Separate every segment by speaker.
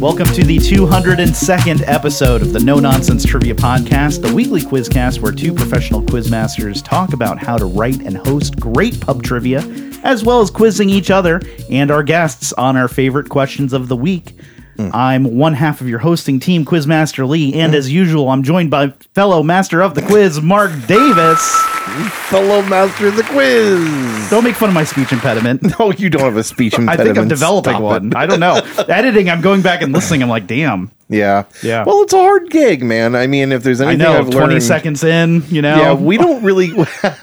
Speaker 1: Welcome to the 202nd episode of the No Nonsense Trivia Podcast, the weekly quizcast where two professional quizmasters talk about how to write and host great pub trivia, as well as quizzing each other and our guests on our favorite questions of the week. I'm one half of your hosting team, Quizmaster Lee, and as usual, I'm joined by fellow master of the quiz, Mark Davis.
Speaker 2: Hello, Master of the Quiz.
Speaker 1: Don't make fun of my speech impediment.
Speaker 2: Oh, you don't have a speech
Speaker 1: I
Speaker 2: impediment.
Speaker 1: think I'm
Speaker 2: Stop
Speaker 1: developing
Speaker 2: it.
Speaker 1: one. I don't know. Editing, I'm going back and listening. I'm like, damn.
Speaker 2: Yeah.
Speaker 1: Yeah.
Speaker 2: Well, it's a hard gig, man. I mean, if there's
Speaker 1: I
Speaker 2: anything
Speaker 1: know.
Speaker 2: have
Speaker 1: 20
Speaker 2: learned,
Speaker 1: seconds in, you know.
Speaker 2: Yeah, we don't really.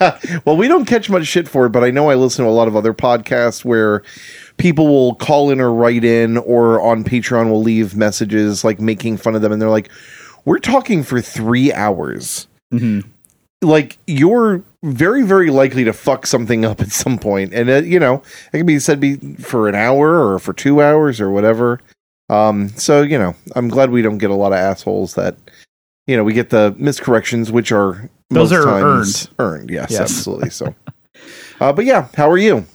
Speaker 2: well, we don't catch much shit for it, but I know I listen to a lot of other podcasts where people will call in or write in, or on Patreon will leave messages like making fun of them, and they're like, "We're talking for three hours."
Speaker 1: Mm-hmm.
Speaker 2: Like you're very, very likely to fuck something up at some point, and uh, you know it can be said be for an hour or for two hours or whatever. Um, so you know, I'm glad we don't get a lot of assholes that you know we get the miscorrections, which are
Speaker 1: Those
Speaker 2: most
Speaker 1: are
Speaker 2: times earned. Yes,
Speaker 1: Yes.
Speaker 2: absolutely. So, uh, but yeah, how are you?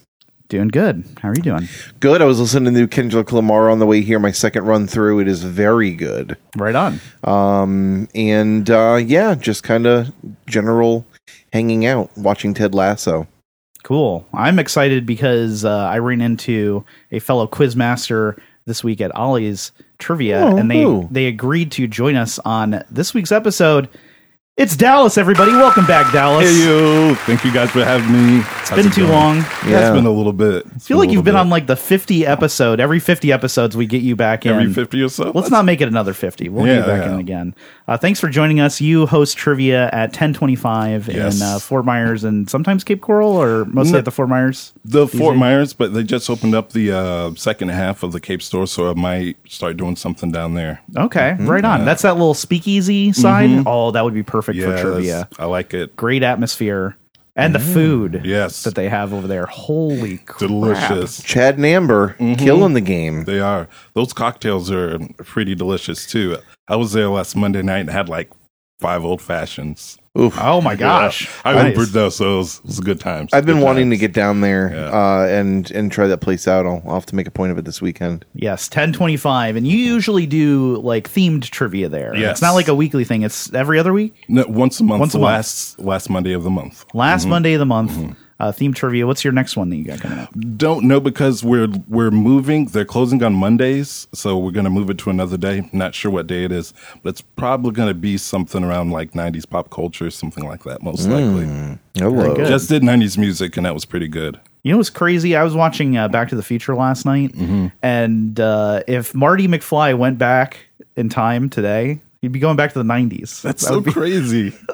Speaker 1: Doing good. How are you doing?
Speaker 2: Good. I was listening to new Kendrick Lamar on the way here. My second run through, it is very good.
Speaker 1: Right on.
Speaker 2: Um, and uh, yeah, just kind of general hanging out, watching Ted Lasso.
Speaker 1: Cool. I'm excited because uh, I ran into a fellow quizmaster this week at Ollie's Trivia,
Speaker 2: Oh,
Speaker 1: and they
Speaker 2: who?
Speaker 1: they agreed to join us on this week's episode. It's Dallas, everybody. Welcome back, Dallas.
Speaker 3: Hey yo! Thank you guys for having me. It's
Speaker 1: It's been too long.
Speaker 3: Yeah,
Speaker 2: Yeah.
Speaker 3: it's been a little bit. It's
Speaker 1: I feel like
Speaker 3: a
Speaker 1: you've been
Speaker 3: little
Speaker 1: on like the 50 episode. Every 50 episodes, we get you back
Speaker 3: bit.
Speaker 1: in.
Speaker 3: every fifty or so.
Speaker 1: Let's not make it another 50. We'll
Speaker 3: Yeah,
Speaker 1: be back
Speaker 3: yeah.
Speaker 1: in again. Uh, thanks for joining us. You host trivia at 1025
Speaker 3: Yes. Mm.
Speaker 1: in uh, Fort Myers and sometimes Cape Coral or mostly
Speaker 3: No.
Speaker 1: at the Fort Myers.
Speaker 3: the Fort Myers, but they just opened up the uh, second half of the Cape store, so I might start doing something down there.
Speaker 1: Okay,
Speaker 3: Mm-hmm.
Speaker 1: right on. That's that little speakeasy side. Oh, that would be perfect
Speaker 3: Yeah,
Speaker 1: for trivia.
Speaker 3: I like it.
Speaker 1: Great atmosphere. And the food
Speaker 3: Mm. Yes.
Speaker 1: that they have over there. Holy crap.
Speaker 3: Delicious.
Speaker 2: Chad and Amber killing the game.
Speaker 3: Mm-hmm. They are. Those cocktails are pretty delicious too. I was there last Monday night and had like five old fashions.
Speaker 2: Oof.
Speaker 1: Oh my gosh.
Speaker 3: I
Speaker 1: Nice.
Speaker 3: remembered those, so it was, it was a good time.
Speaker 2: I've been
Speaker 3: Good
Speaker 2: wanting to
Speaker 3: times.
Speaker 2: get down there
Speaker 3: Yeah.
Speaker 2: uh, and and try that place out. I'll, I'll have to make a point of it this weekend.
Speaker 1: Yes, 1025. And you usually do like themed trivia there.
Speaker 3: Yes.
Speaker 1: It's not like a weekly thing, it's every other week.
Speaker 3: No, once a month.
Speaker 1: Once a month.
Speaker 3: last last Monday of the month.
Speaker 1: last Monday of the month.
Speaker 3: Mm-hmm.
Speaker 1: Uh, theme trivia. What's your next one that you got coming up?
Speaker 3: Don't know because we're we're moving. They're closing on Mondays, so we're going to move it to another day. Not sure what day it is, but it's probably going to be something around like '90s pop culture, something like that, most likely.
Speaker 2: Hello.
Speaker 1: Hmm, good.
Speaker 3: Just did '90s music, and that was pretty good.
Speaker 1: You know what's crazy? I was watching uh, Back to the Future last night,
Speaker 3: Mm-hmm.
Speaker 1: and uh, if Marty McFly went back in time today, he'd be going back to the '90s.
Speaker 3: That's
Speaker 1: That
Speaker 3: so
Speaker 1: would be-
Speaker 3: crazy.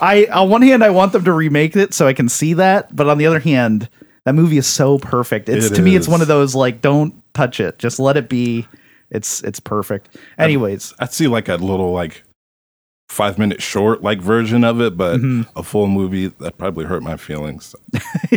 Speaker 1: I on one hand, I want them to remake it so I can see that, but on the other hand, that movie is so perfect. It's
Speaker 3: It
Speaker 1: to me, it's
Speaker 3: is.
Speaker 1: one of those like, don't touch it, just let it be. It's it's perfect. Anyways,
Speaker 3: I'd see like a little like five minute short like version of it, but
Speaker 1: Mm-hmm.
Speaker 3: a full movie that probably hurt my feelings.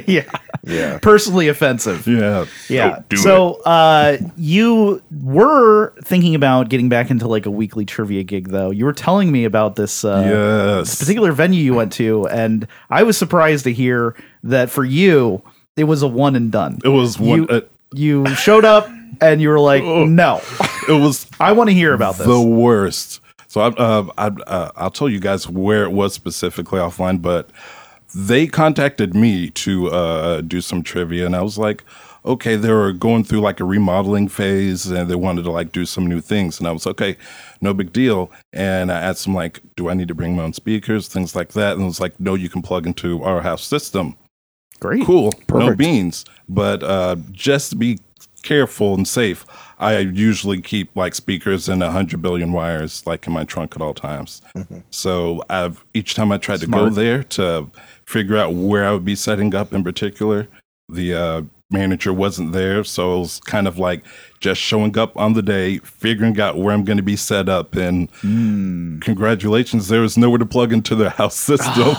Speaker 1: yeah,
Speaker 2: Yeah.
Speaker 1: personally offensive.
Speaker 3: Yeah,
Speaker 1: Yeah.
Speaker 3: Don't do
Speaker 1: so uh you were thinking about getting back into like a weekly trivia gig though. You were telling me about this uh
Speaker 3: it. yes,
Speaker 1: particular venue you went to and I was surprised to hear that for you it was a one and done.
Speaker 3: it was one.
Speaker 1: you,
Speaker 3: uh,
Speaker 1: you showed up and you were like, "No.
Speaker 3: it was
Speaker 1: I want to hear about this."
Speaker 3: the worst. So I, uh, I, uh, I'll tell you guys where it was specifically offline, but they contacted me to uh, do some trivia, and I was like, okay, they were going through like a remodeling phase, and they wanted to like do some new things, and I was okay, no big deal. And I asked them like, do I need to bring my own speakers, things like that, and it was like, no, you can plug into our house system
Speaker 1: Great.
Speaker 3: cool no
Speaker 2: Perfect.
Speaker 3: beans but uh just be careful and safe i usually keep like speakers and 100 billion wires like in my trunk at all times so i've each time i tried to
Speaker 1: Mm-hmm. Smart.
Speaker 3: go there to figure out where i would be setting up in particular the uh manager wasn't there so it was kind of like just showing up on the day figuring out where i'm going to be set up and
Speaker 1: Hmm.
Speaker 3: congratulations there was nowhere to plug into the house system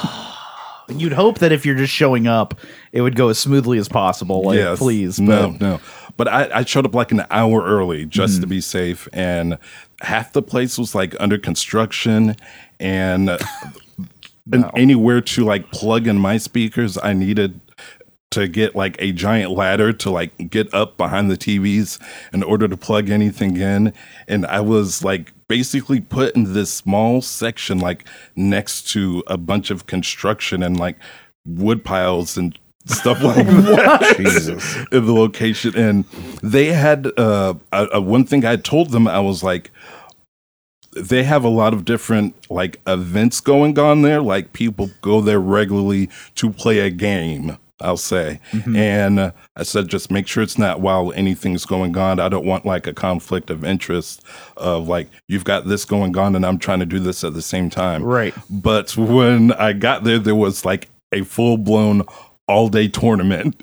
Speaker 1: You'd hope that if you're just showing up, it would go as smoothly as possible. Like,
Speaker 3: Yes.
Speaker 1: please.
Speaker 3: No,
Speaker 1: but- Mm-hmm.
Speaker 3: no. But I, I showed up like an hour early just to be safe, and half the place was like under construction, and, and anywhere to like plug in my speakers, I needed to get like a giant ladder to like get up behind the TVs in order to plug anything in. And I was like basically put in this small section, like next to a bunch of construction and like wood piles and stuff like that
Speaker 2: Jesus.
Speaker 3: in the location. And they had uh, a, a one thing I told them, I was like, they have a lot of different like events going on there. Like people go there regularly to play a game. I'll say. And uh, I said, just make sure it's not while anything's going on. I don't want like a conflict of interest of like, you've got this going on and I'm trying to do this at the same time.
Speaker 1: Right.
Speaker 3: But when I got there, there was like a full blown all day tournament.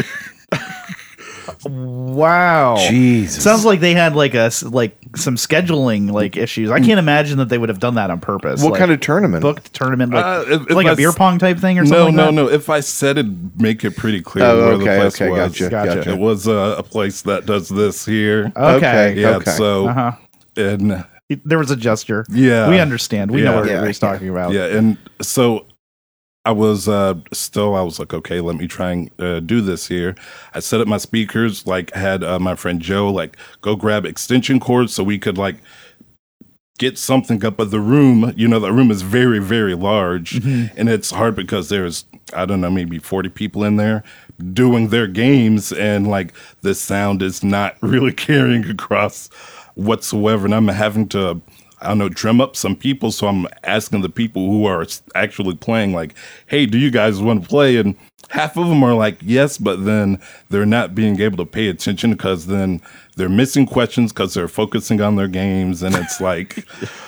Speaker 1: Wow.
Speaker 2: Jesus.
Speaker 1: Sounds like they had like a s- like some scheduling like issues. I can't imagine that they would have done that on purpose.
Speaker 2: what
Speaker 1: Like,
Speaker 2: kind of tournament?
Speaker 1: booked tournament like,
Speaker 3: Uh, if- if
Speaker 1: like
Speaker 3: I
Speaker 1: a
Speaker 3: s-
Speaker 1: beer pong type thing or something?
Speaker 3: No,
Speaker 1: like
Speaker 3: no,
Speaker 1: that?
Speaker 3: no. If I said it, make it pretty clear
Speaker 2: Oh,
Speaker 3: where
Speaker 2: okay,
Speaker 3: the place
Speaker 2: okay,
Speaker 3: was.
Speaker 2: gotcha, Gotcha. gotcha.
Speaker 3: It was uh, a place that does this here.
Speaker 1: Okay.
Speaker 2: Okay.
Speaker 3: yeah. So
Speaker 1: Uh-huh.
Speaker 3: and
Speaker 1: It- There was a gesture.
Speaker 3: Yeah.
Speaker 1: We understand. We know
Speaker 3: Yeah.
Speaker 1: what
Speaker 2: Yeah,
Speaker 1: everybody's
Speaker 2: yeah.
Speaker 1: talking about.
Speaker 3: yeah, and so I was uh, still. I was like, okay, let me try and uh, do this here. I set up my speakers. Like, had uh, my friend Joe like go grab extension cords so we could like get something up. But the room, you know, the room is very, very large, and it's hard because there's I don't know, maybe forty people in there doing their games, and like the sound is not really carrying across whatsoever, and I'm having to. I don't know, drum up some people. So I'm asking the people who are s- actually playing, like, hey, do you guys want to play? And half of them are like, yes, but then they're not being able to pay attention because then they're missing questions because they're focusing on their games. And it's like,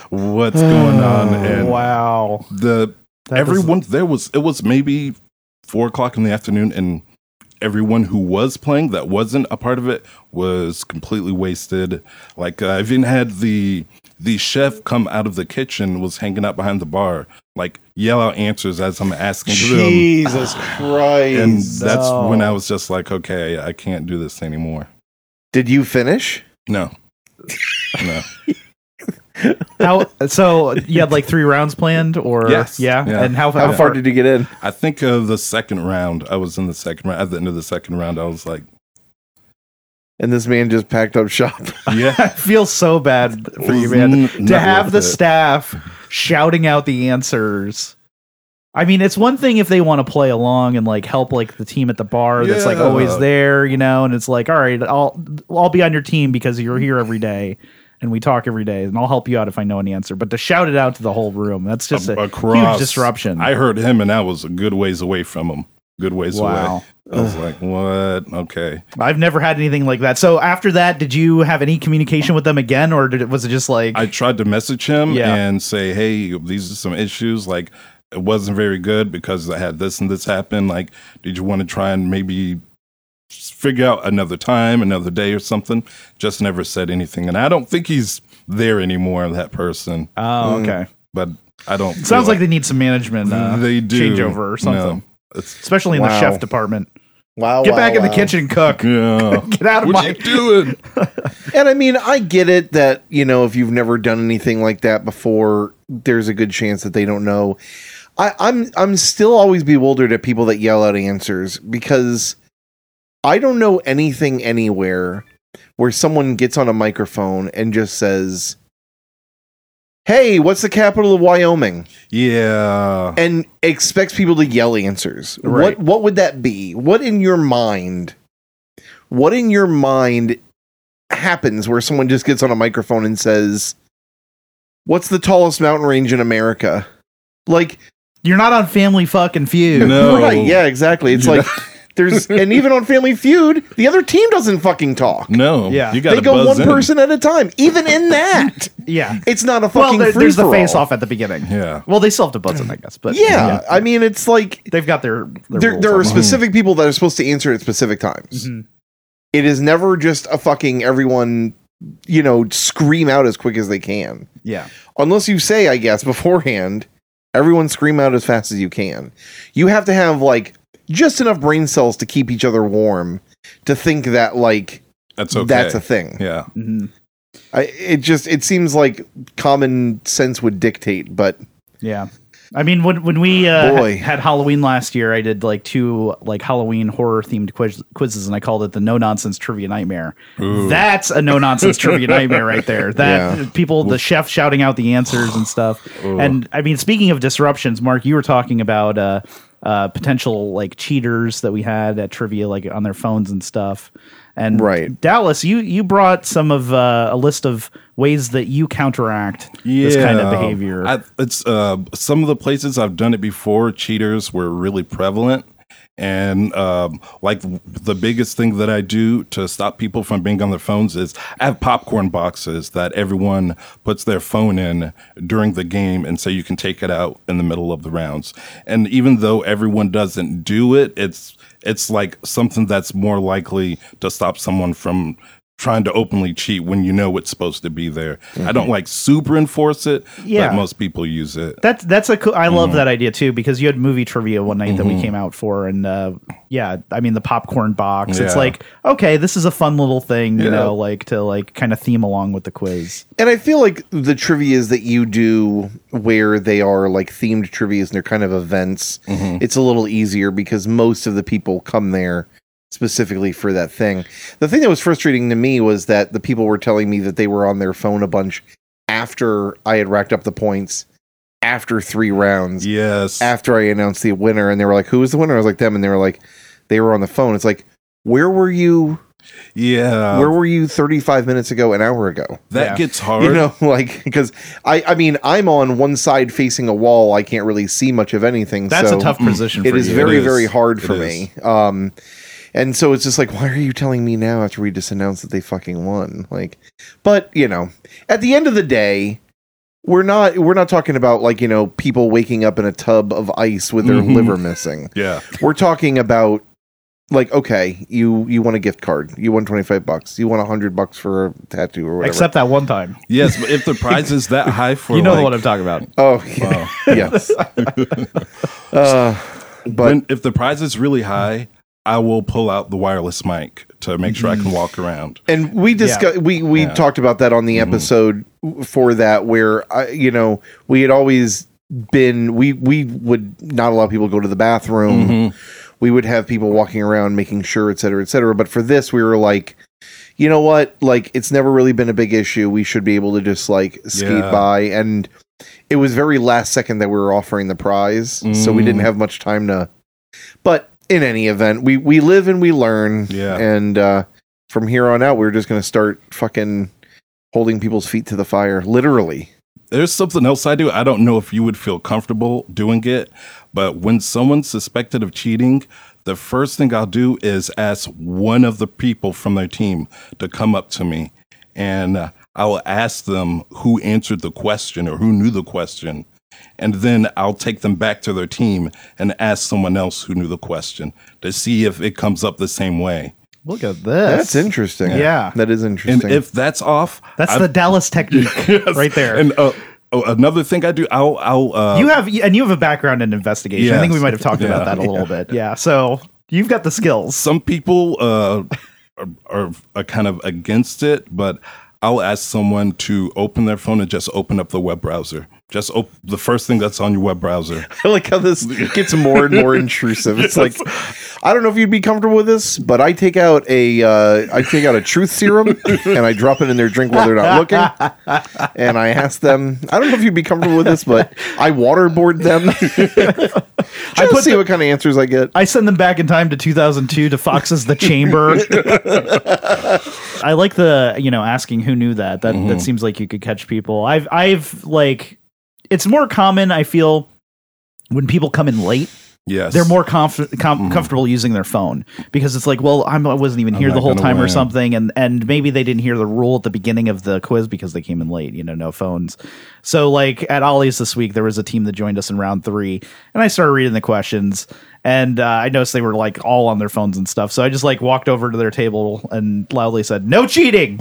Speaker 3: what's going on? And
Speaker 1: Oh, Wow.
Speaker 3: the
Speaker 1: That
Speaker 3: everyone there was it was maybe four o'clock in the afternoon and everyone who was playing that wasn't a part of it was completely wasted like uh, i even had the the chef come out of the kitchen was hanging out behind the bar like yell out answers as i'm asking them
Speaker 2: Jesus
Speaker 3: and
Speaker 2: Christ.
Speaker 3: that's
Speaker 1: No.
Speaker 3: when i was just like okay i can't do this anymore
Speaker 2: Did you finish?
Speaker 3: no no
Speaker 1: How so you had like three rounds planned or
Speaker 3: Yes.
Speaker 1: yeah?
Speaker 3: Yeah.
Speaker 1: And how,
Speaker 2: How far did you get in?
Speaker 3: i think uh, the second round i was in the second round at the end of the second round i was like
Speaker 2: And this man just packed up shop.
Speaker 3: yeah
Speaker 1: I feel so bad for you,
Speaker 3: was
Speaker 1: man.
Speaker 3: n-
Speaker 1: to
Speaker 3: not
Speaker 1: have
Speaker 3: worth
Speaker 1: the
Speaker 3: it.
Speaker 1: staff shouting out the answers. I mean, it's one thing if they want to play along and like help like the team at the bar that's like
Speaker 3: Yeah.
Speaker 1: always there, you know, and it's like, all right, I'll I'll be on your team because you're here every day and we talk every day and I'll help you out if I know an answer. But to shout it out to the whole room, that's just a huge disruption.
Speaker 3: I heard him, and I was a good ways away from him. Good ways
Speaker 1: Wow.
Speaker 3: away. I was like, "What? Okay."
Speaker 1: I've never had anything like that. So after that, did you have any communication with them again, or did it, was it just like
Speaker 3: I tried to message him
Speaker 1: Yeah.
Speaker 3: and say, "Hey, these are some issues. Like, it wasn't very good because I had this and this happen. Like, did you want to try and maybe figure out another time, another day, or something?" Just never said anything, and I don't think he's there anymore. That person,
Speaker 1: oh okay?
Speaker 3: but I don't. feel
Speaker 1: Sounds like they need some management. Uh,
Speaker 3: Mm. they do
Speaker 1: changeover or something,
Speaker 3: No. It's-
Speaker 1: especially in the
Speaker 2: Wow.
Speaker 1: chef department.
Speaker 2: Wow.
Speaker 1: Get
Speaker 2: wow,
Speaker 1: back in the
Speaker 2: wow.
Speaker 1: kitchen, and cook.
Speaker 3: yeah.
Speaker 1: uh, Get out of
Speaker 3: what
Speaker 1: my.
Speaker 3: you doing?
Speaker 2: And I mean, I get it that, you know, if you've never done anything like that before, there's a good chance that they don't know. I, I'm I'm still always bewildered at people that yell out answers because I don't know anything anywhere where someone gets on a microphone and just says, Hey, what's the capital of Wyoming?
Speaker 3: Yeah.
Speaker 2: And expects people to yell answers.
Speaker 1: Right.
Speaker 2: What what would that be? What in your mind? What in your mind happens where someone just gets on a microphone and says, What's the tallest mountain range in America? Like
Speaker 1: You're not on Family Fucking Feud.
Speaker 3: No.
Speaker 2: Right, yeah, exactly. It's
Speaker 3: You
Speaker 2: like there's and even on Family Feud, the other team doesn't fucking talk.
Speaker 3: No.
Speaker 1: Yeah.
Speaker 3: You got
Speaker 2: They
Speaker 3: to
Speaker 2: go
Speaker 3: buzz
Speaker 2: one
Speaker 3: in.
Speaker 2: person at a time. Even in that,
Speaker 1: Yeah.
Speaker 2: it's not a
Speaker 1: Well,
Speaker 2: fucking
Speaker 1: there,
Speaker 2: free
Speaker 1: there's the
Speaker 2: for
Speaker 1: face
Speaker 2: all.
Speaker 1: off at the beginning.
Speaker 3: Yeah.
Speaker 1: Well, they still have to buzz in, I guess. But
Speaker 2: Yeah, I mean it's like
Speaker 1: they've got their. their
Speaker 2: there
Speaker 1: rules
Speaker 2: there
Speaker 1: on
Speaker 2: are
Speaker 1: that.
Speaker 2: specific people that are supposed to answer at specific times.
Speaker 1: Mhm.
Speaker 2: It is never just a fucking everyone, you know, scream out as quick as they can.
Speaker 1: Yeah.
Speaker 2: unless you say, I guess, beforehand, everyone scream out as fast as you can. You have to have like just enough brain cells to keep each other warm to think that like
Speaker 3: That's okay.
Speaker 2: that's a thing.
Speaker 3: yeah.
Speaker 1: Mhm.
Speaker 2: I, it just it seems like common sense would dictate, but
Speaker 1: Yeah. I mean, when when we uh,
Speaker 2: Boy.
Speaker 1: had Halloween last year, I did like two like Halloween horror themed quiz- quizzes, and I called it the No Nonsense Trivia Nightmare. That's a no nonsense trivia nightmare right there. That
Speaker 2: Yeah.
Speaker 1: people, the chef shouting out the answers and stuff. And I mean, speaking of disruptions, Mark, you were talking about uh, uh, potential like cheaters that we had at trivia, like on their phones and stuff. And
Speaker 2: Right.
Speaker 1: Dallas, you you brought some of uh, a list of ways that you counteract this kind of
Speaker 3: Yeah.
Speaker 1: behavior.
Speaker 3: I, it's uh, some of the places I've done it before. Cheaters were really prevalent, and um, like the biggest thing that I do to stop people from being on their phones is I have popcorn boxes that everyone puts their phone in during the game, and so you can take it out in the middle of the rounds. And even though everyone doesn't do it, it's it's like something that's more likely to stop someone from trying to openly cheat when you know it's supposed to be there. I
Speaker 2: Mm-hmm.
Speaker 3: don't like super enforce it,
Speaker 1: Yeah.
Speaker 3: but most people use it.
Speaker 1: That's that's a cool. I
Speaker 3: Mm-hmm.
Speaker 1: love that idea too because you had movie trivia one night that we came out for, and uh, yeah, I mean the popcorn box. It's
Speaker 3: Yeah.
Speaker 1: like okay, this is a fun little thing, you
Speaker 3: Yeah.
Speaker 1: know, like to like kind of theme along with the quiz.
Speaker 2: And I feel like the trivias that you do where they are like themed trivias and they're kind of events, it's a little easier because most of the people come there specifically for that thing. The thing that was frustrating to me was that the people were telling me that they were on their phone a bunch after I had racked up the points after three rounds,
Speaker 3: Yes.
Speaker 2: after I announced the winner, and they were like, Who was the winner? I was like, Them. And they were like, They were on the phone. It's like, Where were you?
Speaker 3: yeah.
Speaker 2: Where were you 35 minutes ago, an hour ago?
Speaker 3: that
Speaker 1: Yeah.
Speaker 3: gets hard.
Speaker 2: You know, like because I, I mean, I'm on one side facing a wall. I can't really see much of anything.
Speaker 1: That's
Speaker 2: so
Speaker 1: a tough position.
Speaker 2: It
Speaker 1: for
Speaker 2: is
Speaker 1: you.
Speaker 2: very,
Speaker 3: mm, It is.
Speaker 2: very hard
Speaker 3: It
Speaker 2: for
Speaker 3: is.
Speaker 2: me. Um, and so it's just like, why are you telling me now after we just announced that they fucking won? Like, but you know, at the end of the day, we're not we're not talking about like you know people waking up in a tub of ice with their
Speaker 3: Mhm.
Speaker 2: liver missing
Speaker 3: yeah.
Speaker 2: we're talking about like okay you you want a gift card you want 25 bucks you want 100 bucks for a tattoo or whatever
Speaker 1: Except that one time,
Speaker 3: Yes, but if the price is that high for
Speaker 1: you know
Speaker 3: like,
Speaker 1: what I'm talking about.
Speaker 2: oh yeah, yes uh, but
Speaker 3: when, if the price is really high, I will pull out the wireless mic to make sure I
Speaker 1: Mm-hmm.
Speaker 3: can walk around.
Speaker 2: and we discussed we we
Speaker 3: Yeah. Mm-hmm.
Speaker 2: talked about that on the episode for that where I, you know we had always been we we would not allow people to go to the bathroom
Speaker 3: Mm-hmm.
Speaker 2: we would have people walking around making sure et cetera et cetera but for this we were like you know what like it's never really been a big issue we should be able to just like skate
Speaker 3: Yeah.
Speaker 2: by and it was very last second that we were offering the prize so we
Speaker 3: Mm.
Speaker 2: didn't have much time to but in any event we we live and we learn
Speaker 3: Yeah.
Speaker 2: and uh from here on out, we're just going to start fucking holding people's feet to the fire, literally.
Speaker 3: There's something else I do. I don't know if you would feel comfortable doing it, but when someone's suspected of cheating, the first thing I'll do is ask one of the people from their team to come up to me and uh, I will ask them who answered the question or who knew the question. And then I'll take them back to their team and ask someone else who knew the question to see if it comes up the same way.
Speaker 1: Look at this.
Speaker 2: That's interesting.
Speaker 1: Yeah.
Speaker 2: that is
Speaker 3: And
Speaker 2: interesting.
Speaker 3: if that's off,
Speaker 1: That's
Speaker 3: I-
Speaker 1: the Dallas technique right there.
Speaker 3: And uh, oh, another thing I do, I'll, I'll, uh,
Speaker 1: you have and you have a background in investigation. I think we
Speaker 3: Yes.
Speaker 1: might have talked about
Speaker 3: Yeah.
Speaker 1: that a little bit. Yeah, so you've got the skills.
Speaker 3: some people uh, are, are, are kind of against it, but I'll ask someone to open their phone and just open up the web browser. Just op- the first thing that's on your web browser.
Speaker 2: I like how this gets more and more intrusive. It's like I don't know if you'd be comfortable with this, but I take out a uh, I take out a truth serum and I drop it in their drink while they're not looking, and I ask them. I don't know if you'd be comfortable with this, but I waterboard them. I put
Speaker 1: put
Speaker 2: see
Speaker 1: the-
Speaker 2: what kind of answers I get.
Speaker 1: I send them back in time to 2002 to Fox's The Chamber. I like the you know asking who knew that. That that seems like you could catch people. I've I've like it's more common. I feel when people come in late,
Speaker 3: Yes. Mm-hmm.
Speaker 1: they're more comf- com- comfortable using their phone because it's like, well, I'm, I wasn't even here
Speaker 3: not
Speaker 1: the whole
Speaker 3: gonna
Speaker 1: time or
Speaker 3: win.
Speaker 1: something, and and maybe they didn't hear the rule at the beginning of the quiz because they came in late. You know, no phones. So like at Ollie's this week, there was a team that joined us in round three, and I started reading the questions, and uh, I noticed they were like all on their phones and stuff. So I just like walked over to their table and loudly said, "No cheating."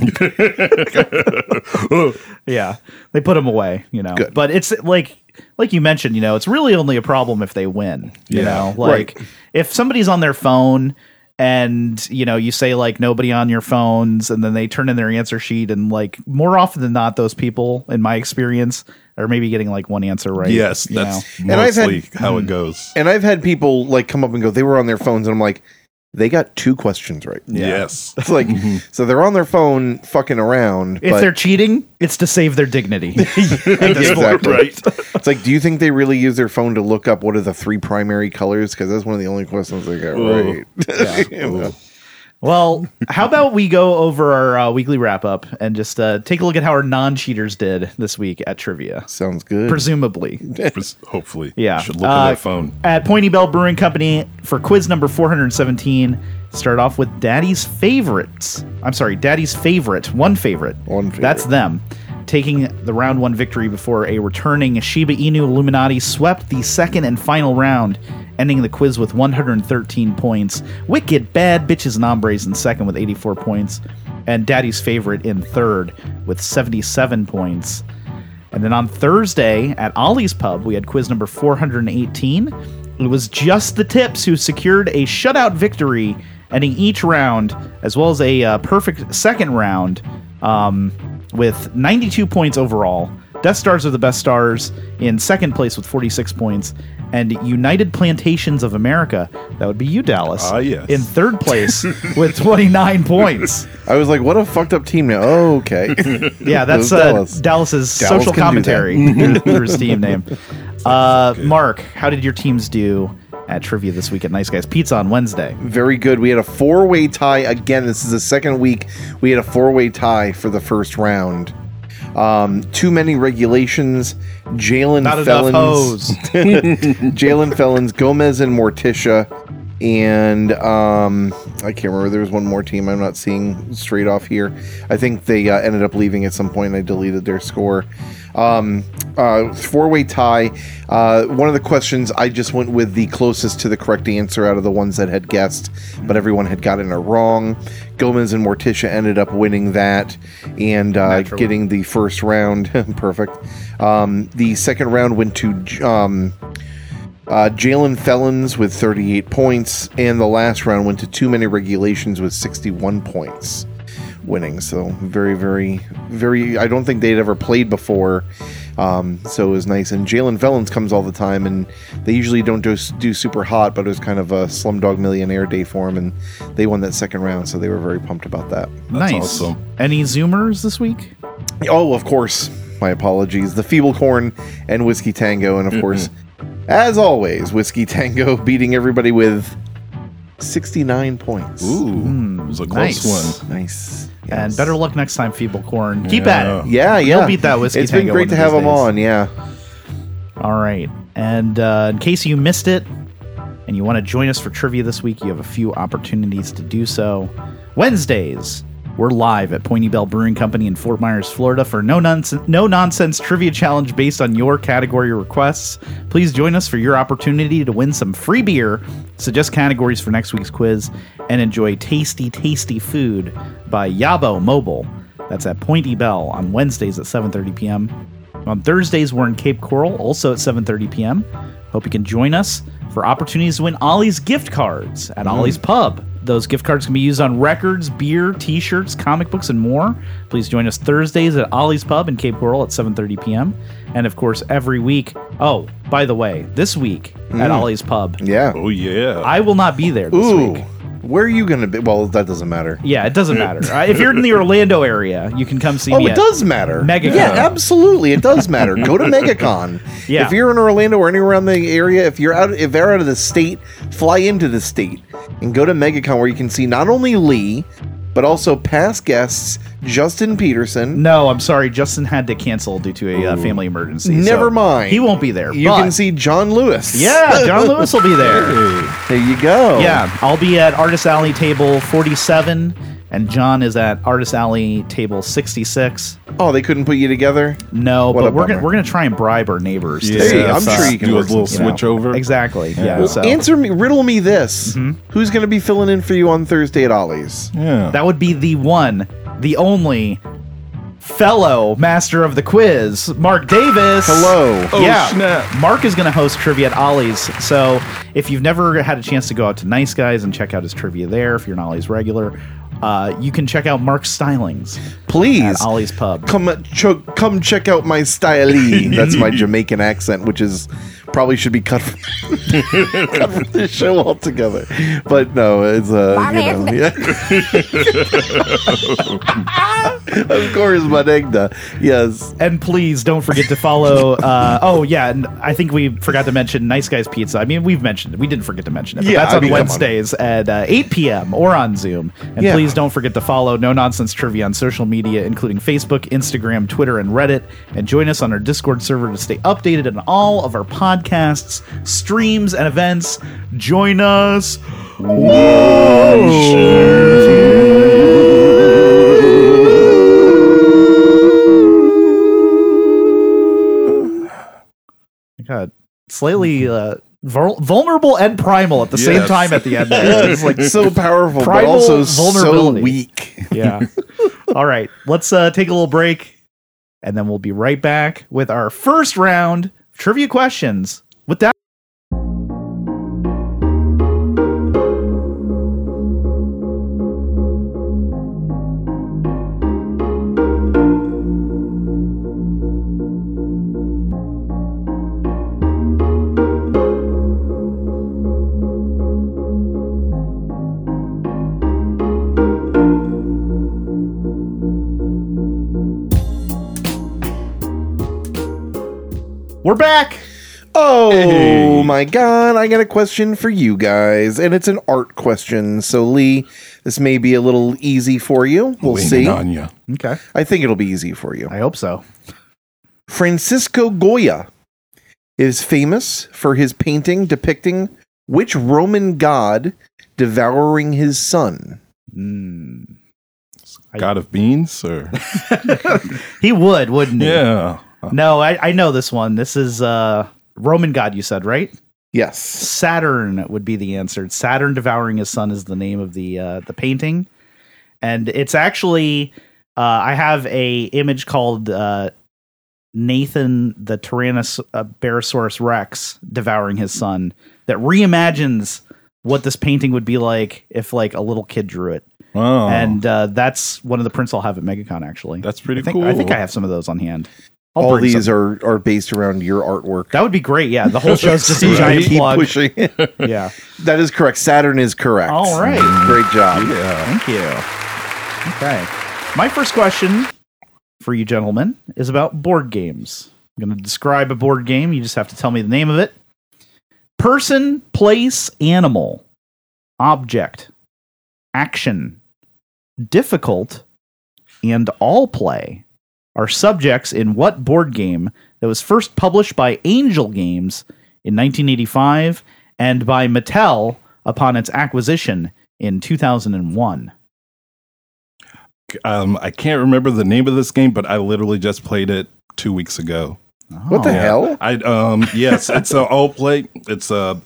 Speaker 1: Yeah, they put them away, you know.
Speaker 2: Good.
Speaker 1: But it's like, like you mentioned, you know, it's really only a problem if they win. You
Speaker 3: Yeah.
Speaker 1: know, like if somebody's on their phone and you know you say like nobody on your phones and then they turn in their answer sheet and like more often than not those people in my experience are maybe getting like one answer right
Speaker 3: Yes,
Speaker 1: you
Speaker 3: that's
Speaker 2: know. Hmm. And I've had-
Speaker 3: mostly how it goes.
Speaker 2: And I've had people like come up and go, they were on their phones, and I'm like, they got two questions right.
Speaker 3: Yes.
Speaker 2: It's like, so they're on their phone fucking around.
Speaker 1: know. if
Speaker 2: but-
Speaker 1: they're cheating it's to save their dignity
Speaker 2: Exactly.
Speaker 3: right.
Speaker 2: It's like, do you think they really use their phone to look up what are the three primary colors? Because that's one of the only questions they got
Speaker 3: Ooh.
Speaker 2: right. You know?
Speaker 1: well how about we go over our uh, weekly wrap up and just uh, take a look at how our non-cheaters did this week at trivia
Speaker 2: Sounds good.
Speaker 1: presumably
Speaker 3: Hopefully.
Speaker 1: Yeah.
Speaker 3: Should look
Speaker 1: Uh,
Speaker 3: at their phone.
Speaker 1: At Pointy Bell Brewing Company for quiz number 417, start off with Daddy's favorites. I'm sorry, Daddy's favorite, one favorite.
Speaker 2: One favorite.
Speaker 1: That's them. Taking the round one victory before a returning Shiba Inu Illuminati swept the second and final round, ending the quiz with 113 points. Wicked Bad Bitches and Hombres in second with 84 points, and Daddy's favorite in third with 77 points. And then on Thursday at Ollie's Pub, we had quiz number 418. It was just the tips who secured a shutout victory, ending each round, as well as a uh, perfect second round um, with 92 points overall. Death Stars are the best stars in second place with 46 points. And United Plantations of America, that would be you, Dallas,
Speaker 3: Ah, yes.
Speaker 1: in third place with 29 points.
Speaker 2: I was like, what a fucked up team now. Oh, okay.
Speaker 1: Yeah, that's
Speaker 2: Those
Speaker 1: uh,
Speaker 2: Dallas.
Speaker 1: Dallas's
Speaker 2: Dallas
Speaker 1: social
Speaker 2: can do
Speaker 1: commentary through his team name. Uh, Mark, how did your teams do at trivia this week at Nice Guys Pizza on Wednesday?
Speaker 2: Very good. We had a four way tie again. This is the second week we had a four way tie for the first round. Um, too many regulations. Jalen
Speaker 1: Not
Speaker 2: felons.
Speaker 1: enough hoes.
Speaker 2: Jalen Felons, Gomez, and Morticia. And um, I can't remember. There was one more team I'm not seeing straight off here. I think they uh, ended up leaving at some point. And I deleted their score. Um, uh, Four way tie. Uh, one of the questions I just went with the closest to the correct answer out of the ones that had guessed, but everyone had gotten it wrong. Gomez and Morticia ended up winning that and uh,
Speaker 1: Naturally.
Speaker 2: getting the first round. Perfect. Um, the second round went to. J- Um, uh, Jalen Felons with 38 points, and the last round went to too many regulations with 61 points, winning. So very, very, very. I don't think they'd ever played before, um, so it was nice. And Jalen Felons comes all the time, and they usually don't do, do super hot, but it was kind of a Slumdog Millionaire day for him, and they won that second round, so they were very pumped about that.
Speaker 3: That's
Speaker 1: nice.
Speaker 3: awesome.
Speaker 1: Any Zoomers this week?
Speaker 2: Oh, of course. My apologies. The Feeble Corn and Whiskey Tango. And of course, as always, Whiskey Tango beating everybody with 69 points.
Speaker 3: Ooh. it was a close
Speaker 1: nice.
Speaker 3: one.
Speaker 2: hmm, Nice.
Speaker 1: And
Speaker 2: Yes.
Speaker 1: better luck next time, Feeble Corn. Keep at it.
Speaker 2: Yeah, yeah.
Speaker 1: beat that Whiskey
Speaker 2: It's been
Speaker 1: Tango one
Speaker 2: great to
Speaker 1: of
Speaker 2: have
Speaker 1: these
Speaker 2: him
Speaker 1: days.
Speaker 2: on. Yeah.
Speaker 1: All right. And uh, in case you missed it and you want to join us for trivia this week, you have a few opportunities to do so. Wednesdays, we're live at Pointy Bell Brewing Company in Fort Myers, Florida for no nonsense, no nonsense trivia challenge based on your category requests. Please join us for your opportunity to win some free beer, suggest categories for next week's quiz, and enjoy tasty, tasty food by Yabo Mobile. That's at Pointy Bell on Wednesdays at 7:30 p.m. On Thursdays, we're in Cape Coral, also at 7:30 p.m. Hope you can join us for opportunities to win Ollie's gift cards
Speaker 2: Mm-hmm.
Speaker 1: at Ollie's Pub. Those gift cards can be used on records, beer, T-shirts, comic books, and more. Please join us Thursdays at Ollie's Pub in Cape Coral at 7:30 p.m. And of course, every week. Oh, by the way, this week
Speaker 2: Mm.
Speaker 1: at Ollie's Pub,
Speaker 2: Yeah.
Speaker 3: Oh yeah.
Speaker 1: I will not be there Oh, this
Speaker 2: Ooh.
Speaker 1: week.
Speaker 2: Where are you going to be? Well, that doesn't matter.
Speaker 1: Yeah, it doesn't matter. Uh, if you're in the Orlando area, you can come see
Speaker 2: Oh,
Speaker 1: me.
Speaker 2: it
Speaker 1: at-
Speaker 2: does matter.
Speaker 1: MegaCon.
Speaker 2: Yeah, absolutely. It does matter. Go to MegaCon.
Speaker 1: Yeah.
Speaker 2: If you're in Orlando or anywhere around the area, if you're out if they're out of the state, fly into the state and go to MegaCon where you can see not only Lee, but also past guests, Justin Peterson.
Speaker 1: No, I'm sorry. Justin had to cancel due to a uh, family emergency.
Speaker 2: Never
Speaker 1: so
Speaker 2: mind.
Speaker 1: He won't be there.
Speaker 2: You
Speaker 1: but-
Speaker 2: can see John Lewis.
Speaker 1: Yeah, John Lewis will be there.
Speaker 3: Hey.
Speaker 2: There you go.
Speaker 1: Yeah, I'll be at Artist Alley table 47, and John is at Artist Alley table 66.
Speaker 2: Oh, they couldn't put you together?
Speaker 1: No,
Speaker 2: What a
Speaker 1: but we're gonna,
Speaker 2: bummer.
Speaker 1: we're gonna try and bribe our neighbors. to
Speaker 3: Yeah,
Speaker 1: see
Speaker 2: you go.
Speaker 1: if,
Speaker 2: I'm
Speaker 1: uh,
Speaker 2: sure you can
Speaker 3: do a
Speaker 2: work
Speaker 3: little
Speaker 2: something
Speaker 1: you know,
Speaker 3: switch over.
Speaker 1: Exactly. Yeah.
Speaker 3: Well,
Speaker 1: so Mm-hmm.
Speaker 2: Answer me riddle me this. Who's gonna be filling in for you on Thursday at Ollie's?
Speaker 3: Yeah.
Speaker 1: that would be the one, the only fellow master of the quiz, Mark Davis.
Speaker 2: Hello.
Speaker 3: Oh, snap.
Speaker 1: Mark is going to host trivia at Ollie's. So if you've never had a chance to go out to Nice Guys and check out his trivia there, if you're an Ollie's regular, uh, you can check out Mark's stylings
Speaker 2: Please
Speaker 1: at Ollie's Pub.
Speaker 2: come cho- come check out my stylee. That's my Jamaican accent, which is probably should be cut from, cut from the show altogether. But no, it's uh, you know, yeah. of course, Manegda. Yes,
Speaker 1: And please don't forget to follow. Uh, oh yeah, and I think we forgot to mention Nice Guys Pizza. I mean, we've mentioned it. We didn't forget to mention it. But
Speaker 2: Yeah,
Speaker 1: that's
Speaker 2: I
Speaker 1: on
Speaker 2: mean, come on.
Speaker 1: Wednesdays at uh, 8 p.m. or on Zoom. And
Speaker 2: Yeah.
Speaker 1: please don't forget to follow No Nonsense Trivia on social media, including Facebook, Instagram, Twitter, and Reddit. And join us on our Discord server to stay updated on all of our podcasts, streams, and events. Join us. God, slightly uh, vul- vulnerable and primal at the same
Speaker 3: Yes.
Speaker 1: time at the end. There. It's like
Speaker 2: so powerful, but
Speaker 1: Primal
Speaker 2: also so
Speaker 1: vulnerability.
Speaker 2: weak.
Speaker 1: Yeah. All right. Let's uh, take a little break and then we'll be right back with our first round of trivia questions. With that, we're back.
Speaker 2: Oh
Speaker 3: Hey.
Speaker 2: my god, I got a question for you guys, and it's an art question. So Lee, this may be a little easy for you. We'll
Speaker 3: Waiting
Speaker 2: see.
Speaker 3: on ya.
Speaker 1: Okay.
Speaker 2: I think it'll be easy for you.
Speaker 1: I hope so.
Speaker 2: Francisco Goya is famous for his painting depicting which Roman god devouring his son.
Speaker 1: Mm.
Speaker 3: God of beans, or
Speaker 1: He would, wouldn't he?
Speaker 3: yeah,
Speaker 1: No, I, I know this one. This is uh, Roman god, you said, right?
Speaker 2: Yes.
Speaker 1: Saturn would be the answer. Saturn devouring his son is the name of the uh, the painting, and it's actually uh, I have a image called uh, Nathan the Tyrannosaurus Rex devouring his son that reimagines what this painting would be like if like a little kid drew it,
Speaker 3: wow,
Speaker 1: and uh, that's one of the prints I'll have at MegaCon actually.
Speaker 3: Oh. that's pretty
Speaker 1: I think,
Speaker 3: cool.
Speaker 1: I think I have some of those on hand. I'll
Speaker 2: All
Speaker 1: bring
Speaker 2: these
Speaker 1: some.
Speaker 2: are, are based around your artwork.
Speaker 1: that would be great. Yeah, the whole show's just a
Speaker 3: Right.
Speaker 1: giant
Speaker 2: Keep
Speaker 1: plug.
Speaker 2: pushing.
Speaker 1: Yeah.
Speaker 2: that is correct. Saturn is correct.
Speaker 1: All right.
Speaker 2: Great job.
Speaker 3: yeah,
Speaker 1: Thank you. Okay. My first question for you gentlemen is about board games. I'm going to describe a board game. You just have to tell me the name of it. Person, place, animal, object, action, difficult, and all play are subjects in what board game that was first published by Angel Games in 1985 and by Mattel upon its acquisition in 2001.
Speaker 3: um, I can't remember the name of this game, but I literally just played it two weeks ago.
Speaker 2: What the
Speaker 1: Oh.
Speaker 3: Yeah.
Speaker 2: hell?
Speaker 3: I um yes, it's a all play. It's a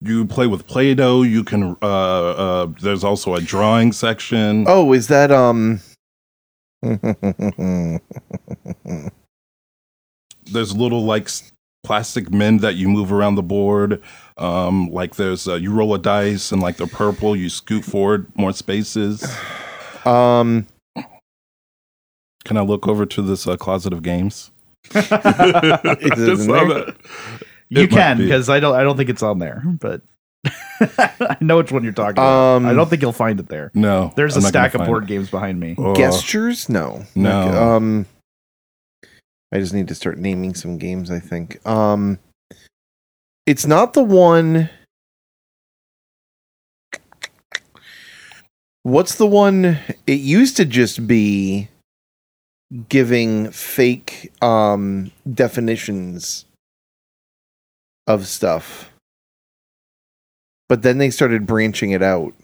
Speaker 3: you play with Play-Doh. You can uh, uh there's also a drawing section.
Speaker 2: Oh, is that um
Speaker 3: There's little like s- plastic men that you move around the board. Um, like there's uh, you roll a dice and like the purple, you scoot forward more spaces.
Speaker 2: um
Speaker 3: Can I look over to this uh, closet of games?
Speaker 2: Is it
Speaker 3: Just
Speaker 2: in
Speaker 3: saw
Speaker 2: there?
Speaker 3: that.
Speaker 1: You
Speaker 3: It might
Speaker 1: can
Speaker 3: be.
Speaker 1: because I don't. I don't think it's on there, but I know which one you're talking about.
Speaker 2: Um,
Speaker 1: I don't think you'll find it there.
Speaker 3: No,
Speaker 1: There's a
Speaker 3: I'm not gonna
Speaker 1: stack of
Speaker 3: find
Speaker 1: board
Speaker 3: it.
Speaker 1: games behind me.
Speaker 3: Oh,
Speaker 2: gestures? No.
Speaker 3: No.
Speaker 2: Like, um I just need to start naming some games, I think. Um It's not the one What's the one it used to just be giving fake um definitions of stuff. But then they started branching it out.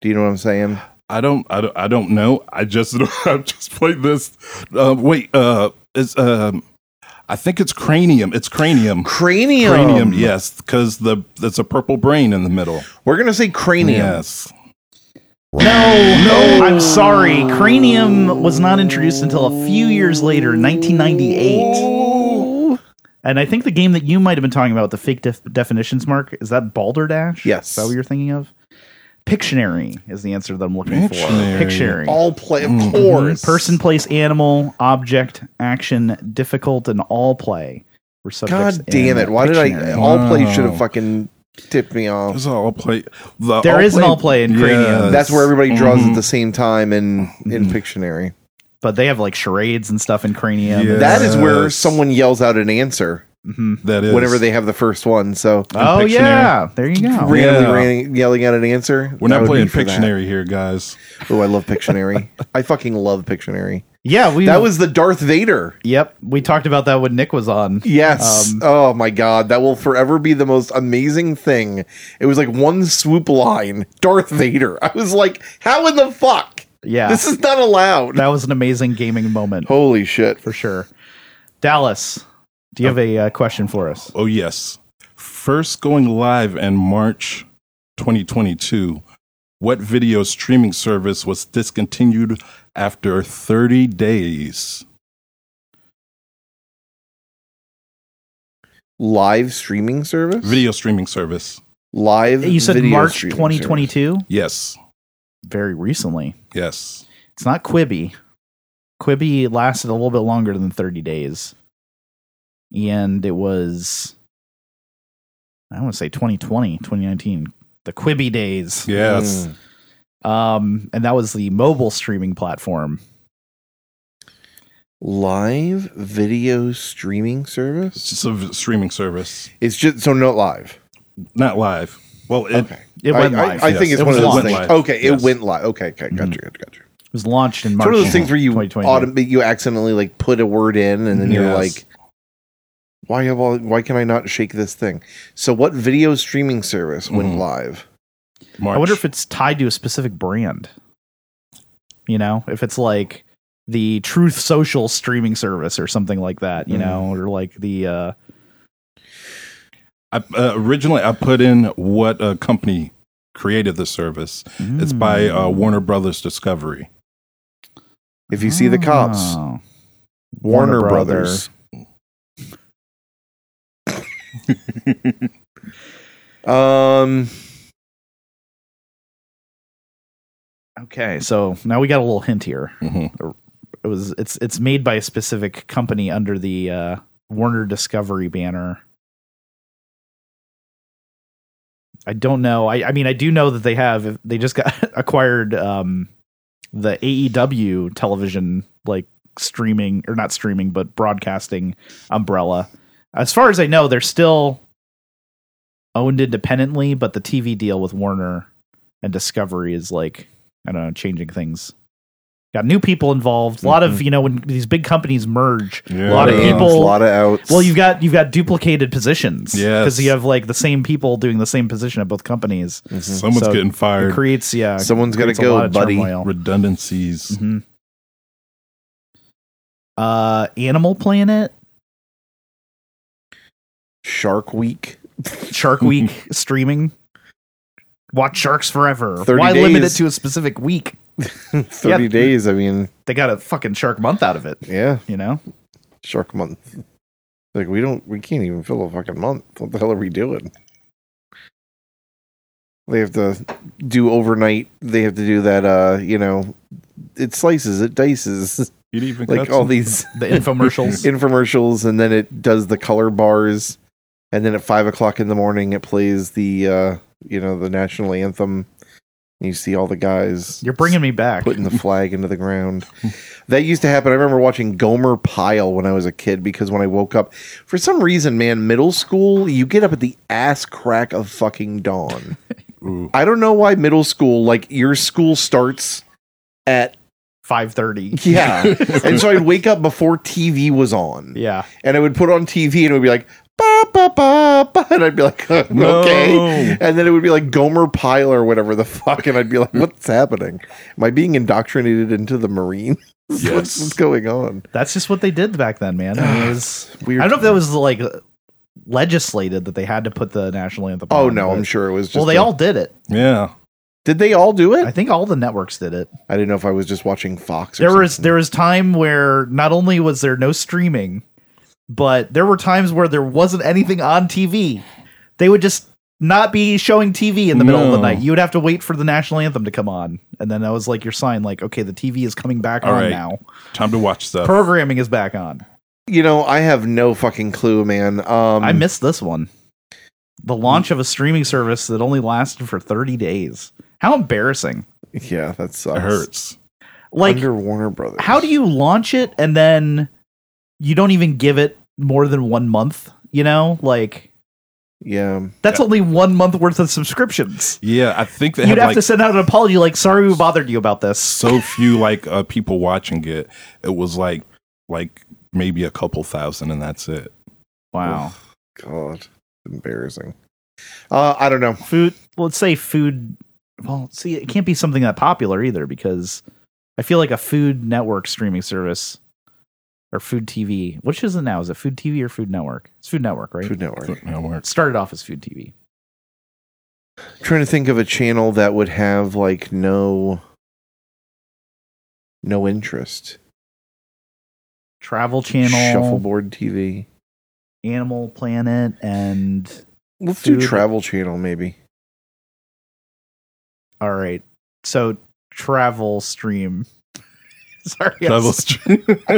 Speaker 2: Do you know what I'm saying?
Speaker 3: I don't, I don't, I don't know. I just, I've just played this. Uh, wait, uh, it's, um, I think it's cranium. It's cranium.
Speaker 2: Cranium.
Speaker 3: Cranium, yes, because the there's a purple brain in the middle.
Speaker 2: We're gonna say cranium.
Speaker 3: Yes,
Speaker 1: No, no. I'm sorry. Cranium was not introduced until a few years later, 1998. And I think the game that you might have been talking about, the fake def- definitions mark, is that Balderdash?
Speaker 2: Yes.
Speaker 1: Is that what you're thinking of? Pictionary is the answer that I'm looking
Speaker 3: Pictionary.
Speaker 1: for. Pictionary. Mm-hmm.
Speaker 2: All play, of
Speaker 3: Mm-hmm.
Speaker 2: course.
Speaker 1: Person, place, animal, object, action, difficult, and all play were subjects.
Speaker 2: God
Speaker 1: in
Speaker 2: damn it! Why did I?
Speaker 1: Pictionary.
Speaker 2: All play should have
Speaker 3: Wow.
Speaker 2: fucking tipped me off.
Speaker 3: There's an all play. The
Speaker 1: There is an all play in Cranium.
Speaker 2: That's where everybody draws
Speaker 3: Mhm.
Speaker 2: at the same time in in
Speaker 3: Mm-hmm.
Speaker 2: Pictionary.
Speaker 1: but they have like charades and stuff in Cranium. Mm-hmm.
Speaker 3: Yeah.
Speaker 2: That is where
Speaker 3: Yes.
Speaker 2: someone yells out an answer
Speaker 3: That is
Speaker 2: whenever they have the first one. So
Speaker 1: Oh
Speaker 3: Pictionary.
Speaker 1: yeah, there you go.
Speaker 2: randomly
Speaker 3: Re- Yeah.
Speaker 2: ran- yelling out an answer.
Speaker 3: We're
Speaker 2: that
Speaker 3: not
Speaker 2: would
Speaker 3: playing
Speaker 2: be for that.
Speaker 3: Pictionary here, guys.
Speaker 2: Oh, I love Pictionary. I fucking love Pictionary.
Speaker 1: Yeah, we
Speaker 2: That was the Darth Vader.
Speaker 1: Yep, we talked about that when Nick was on.
Speaker 2: Yes.
Speaker 1: Um,
Speaker 2: oh my god, that will forever be the most amazing thing. It was like one swoop line, Darth Vader. I was like, how in the fuck?
Speaker 1: Yeah.
Speaker 2: This is not allowed.
Speaker 1: That was an amazing gaming moment
Speaker 2: Holy shit.
Speaker 1: for sure. Dallas, do you have a uh, question for us?
Speaker 3: Oh yes. First going live in March 2022. What video streaming service was discontinued after 30 days?
Speaker 2: Live streaming service?
Speaker 3: Video streaming service.
Speaker 2: Live
Speaker 1: You said
Speaker 2: video
Speaker 1: March
Speaker 2: streaming
Speaker 1: 2022,
Speaker 3: Yes.
Speaker 1: very recently.
Speaker 3: Yes.
Speaker 1: It's not Quibi. Quibi lasted a little bit longer than 30 days. And it was, I want to say 2020, 2019, the Quibi days.
Speaker 3: Yes.
Speaker 2: Mm.
Speaker 1: Um, and that was the mobile streaming platform.
Speaker 2: Live video streaming
Speaker 3: It's
Speaker 2: service?
Speaker 3: just a v- streaming service.
Speaker 2: It's just so not live.
Speaker 3: Not live. Well, it,
Speaker 2: Okay.
Speaker 1: It
Speaker 2: I,
Speaker 1: went
Speaker 2: I-
Speaker 1: live. Mm-hmm.
Speaker 2: I
Speaker 1: yes.
Speaker 2: think it's
Speaker 1: It
Speaker 2: one of
Speaker 1: was
Speaker 2: those
Speaker 1: launched.
Speaker 2: things.
Speaker 3: Live.
Speaker 2: Okay,
Speaker 3: Yes.
Speaker 2: it went live. Okay, okay, gotcha, gotcha, gotcha.
Speaker 1: It was launched in
Speaker 2: It's
Speaker 1: March.
Speaker 2: one of those things where you
Speaker 1: 2022.
Speaker 2: autom- you accidentally like put a word in, and then you're
Speaker 3: Yes.
Speaker 2: like, "Why have all? Why can I not shake this thing?" So, what video streaming service went
Speaker 1: Mm-hmm.
Speaker 3: Mhm.
Speaker 2: live?
Speaker 3: March.
Speaker 1: I wonder if it's tied to a specific brand. You know, if it's like the Truth Social streaming service or something like that, you know,
Speaker 2: Mm.
Speaker 1: or like the uh
Speaker 3: I, uh, originally I put in what uh, company created the service. It's by
Speaker 1: Hmm.
Speaker 3: uh, Warner Brothers Discovery.
Speaker 2: If you see the cops,
Speaker 1: Oh.
Speaker 2: Warner,
Speaker 1: Warner
Speaker 2: Brothers. um,
Speaker 1: Okay, so now we got a little hint here.
Speaker 3: Mhm.
Speaker 1: It was it's it's made by a specific company under the uh Warner Discovery banner. I don't know. I, I mean, I do know that they have. They just got acquired um, the AEW television, like streaming or not streaming, but broadcasting umbrella. As far as I know, they're still owned independently, but the TV deal with Warner and Discovery is like I don't know, changing things. Got new people involved. A lot of you know when these big companies merge,
Speaker 3: Yeah.
Speaker 1: a lot of
Speaker 3: Yeah.
Speaker 1: people,
Speaker 2: a lot of outs.
Speaker 1: well, you've got you've got duplicated positions.
Speaker 3: Yes.
Speaker 1: because you have like the same people doing the same position at both companies.
Speaker 3: Someone's
Speaker 1: So
Speaker 3: getting
Speaker 1: It
Speaker 3: fired.
Speaker 1: creates yeah.
Speaker 2: Mm-hmm. Someone's gotta
Speaker 1: creates a
Speaker 2: go,
Speaker 1: lot of
Speaker 2: buddy.
Speaker 1: turmoil.
Speaker 3: Redundancies.
Speaker 1: Mhm. Uh, Animal Planet,
Speaker 2: Shark Week.
Speaker 1: Shark Week streaming. Watch sharks forever.
Speaker 2: 30
Speaker 1: Why limit it
Speaker 2: days.
Speaker 1: to a specific week?
Speaker 2: Thirty
Speaker 1: Yep.
Speaker 2: days. I mean,
Speaker 1: They got a fucking shark month out of it.
Speaker 2: yeah,
Speaker 1: You know.
Speaker 2: Shark Month. Like we don't, we can't even fill a fucking month. What the hell are we doing? They have to do overnight. They have to do that. Uh, you know, it slices, it dices,
Speaker 3: You'd even
Speaker 2: like
Speaker 3: cut
Speaker 2: all
Speaker 3: some-
Speaker 2: these
Speaker 1: The infomercials.
Speaker 2: infomercials, and then it does the color bars, and then at five o'clock in the morning, it plays the uh, you know, the national anthem. And you see all the guys
Speaker 1: You're bringing me back.
Speaker 2: putting the flag into the ground. That used to happen. I remember watching Gomer Pyle when I was a kid because when I woke up, for some reason, man, middle school, you get up at the ass crack of fucking dawn.
Speaker 3: Ooh.
Speaker 2: I don't know why middle school, like your school starts at
Speaker 1: Five thirty.
Speaker 2: yeah, and so I'd wake up before TV was on,
Speaker 1: Yeah.
Speaker 2: and I would put on TV, and it would be like. Ba, ba, ba, ba, and I'd be like,
Speaker 3: No.
Speaker 2: okay. And then it would be like Gomer Pyle or whatever the fuck. And I'd be like, what's happening? Am I being indoctrinated into the Marine? What's, what's
Speaker 3: Yes.
Speaker 2: going on?
Speaker 1: That's just what they did back then, man. I mean, it was.
Speaker 2: Weird.
Speaker 1: I don't know if that was like legislated that they had to put the national anthem.
Speaker 2: Oh
Speaker 1: on,
Speaker 2: no,
Speaker 1: but-
Speaker 2: I'm sure it was. just
Speaker 1: Well, they
Speaker 2: a-
Speaker 1: all did it.
Speaker 3: Yeah.
Speaker 2: Did they all do it?
Speaker 1: I think all the networks did it.
Speaker 2: I didn't know if I was just watching Fox. Or
Speaker 1: There was
Speaker 2: something.
Speaker 1: there was time where not only was there no streaming, but there were times where there wasn't anything on TV. They would just not be showing TV in the middle of the
Speaker 3: No.
Speaker 1: night. You would have to wait for the national anthem to come on, and then that was like your sign, like okay, the TV is coming back
Speaker 3: All
Speaker 1: on
Speaker 3: right.
Speaker 1: now.
Speaker 3: Time to watch stuff.
Speaker 1: Programming is back on.
Speaker 2: you know, I have no fucking clue, man. Um,
Speaker 1: I missed this one. The launch of a streaming service that only lasted for 30 days. How embarrassing.
Speaker 2: Yeah, that
Speaker 3: it
Speaker 2: sucks.
Speaker 3: hurts.
Speaker 1: Like
Speaker 2: Under Warner Brothers.
Speaker 1: how do you launch it and then you don't even give it more than 1 month, you know? Like
Speaker 2: Yeah.
Speaker 1: that's only 1 month worth of subscriptions.
Speaker 3: Yeah, I think they
Speaker 1: You'd
Speaker 3: had
Speaker 1: have
Speaker 3: like
Speaker 1: to send out an apology like sorry we bothered you about this.
Speaker 3: so few like uh, people watching it. It was like like maybe a couple thousand, and that's it.
Speaker 1: Wow.
Speaker 2: God, embarrassing. Uh, I don't know.
Speaker 1: Food let's say food well, see it can't be something that popular either because I feel like a food network streaming service or food TV. Which is it now? Is it food TV or food network? It's food network, right?
Speaker 2: Food Network.
Speaker 3: That
Speaker 1: It
Speaker 3: works.
Speaker 1: started off as food TV.
Speaker 2: trying to think of a channel that would have like no, no interest.
Speaker 1: Travel Channel,
Speaker 2: Shuffleboard TV.
Speaker 1: Animal Planet, and
Speaker 2: Let's
Speaker 1: Food.
Speaker 2: do Travel Channel, maybe.
Speaker 1: all right, so Travel Stream. Sorry, I
Speaker 3: Travel
Speaker 1: was-
Speaker 3: stream.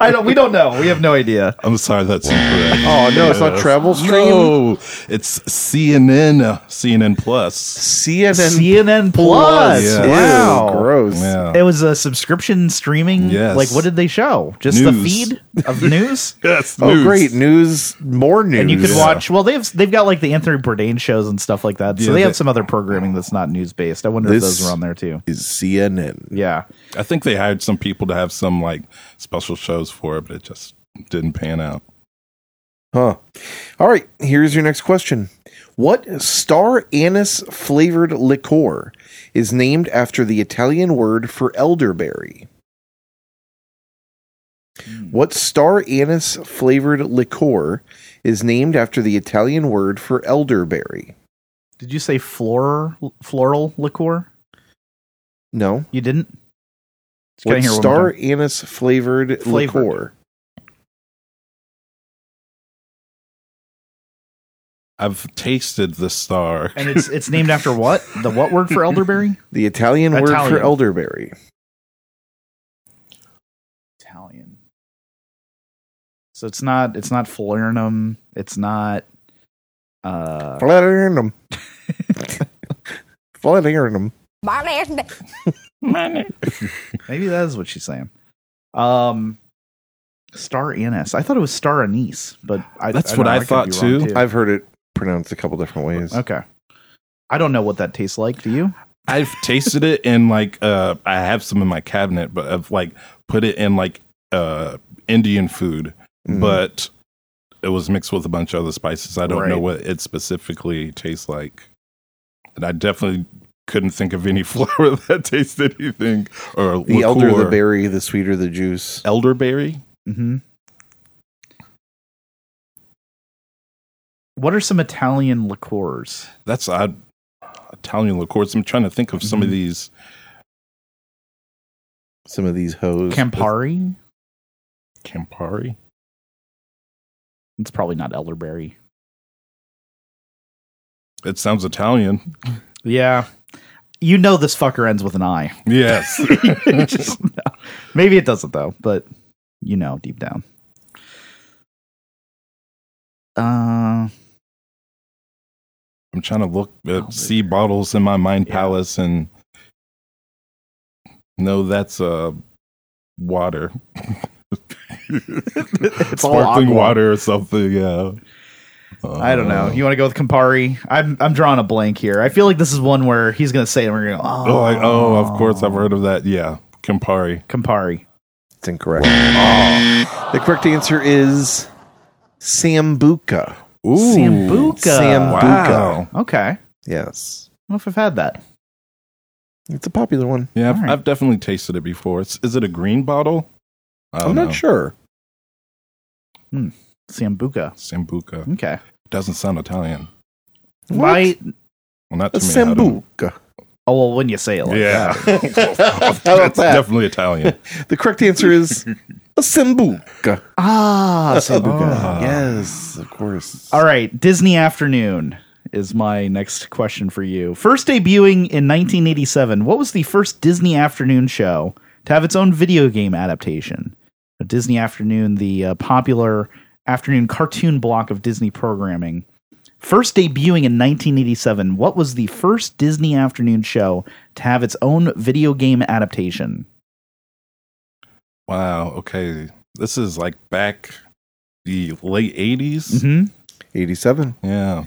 Speaker 1: I don't. We don't know. We have no idea.
Speaker 3: I'm sorry, that's incorrect.
Speaker 2: Oh no, it's not
Speaker 3: Yes.
Speaker 2: Travel Stream.
Speaker 3: No, it's CNN, uh, CNN Plus.
Speaker 2: CNN.
Speaker 1: CNN Plus.
Speaker 3: Plus, yeah.
Speaker 2: Ew,
Speaker 1: Wow.
Speaker 2: gross.
Speaker 3: Yeah.
Speaker 1: It was a subscription streaming.
Speaker 3: Yes.
Speaker 1: Like, what did they show? Just the
Speaker 3: News.
Speaker 1: feed of news.
Speaker 3: Yes,
Speaker 2: Oh
Speaker 3: news.
Speaker 2: great news! More news.
Speaker 1: And you could
Speaker 3: Yeah.
Speaker 1: watch. Well, they've they've got like the Anthony Bourdain shows and stuff like that. So
Speaker 3: Yeah,
Speaker 1: they have
Speaker 3: they-
Speaker 1: some other programming that's not news based. I wonder if
Speaker 2: This-
Speaker 1: those are on there too.
Speaker 2: is CNN.
Speaker 1: Yeah.
Speaker 3: I think they hired some people to have some like special shows for it, but it just didn't pan out.
Speaker 2: Huh. All right. Here's your next question. What star anise flavored liqueur is named after the Italian word for elderberry? What star anise flavored liqueur is named after the Italian word for elderberry?
Speaker 1: Did you say floral floral liqueur?
Speaker 2: No.
Speaker 1: You didn't. It's
Speaker 2: What
Speaker 1: here one more
Speaker 2: star
Speaker 1: time.
Speaker 2: anise flavored
Speaker 1: Flavored.
Speaker 2: liqueur?
Speaker 3: I've tasted the star.
Speaker 1: and it's it's named after what? The what word for elderberry?
Speaker 2: The Italian word for
Speaker 1: Italian.
Speaker 2: elderberry.
Speaker 1: Italian. So it's not it's not falernum. It's not. Uh,
Speaker 2: Flatterum. Flatterum.
Speaker 4: My last name.
Speaker 1: maybe that is what she's saying. Um, star anise. I thought it was star anise, but I,
Speaker 3: That's
Speaker 1: I
Speaker 3: what
Speaker 1: know,
Speaker 3: I
Speaker 1: could
Speaker 3: thought
Speaker 1: be wrong,
Speaker 3: too.
Speaker 2: I've heard it pronounced a couple different ways.
Speaker 1: okay. I don't know what that tastes like. Do you?
Speaker 3: I've tasted it in like uh I have some in my cabinet, but I've like put it in like uh Indian food,
Speaker 2: Mm.
Speaker 3: but it was mixed with a bunch of other spices. I don't know
Speaker 1: Right.
Speaker 3: what it specifically tastes like. And I definitely couldn't think of any flower that tasted anything or
Speaker 2: The elder the
Speaker 3: liqueur.
Speaker 2: berry, the sweeter the juice.
Speaker 3: elderberry.
Speaker 1: Mm-hmm. What are some Italian liqueurs?
Speaker 3: That's I, Italian liqueurs. I'm trying to think of some
Speaker 2: Mm-hmm.
Speaker 3: of these.
Speaker 2: Some of these hoes.
Speaker 1: Campari.
Speaker 3: Campari.
Speaker 1: It's probably not elderberry.
Speaker 3: It sounds Italian.
Speaker 1: Yeah. You know this fucker ends with an I.
Speaker 3: Yes.
Speaker 1: You just know. Maybe it doesn't though, but you know deep down. Uh
Speaker 3: I'm trying to look uh, see bottles in my mind
Speaker 1: Oh, Yeah.
Speaker 3: palace and no, that's uh water.
Speaker 1: it's all
Speaker 3: Sparkling
Speaker 1: aqua.
Speaker 3: water or something, yeah. Uh,
Speaker 1: I don't
Speaker 3: Oh.
Speaker 1: know. You want to go with Campari? I'm I'm drawing a blank here. I feel like this is one where he's gonna say it and we're gonna go,
Speaker 3: Oh,
Speaker 1: oh,
Speaker 3: like, oh, of course I've heard of that. Yeah. Campari.
Speaker 1: Campari.
Speaker 2: It's incorrect. Ah. The correct answer is Sambuca.
Speaker 3: Ooh.
Speaker 1: Sambuca.
Speaker 2: Sambuca.
Speaker 1: Okay. I
Speaker 2: Yes.
Speaker 1: don't know if I've had that.
Speaker 2: It's a popular one.
Speaker 3: Yeah,
Speaker 1: All
Speaker 3: I've,
Speaker 1: right.
Speaker 3: I've definitely tasted it before. It's, is it a green bottle? I
Speaker 2: I'm
Speaker 3: don't
Speaker 2: not
Speaker 3: know.
Speaker 2: sure.
Speaker 1: Sambuca.
Speaker 3: Sambuca.
Speaker 1: Okay.
Speaker 3: Doesn't sound Italian.
Speaker 2: What?
Speaker 1: My
Speaker 3: Well, not
Speaker 2: A
Speaker 3: to me. I don't-
Speaker 2: Sambuca.
Speaker 1: Oh well, when you say it like that.
Speaker 3: Yeah.
Speaker 2: about
Speaker 3: That's
Speaker 2: that?
Speaker 3: definitely Italian.
Speaker 2: The correct answer is a Sambuca.
Speaker 1: Ah,
Speaker 2: Sambuca. yes, of course.
Speaker 1: All right, Disney Afternoon is my next question for you. First debuting in 1987, what was the first Disney Afternoon show to have its own video game adaptation? Uh, Disney Afternoon, the uh, popular afternoon cartoon block of Disney programming. First debuting in 1987, what was the first Disney Afternoon show to have its own video game adaptation?
Speaker 3: Wow. Okay. This is like back the late 80s.
Speaker 2: Mm-hmm.
Speaker 1: hmm
Speaker 2: 87.
Speaker 3: Yeah.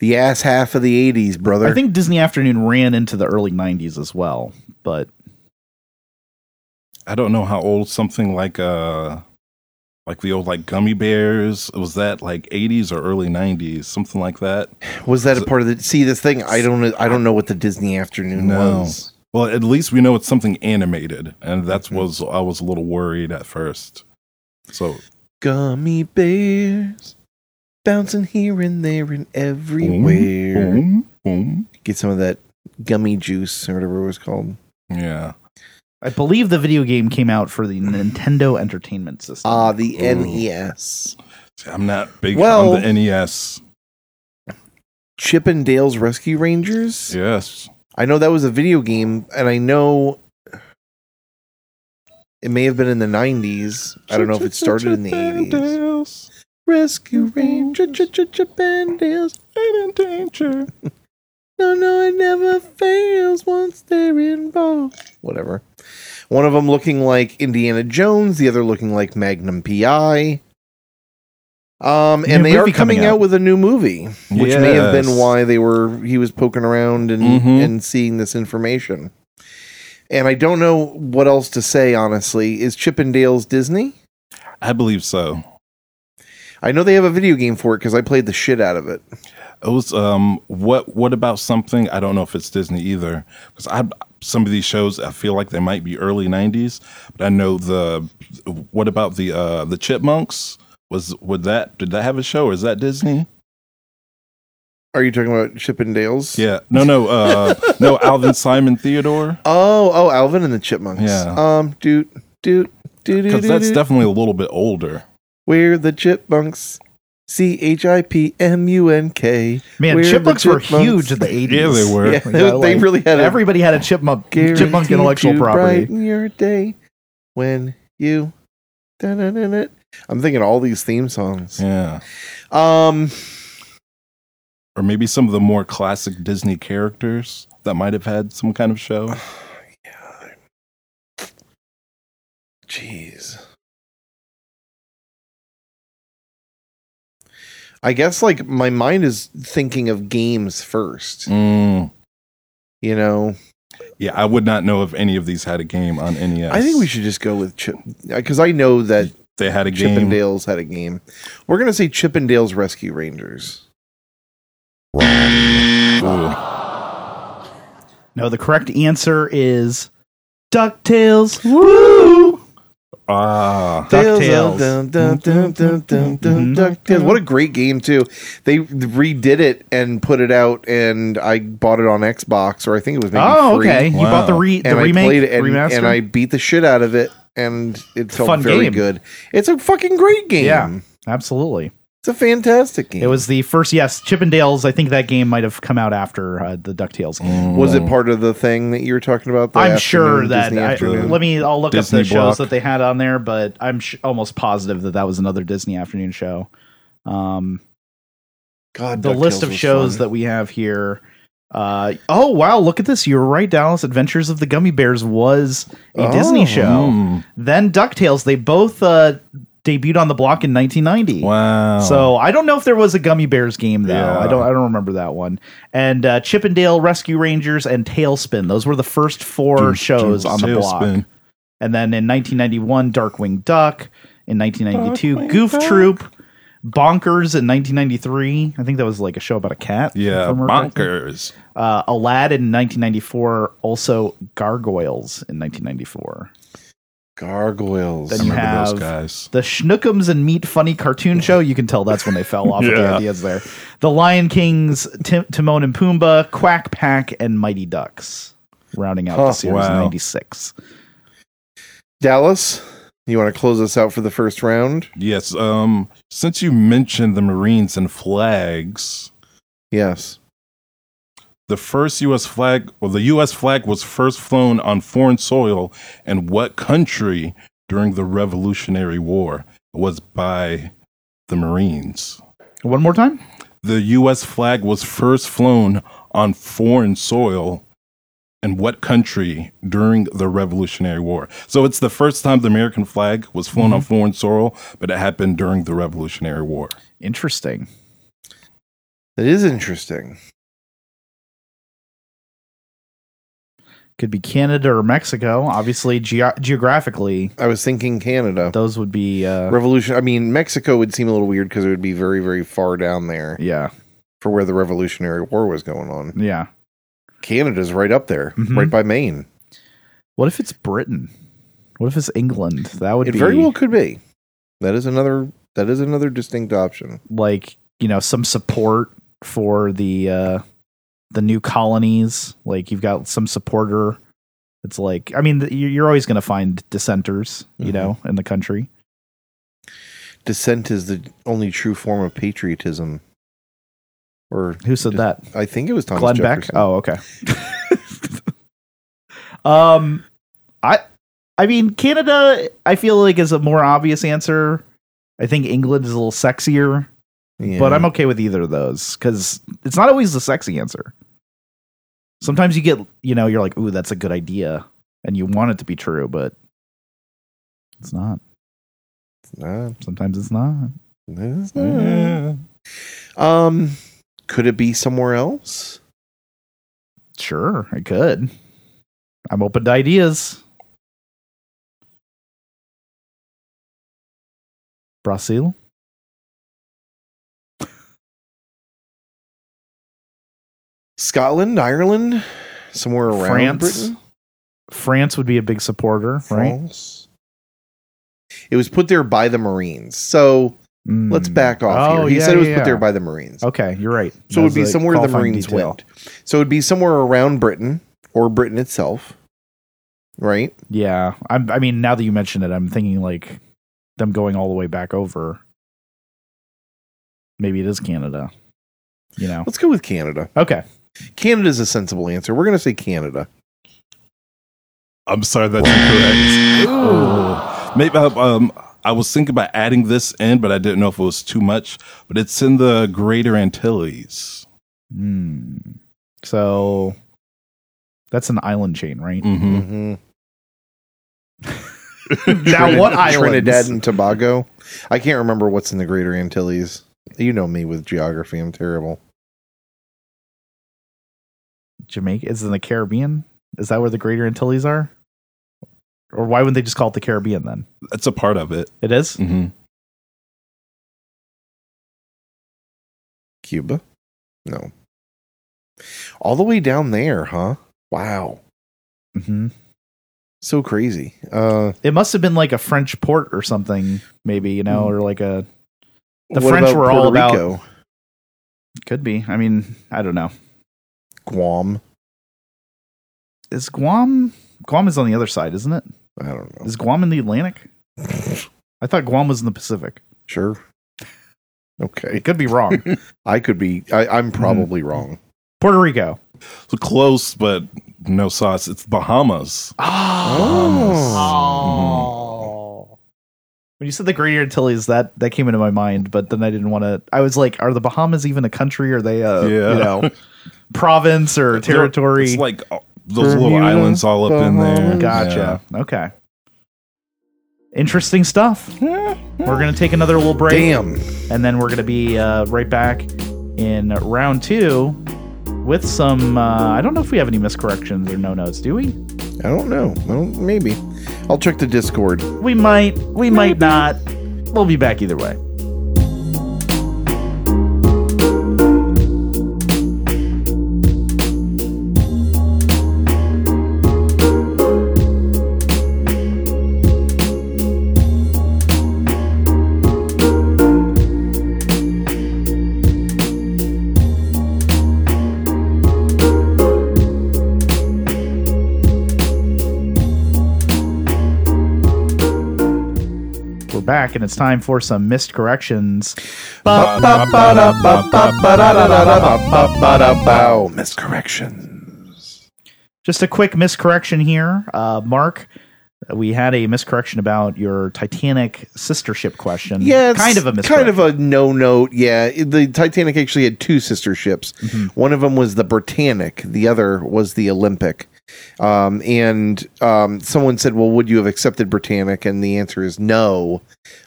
Speaker 2: The ass half of the 80s, brother.
Speaker 1: I think Disney Afternoon ran into the early 90s as well, but
Speaker 3: I don't know how old something like uh like the old like gummy bears was that like 80s or early 90s something like that.
Speaker 2: was that a part of the See this thing, I don't I don't know what the Disney afternoon
Speaker 3: No.
Speaker 2: was.
Speaker 3: Well, at least we know it's something animated and that
Speaker 2: Mm-hmm.
Speaker 3: was I was a little worried at first. So
Speaker 2: Gummy bears bouncing here and there and
Speaker 3: boom,
Speaker 2: everywhere.
Speaker 3: boom, boom.
Speaker 2: Get some of that gummy juice or whatever it was called.
Speaker 3: Yeah.
Speaker 1: I believe the video game came out for the Nintendo Entertainment System.
Speaker 2: Ah, the
Speaker 3: Ooh.
Speaker 2: NES.
Speaker 3: See, I'm not big
Speaker 2: Well-
Speaker 3: on the E NES.
Speaker 2: Chip and Dale's Rescue Rangers.
Speaker 3: Yes.
Speaker 2: I know that was a video game, and I know it may have been in the '90s. I don't know if it started in the '80s.
Speaker 3: '80s.
Speaker 2: Rescue Ranger, ch- ch- Chippendales,
Speaker 3: In danger.
Speaker 2: no, no, it never fails once they're involved. Whatever. One of them looking like Indiana Jones, the other looking like Magnum PI. Um,
Speaker 1: New
Speaker 2: and they are
Speaker 1: movie
Speaker 2: coming,
Speaker 1: coming
Speaker 2: out.
Speaker 1: out.
Speaker 2: with a new movie, which may have been
Speaker 3: Yes.
Speaker 2: why they were he was poking around and
Speaker 3: Mhm.
Speaker 2: and seeing this information. And I don't know what else to say. Honestly, is Chippendales Disney?
Speaker 3: I believe so.
Speaker 2: I know they have a video game for it because I played the shit out of it.
Speaker 3: It was um what what about something I don't know if it's Disney either because I some of these shows I feel like they might be early '90s, but I know the what about the uh the Chipmunks was would that did that have a show or is that Disney?
Speaker 2: Are you talking about Chippendales?
Speaker 3: Yeah, no, no, uh no Alvin Simon Theodore
Speaker 2: Oh, oh, Alvin and the Chipmunks.
Speaker 3: Yeah.
Speaker 2: Um, doot, doot, doot, doot,
Speaker 3: because
Speaker 2: doot,
Speaker 3: that's
Speaker 2: doot.
Speaker 3: definitely a little bit older.
Speaker 2: We're the Chipmunks. C H I P M U N K.
Speaker 1: Man,
Speaker 2: We're the
Speaker 1: chipmunks, were
Speaker 2: Chipmunks.
Speaker 1: huge in the 80s.
Speaker 3: Yeah, they were.
Speaker 2: Yeah,
Speaker 1: my
Speaker 2: they,
Speaker 1: God,
Speaker 2: they
Speaker 1: like,
Speaker 2: really had a
Speaker 1: Everybody had a chipmunk, chipmunk
Speaker 2: guaranteed
Speaker 1: intellectual
Speaker 2: to
Speaker 1: property.
Speaker 2: Brighten your day when you. da-na-na-na. I'm thinking all these theme songs.
Speaker 3: Yeah,
Speaker 2: Um,
Speaker 3: or maybe some of the more classic Disney characters that might have had some kind of show.
Speaker 2: jeez. I guess like my mind is thinking of games first.
Speaker 3: Mm,
Speaker 2: You know,
Speaker 3: Yeah, I would not know if any of these had a game on E NES.
Speaker 2: I think we should just go with Chip because I know that
Speaker 3: They had a game.
Speaker 2: Chippendales had a game. We're gonna say Chippendales Rescue Rangers.
Speaker 3: Ooh.
Speaker 1: No, the correct answer is DuckTales. Woo!
Speaker 3: Ah,
Speaker 1: DuckTales.
Speaker 2: Dun, dun, dun, dun, dun,
Speaker 1: Mhm.
Speaker 2: dun, DuckTales. What a great game too. They redid it and put it out, and I bought it on Xbox, or I think it was maybe
Speaker 1: Oh,
Speaker 2: free.
Speaker 1: okay. You
Speaker 3: Wow.
Speaker 1: bought the, re- the
Speaker 2: And I
Speaker 1: remake,
Speaker 2: played it, and,
Speaker 1: remaster?
Speaker 2: and I beat the shit out of it, and it felt
Speaker 1: fun
Speaker 2: very
Speaker 1: game.
Speaker 2: good. It's a fucking great game.
Speaker 1: Yeah. Absolutely.
Speaker 2: it's a fantastic game.
Speaker 1: It was the first, yes, Chippendales. I think that game might have come out after uh, the DuckTales game.
Speaker 2: Was it part of the thing that you were talking about? the
Speaker 1: I'm sure
Speaker 2: afternoon,
Speaker 1: that
Speaker 2: Disney
Speaker 1: I,
Speaker 2: afternoon?
Speaker 1: let me. I'll look
Speaker 3: Disney
Speaker 1: up the shows
Speaker 3: block.
Speaker 1: that they had on there, but I'm sh- almost positive that that was another Disney afternoon show. Um,
Speaker 2: God,
Speaker 1: the
Speaker 2: DuckTales
Speaker 1: list of
Speaker 2: was
Speaker 1: shows
Speaker 2: fun.
Speaker 1: that we have here. Uh, oh wow, look at this! You're right. Dallas Adventures of the Gummy Bears was a
Speaker 2: Oh.
Speaker 1: Disney show.
Speaker 3: Mm,
Speaker 1: Then Ducktales. They both uh, debuted on the block in 1990.
Speaker 3: wow.
Speaker 1: So I don't know if there was a Gummy Bears game though.
Speaker 3: Oh. Yeah.
Speaker 1: I don't. I don't remember that one. And uh, Chippendale Rescue Rangers and Tailspin. Those were the first four
Speaker 3: Doom-
Speaker 1: shows
Speaker 3: Doom
Speaker 1: on the block.
Speaker 3: Tailspin.
Speaker 1: And then in 1991, Darkwing Duck. In 1992,
Speaker 3: Darkwing
Speaker 1: Goof
Speaker 3: Duck.
Speaker 1: Troop. Bonkers in 1993. I think that was like a show about a cat. if I
Speaker 3: Yeah,
Speaker 1: remember correctly.
Speaker 3: bonkers.
Speaker 1: Uh, Aladdin in 1994. Also Gargoyles in 1994.
Speaker 2: Gargoyles.
Speaker 1: Then
Speaker 3: I
Speaker 1: you
Speaker 3: remember
Speaker 1: have-
Speaker 3: those guys.
Speaker 1: The Schnookums and Meat Funny Cartoon Show. You can tell that's when they fell off with the
Speaker 3: Yeah.
Speaker 1: ideas there. The Lion King's Tim- Timon and Pumbaa, Quack Pack, and Mighty Ducks. rounding out
Speaker 2: Huh,
Speaker 1: the series in
Speaker 3: wow.
Speaker 1: 96.
Speaker 2: Dallas, you want to close us out for the first round?
Speaker 3: Yes. Um, since you mentioned the Marines and flags,
Speaker 2: Yes.
Speaker 3: the first U.S. flag, or the U.S. flag, was first flown on foreign soil in what country during the Revolutionary War? It was by the Marines.
Speaker 1: One more time?
Speaker 3: The U.S. flag was first flown on foreign soil in what country during the Revolutionary War? So it's the first time the American flag was flown on foreign soil, but it happened during the Revolutionary War.
Speaker 1: Interesting.
Speaker 2: That is interesting.
Speaker 1: Could be Canada or Mexico. Obviously, geo geographically,
Speaker 2: I was thinking Canada.
Speaker 1: those would be. Uh,
Speaker 2: Revolution. I mean, Mexico would seem a little weird because it would be very, very far down there
Speaker 1: yeah.
Speaker 2: for where the Revolutionary War was going on.
Speaker 1: Yeah.
Speaker 2: Canada's right up there,
Speaker 1: Mhm.
Speaker 2: right by Maine.
Speaker 1: What if it's Britain? What if it's England? That would
Speaker 2: It
Speaker 1: be
Speaker 2: very well could be. That is another. That is another distinct option.
Speaker 1: like you know some support for the uh the new colonies like you've got some supporter it's like i mean th- you- you're always going to find dissenters you
Speaker 2: Mhm.
Speaker 1: know in the country
Speaker 2: Dissent is the only true form of patriotism. Or
Speaker 1: who said that
Speaker 2: I think it was Thomas
Speaker 1: glenn beck
Speaker 2: Jefferson.
Speaker 1: oh okay um i i mean canada i feel like is a more obvious answer i think england is a little sexier
Speaker 2: Yeah.
Speaker 1: but I'm okay with either of those because it's not always the sexy answer. Sometimes you get, you know, you're like, ooh, that's a good idea, and you want it to be true, but it's not.
Speaker 2: Uh,
Speaker 1: Sometimes it's not.
Speaker 2: it's not- Mm. Um, could it be somewhere else?
Speaker 1: Sure, it could. I'm open to ideas. Brazil?
Speaker 2: Scotland, Ireland, somewhere around
Speaker 1: France,
Speaker 2: Britain,
Speaker 1: France would be a big supporter, right?
Speaker 2: France. It was put there by the Marines, so let's
Speaker 1: Mm.
Speaker 2: back off
Speaker 1: Oh,
Speaker 2: here. He
Speaker 1: yeah,
Speaker 2: said it was
Speaker 1: yeah,
Speaker 2: put there
Speaker 1: yeah.
Speaker 2: by the Marines,
Speaker 1: Okay, you're right.
Speaker 2: so it would
Speaker 1: That
Speaker 2: be
Speaker 1: was a
Speaker 2: somewhere the
Speaker 1: qualifying
Speaker 2: Marines
Speaker 1: detail.
Speaker 2: went. So it would be somewhere around Britain or Britain itself, right?
Speaker 1: Yeah, I'm, I mean, now that you mention it, I'm thinking like them going all the way back over. Maybe it is Canada. You know.
Speaker 2: Let's go with Canada.
Speaker 1: Okay.
Speaker 2: Canada's a sensible answer. We're going to say Canada.
Speaker 3: I'm sorry, that's incorrect. Oh. Maybe uh, um, I was thinking about adding this in, but I didn't know if it was too much. But it's in the Greater Antilles.
Speaker 1: Hmm. So that's an island chain, right?
Speaker 3: hmm
Speaker 2: Mm-hmm.
Speaker 1: now what islands?
Speaker 2: Trinidad and Tobago. I can't remember what's in the Greater Antilles. You know me with geography. I'm terrible.
Speaker 1: Jamaica is it in the Caribbean. Is that where the Greater Antilles are? Or why wouldn't they just call it the Caribbean then?
Speaker 3: That's a part of it.
Speaker 1: It is?
Speaker 3: hmm
Speaker 2: Cuba? No. All the way down there, huh? Wow.
Speaker 1: Mm-hmm.
Speaker 2: So crazy. Uh
Speaker 1: It must have been like a French port or something, maybe you know, or like a The
Speaker 2: what
Speaker 1: French
Speaker 2: about
Speaker 1: were all about-
Speaker 2: Rico?
Speaker 1: could be. I mean, I don't know.
Speaker 2: Guam.
Speaker 1: is Guam Guam is on the other side, isn't it?
Speaker 2: I don't know.
Speaker 1: Is
Speaker 3: Oh.
Speaker 1: Guam in the Atlantic? I thought Guam was in the Pacific.
Speaker 2: Sure.
Speaker 1: It
Speaker 2: Okay.
Speaker 1: could be wrong.
Speaker 2: I could be I, I'm probably wrong.
Speaker 1: Puerto Rico.
Speaker 3: So close, but no sauce. It's Bahamas.
Speaker 1: Oh. When you said the Greater Antilles, that that came into my mind, but then I didn't want to. I was like, are the Bahamas even a country? Are they a
Speaker 3: Yeah.
Speaker 1: you know province or territory?
Speaker 3: It's like uh, those little
Speaker 2: Bermuda,
Speaker 3: islands all up in there.
Speaker 2: Bahamas.
Speaker 1: gotcha. Okay. Interesting stuff.
Speaker 3: Yeah.
Speaker 1: We're gonna take another little break.
Speaker 2: Damn.
Speaker 1: and then we're going to be uh, right back in round two with some. Uh, I don't know if we have any miscorrections or no notes. Do we?
Speaker 2: I don't know. I don't, maybe. I'll check the Discord.
Speaker 1: We might. We might not. We'll be back either way. back, and it's time for some missed corrections.
Speaker 2: Ba-ba-ba-da-ba-ba-ba-da-da-da-ba-ba-da-bow. Miscorrections.
Speaker 1: Just a quick miscorrection here, uh, Mark. We had a miscorrection about your Titanic sister ship question.
Speaker 2: Yeah, it's
Speaker 1: kind of a miscorrection.
Speaker 2: kind of a no note. Yeah, It- the Titanic actually had two sister ships.
Speaker 1: Mm-hmm.
Speaker 2: One of them was the Britannic, the other was the Olympic. Um, and um, someone said, "Well, would you have accepted Britannic?" And the answer is no,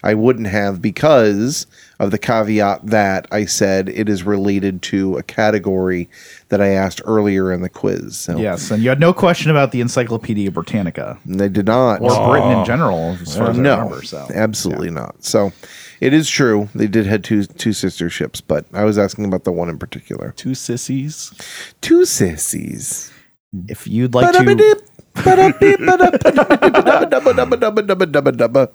Speaker 2: I wouldn't have because of the caveat that I said it is related to a category that I asked earlier in the quiz. So
Speaker 1: yes, and you had no question about the Encyclopedia Britannica
Speaker 2: they did not.
Speaker 1: or Britain
Speaker 2: Oh.
Speaker 1: in general, as far as I remember. So
Speaker 2: absolutely not. So it is true they did had two two sister ships, but I was asking about the one in particular.
Speaker 3: Two sissies.
Speaker 2: Two sissies.
Speaker 1: if you'd like to,
Speaker 2: Ba-da-ba-dip, ba-da-beep, ba-da-ba-da-ba-da-ba-da-ba-da-ba-da-ba-da-ba.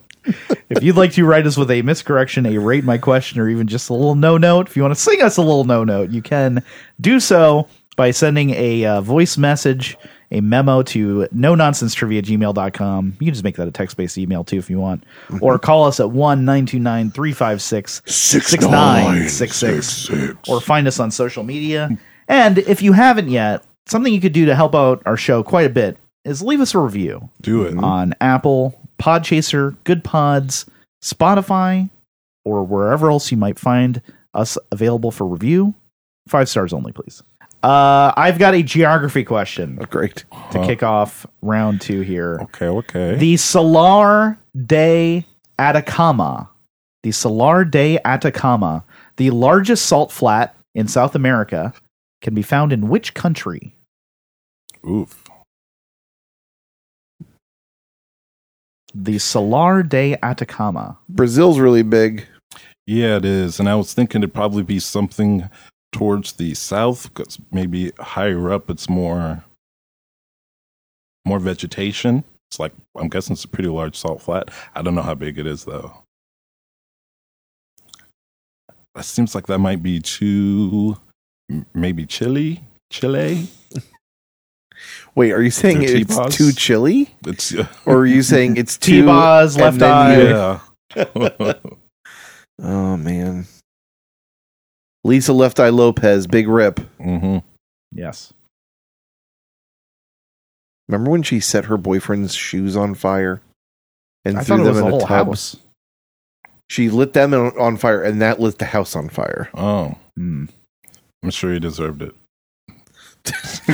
Speaker 1: if you'd like to write us with a miscorrection, a rate my question, or even just a little no note, if you want to sing us a little no note, you can do so by sending a uh, voice message, a memo to no nonsense trivia gmail.com. You can just make that a text based email too if you want, or call us at 1 929 356 6966 or find us on social media. And if you haven't yet, something you could do to help out our show quite a bit is leave us a review
Speaker 3: Do
Speaker 2: Hmm?
Speaker 3: it.
Speaker 1: on Apple, Podchaser, Good Pods, Spotify, or wherever else you might find us available for review. Five stars only, please. Uh, I've got a geography question
Speaker 2: Great.
Speaker 1: to kick off round two here.
Speaker 3: Okay, okay.
Speaker 1: The Salar de Atacama, the Salar de Atacama, the largest salt flat in South America, can be found in which country?
Speaker 3: Oof.
Speaker 1: The Salar de Atacama.
Speaker 2: Brazil's really big.
Speaker 3: Yeah, it is. And I was thinking it'd probably be something towards the south, 'cause maybe higher up it's more more vegetation. It's like I'm guessing it's a pretty large salt flat. I don't know how big it is though. That seems like that might be too m- maybe Chile, Chile.
Speaker 2: Wait, are you saying
Speaker 3: Two
Speaker 2: it's
Speaker 3: teapots?
Speaker 2: too chilly?
Speaker 3: It's uh,
Speaker 2: Or are you saying it's too
Speaker 1: T-Boz,
Speaker 2: and
Speaker 1: left
Speaker 2: then
Speaker 1: eye.
Speaker 2: you-
Speaker 3: yeah.
Speaker 2: Oh man. Lisa Left Eye Lopez, big rip.
Speaker 3: hmm
Speaker 1: Yes.
Speaker 2: Remember when she set her boyfriend's shoes on fire and
Speaker 1: I
Speaker 2: threw
Speaker 1: thought it
Speaker 2: them
Speaker 1: was
Speaker 2: in
Speaker 1: the
Speaker 2: a
Speaker 1: whole
Speaker 2: tub?
Speaker 1: house.
Speaker 2: She lit them on on fire, and that lit the house on fire.
Speaker 3: Oh,
Speaker 1: Hmm.
Speaker 3: I'm sure he deserved it.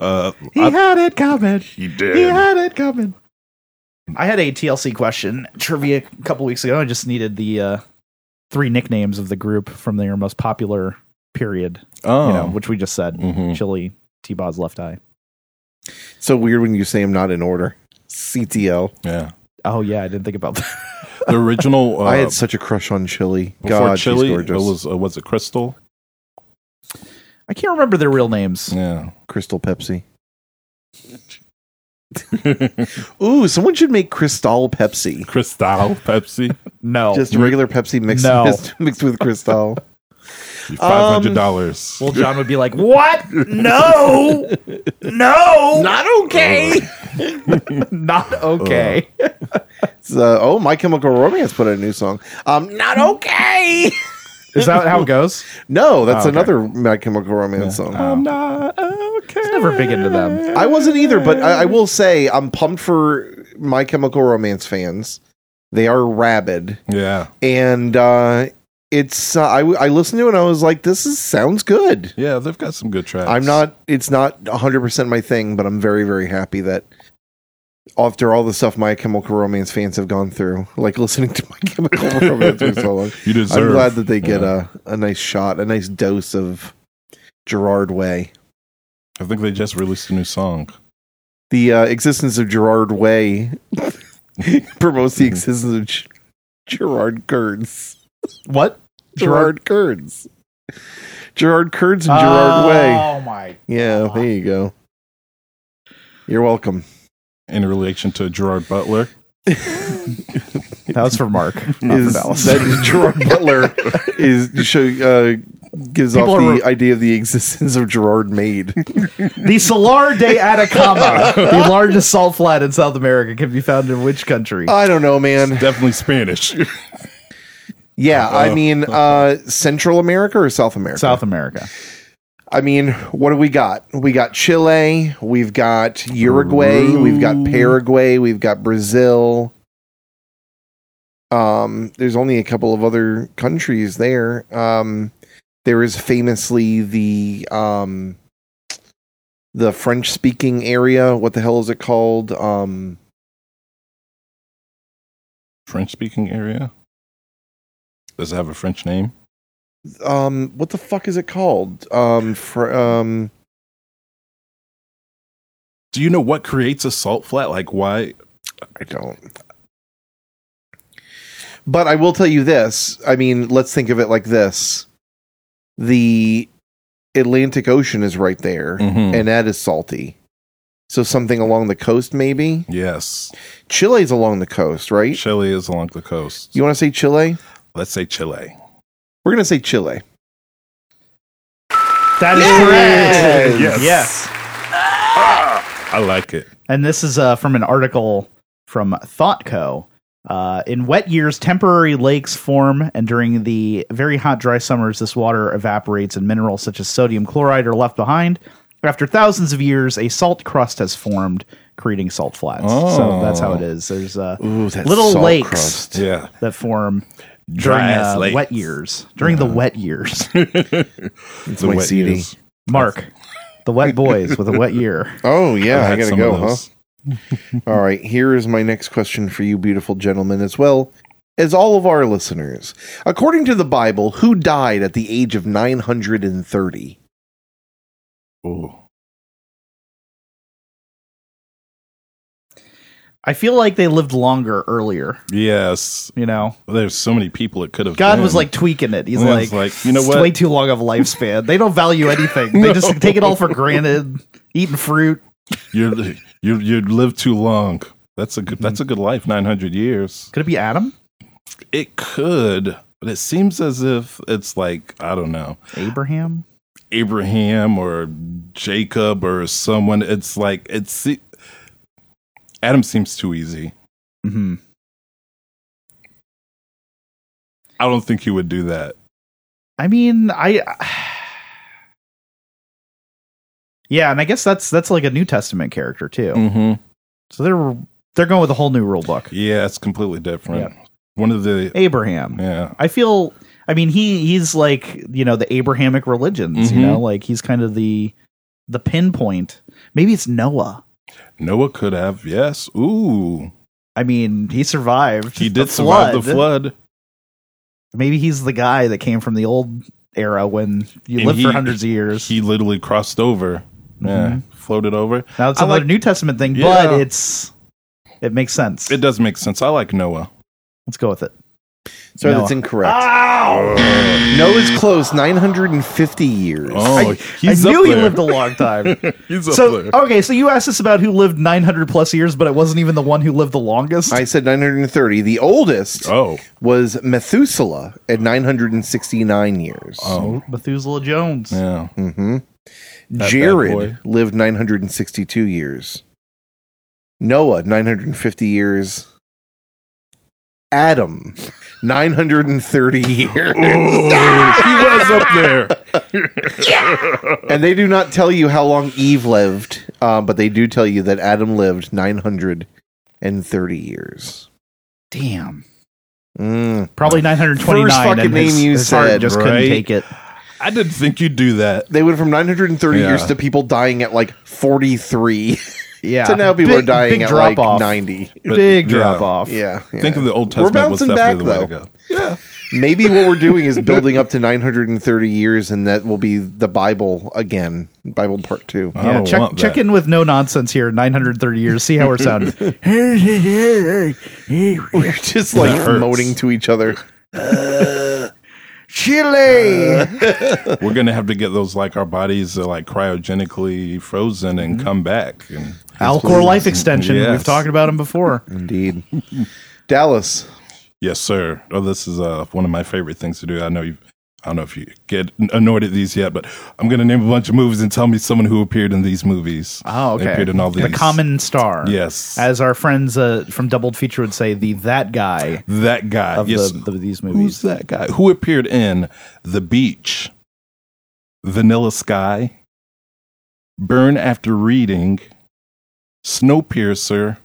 Speaker 3: uh,
Speaker 1: He
Speaker 3: I-
Speaker 1: had it coming.
Speaker 3: he
Speaker 1: He
Speaker 3: did.
Speaker 1: had it coming. I had a TLC question trivia a couple weeks ago. I just needed the uh, three nicknames of the group from their most popular period,
Speaker 3: Oh,
Speaker 1: you know, which we just said.
Speaker 2: Mm.
Speaker 3: Mhm.
Speaker 1: Chili, T-Bob's left eye.
Speaker 2: So weird when you say I'm not in order. CTL.
Speaker 3: yeah.
Speaker 1: Oh yeah, I didn't think about that.
Speaker 3: The original. Uh,
Speaker 2: I had such a crush on Chili.
Speaker 3: before
Speaker 2: God,
Speaker 3: Chili,
Speaker 2: she's
Speaker 3: it
Speaker 2: gorgeous.
Speaker 3: was uh, was it Crystal?
Speaker 1: I can't remember their real names.
Speaker 3: Yeah.
Speaker 2: Crystal Pepsi. Ooh, someone should make Cristal Pepsi.
Speaker 3: Crystal Pepsi.
Speaker 2: Um,
Speaker 1: No.
Speaker 2: Just regular Pepsi mixed
Speaker 1: Oh, No.
Speaker 2: mixed, mixed with Cristal.
Speaker 3: Five hundred dollars.
Speaker 1: well, John would be like, "What? No, no, not okay, not okay."
Speaker 2: It's, uh, oh, My Chemical Romance put out a new song. Um, not okay.
Speaker 1: Is that how it goes?
Speaker 2: No, that's
Speaker 1: okay.
Speaker 2: another My Chemical Romance song.
Speaker 3: I'm not okay.
Speaker 1: I was never big into them.
Speaker 2: I wasn't either, but I, I will say I'm pumped for My Chemical Romance fans. They are rabid,
Speaker 3: Yeah.
Speaker 2: and uh, it's uh, I w- I listened to it and I was like, this is sounds good.
Speaker 3: Yeah. They've got some good tracks.
Speaker 2: I'm not. It's not 100 percent my thing, but I'm very very happy that after all the stuff My Chemical Romance fans have gone through, like listening to My Chemical Romance for so long,
Speaker 3: You deserve.
Speaker 2: I'm glad that they get
Speaker 3: Yeah.
Speaker 2: a a nice shot, a nice dose of Gerard Way.
Speaker 3: I think they just released a new song.
Speaker 2: the uh, existence of Gerard Way promotes the existence of G- Gerard Kurds.
Speaker 1: What?
Speaker 2: Gerard Kurds. Gerard Kurds and Gerard Way.
Speaker 1: Oh my
Speaker 2: Yeah, there you go. You're welcome.
Speaker 3: In relation to Gerard Butler,
Speaker 1: That was for Mark.
Speaker 2: Is that Gerard Butler is show uh, gives
Speaker 1: People
Speaker 2: off the
Speaker 1: are re-
Speaker 2: idea of the existence of Gerard Made.
Speaker 1: The Salar de Atacama, the largest salt flat in South America, can be found in which country?
Speaker 2: I don't know, man.
Speaker 3: Definitely Spanish.
Speaker 2: Yeah, I mean, uh, Central America or South America?
Speaker 1: South America.
Speaker 2: I mean, what do we got? We got Chile, we've got Uruguay, we've got Paraguay, we've got Brazil. Um, there's only a couple of other countries there. Um, there is famously the um, the French speaking area. What the hell is it called? Um,
Speaker 3: French speaking area. Does it have a French name?
Speaker 2: um, what the fuck is it called? Um, fr- um,
Speaker 3: Do you know what creates a salt flat? Like why?
Speaker 2: I don't. But I will tell you this. I mean, let's think of it like this. The Atlantic Ocean is right there,
Speaker 3: Mhm.
Speaker 2: and that is salty. So something along the coast, maybe.
Speaker 3: Yes,
Speaker 2: Chile's along the coast, right?
Speaker 3: Chile is along the coast.
Speaker 2: You want to say Chile?
Speaker 3: Let's say Chile.
Speaker 2: We're gonna say Chile.
Speaker 1: That is correct.
Speaker 3: Yes.
Speaker 1: Yes.
Speaker 3: I like it.
Speaker 1: And this is uh, from an article from ThoughtCo. Uh, in wet years, temporary lakes form, and during the very hot, dry summers, this water evaporates and minerals such as sodium chloride are left behind. After thousands of years, a salt crust has formed, creating salt flats. So that's how it is. There's uh,
Speaker 2: Ooh, that
Speaker 1: little
Speaker 2: salt
Speaker 1: lakes
Speaker 2: crust.
Speaker 3: Yeah,
Speaker 1: that form during
Speaker 3: ass
Speaker 1: uh,
Speaker 3: lakes.
Speaker 1: wet years. Uh-huh. During the wet years,
Speaker 2: It's
Speaker 3: the
Speaker 2: my
Speaker 3: wet
Speaker 2: CD.
Speaker 3: years.
Speaker 1: Mark, the wet boys with a wet year.
Speaker 2: Oh yeah, I
Speaker 3: had
Speaker 2: gotta
Speaker 3: some of
Speaker 2: go, huh?
Speaker 3: those.
Speaker 2: All right, here is my next question for you, beautiful gentlemen, as well as all of our listeners. According to the Bible, who died at the age of 930?
Speaker 3: Ooh.
Speaker 1: I feel like they lived longer earlier.
Speaker 3: Yes,
Speaker 1: You know,
Speaker 3: there's so many people it could have.
Speaker 1: God
Speaker 3: been.
Speaker 1: was like tweaking it. He's
Speaker 3: Yeah,
Speaker 1: like,
Speaker 3: it's like, you know
Speaker 1: "It's
Speaker 3: what?"
Speaker 1: Way too long of a lifespan. They don't value anything. They just take it all for granted. Eating fruit.
Speaker 3: you're you you live too long. That's a good that's a good life. Nine hundred years.
Speaker 1: Could it be Adam?
Speaker 3: It could, but it seems as if it's like I don't know
Speaker 1: Abraham?
Speaker 3: Abraham or Jacob or someone. It's like it's Adam seems too easy.
Speaker 1: Mm-hmm.
Speaker 3: I don't think he would do that.
Speaker 1: I mean, I. yeah, and I guess that's that's like a New Testament character too.
Speaker 3: Mm-hmm.
Speaker 1: So they're they're going with a whole new rule book.
Speaker 3: Yeah, it's completely different. One of the
Speaker 1: Abraham.
Speaker 3: yeah
Speaker 1: I feel. I mean, he he's like you know the Abrahamic religions.
Speaker 3: Mhm.
Speaker 1: You know, like he's kind of the the pinpoint. Maybe it's Noah.
Speaker 3: Noah could have yes. Ooh,
Speaker 1: I mean, he survived.
Speaker 3: he
Speaker 1: the
Speaker 3: did survive the flood.
Speaker 1: Maybe he's the guy that came from the old era when you
Speaker 3: And
Speaker 1: lived
Speaker 3: he-
Speaker 1: for hundreds of years. Mm-hmm.
Speaker 3: He literally crossed over. Yeah, floated over.
Speaker 1: now it's
Speaker 3: I
Speaker 1: another
Speaker 3: like-
Speaker 1: New Testament thing,
Speaker 3: Yeah.
Speaker 1: but it's it makes sense.
Speaker 3: It does make sense. I like Noah.
Speaker 1: Let's go with it.
Speaker 2: So
Speaker 1: Noah.
Speaker 2: that's incorrect.
Speaker 3: Ah.
Speaker 2: Noah's close, 950 years.
Speaker 3: Oh,
Speaker 1: I,
Speaker 3: he's
Speaker 1: I knew
Speaker 3: up
Speaker 1: he
Speaker 3: there.
Speaker 1: lived a long time.
Speaker 3: He's up
Speaker 1: so
Speaker 3: there.
Speaker 1: okay, so you asked us about who lived 900 plus years, but it wasn't even the one who lived the longest.
Speaker 2: I said 930. The oldest
Speaker 3: Oh,
Speaker 2: was Methuselah at 969 years.
Speaker 3: oh,
Speaker 1: Methuselah Jones.
Speaker 3: yeah.
Speaker 2: hmm
Speaker 3: bad
Speaker 2: Jared
Speaker 3: boy.
Speaker 2: lived 962 years. Noah, 950 years. Adam, 930 years.
Speaker 3: Oh, he was up there.
Speaker 2: and they do not tell you how long Eve lived, uh, but they do tell you that Adam lived 930 years.
Speaker 1: Damn.
Speaker 2: Mm.
Speaker 1: Probably 929.
Speaker 2: First fucking
Speaker 1: and his-
Speaker 2: name you
Speaker 1: his heart
Speaker 2: said,
Speaker 1: just
Speaker 3: right?
Speaker 1: couldn't take it.
Speaker 3: I didn't think you'd do that.
Speaker 2: They went from 930
Speaker 3: Yeah.
Speaker 2: years to people dying at like 43
Speaker 1: Yeah.
Speaker 2: to now people
Speaker 1: Big-
Speaker 2: are dying
Speaker 1: big
Speaker 2: at
Speaker 1: drop
Speaker 2: like
Speaker 1: off.
Speaker 2: 90.
Speaker 3: But,
Speaker 1: Big
Speaker 3: yeah.
Speaker 1: drop off.
Speaker 2: Yeah, yeah.
Speaker 3: Think of the Old Testament was
Speaker 2: bouncing
Speaker 3: definitely
Speaker 2: back,
Speaker 3: the way to
Speaker 2: though.
Speaker 3: go.
Speaker 2: Maybe what we're doing is building up to 930 years, and that will be the Bible again, Bible part two.
Speaker 3: I
Speaker 1: Yeah,
Speaker 3: don't
Speaker 1: check
Speaker 3: want
Speaker 1: check
Speaker 3: that.
Speaker 1: in with no nonsense here. Nine hundred thirty years. See how we're sounding.
Speaker 2: We're just like
Speaker 3: That hurts.
Speaker 2: moaning to each other.
Speaker 1: Chile.
Speaker 2: Uh,
Speaker 3: We're gonna have to get those like our bodies uh, like cryogenically frozen and
Speaker 1: Mm-hmm.
Speaker 3: come back. And
Speaker 1: Alcor life extension.
Speaker 3: Yes. Mm.
Speaker 1: We've talked about him before.
Speaker 2: Indeed. Dallas.
Speaker 3: yes, sir. Oh, this is uh, one of my favorite things to do. I know you. I don't know if you get annoyed at these yet, but I'm going to name a bunch of movies and tell me someone who appeared in these movies.
Speaker 1: Oh,
Speaker 3: They
Speaker 1: okay.
Speaker 3: Appeared in all these.
Speaker 1: The common star.
Speaker 3: Yes.
Speaker 1: As our friends uh, from Doubled Feature would say, the that guy
Speaker 3: That guy.
Speaker 1: of
Speaker 3: Uh, yes.
Speaker 1: the, the, these
Speaker 3: Who's
Speaker 1: movies.
Speaker 3: that guy? Who appeared in The Beach, Vanilla Sky, Burn After Reading, Snowpiercer,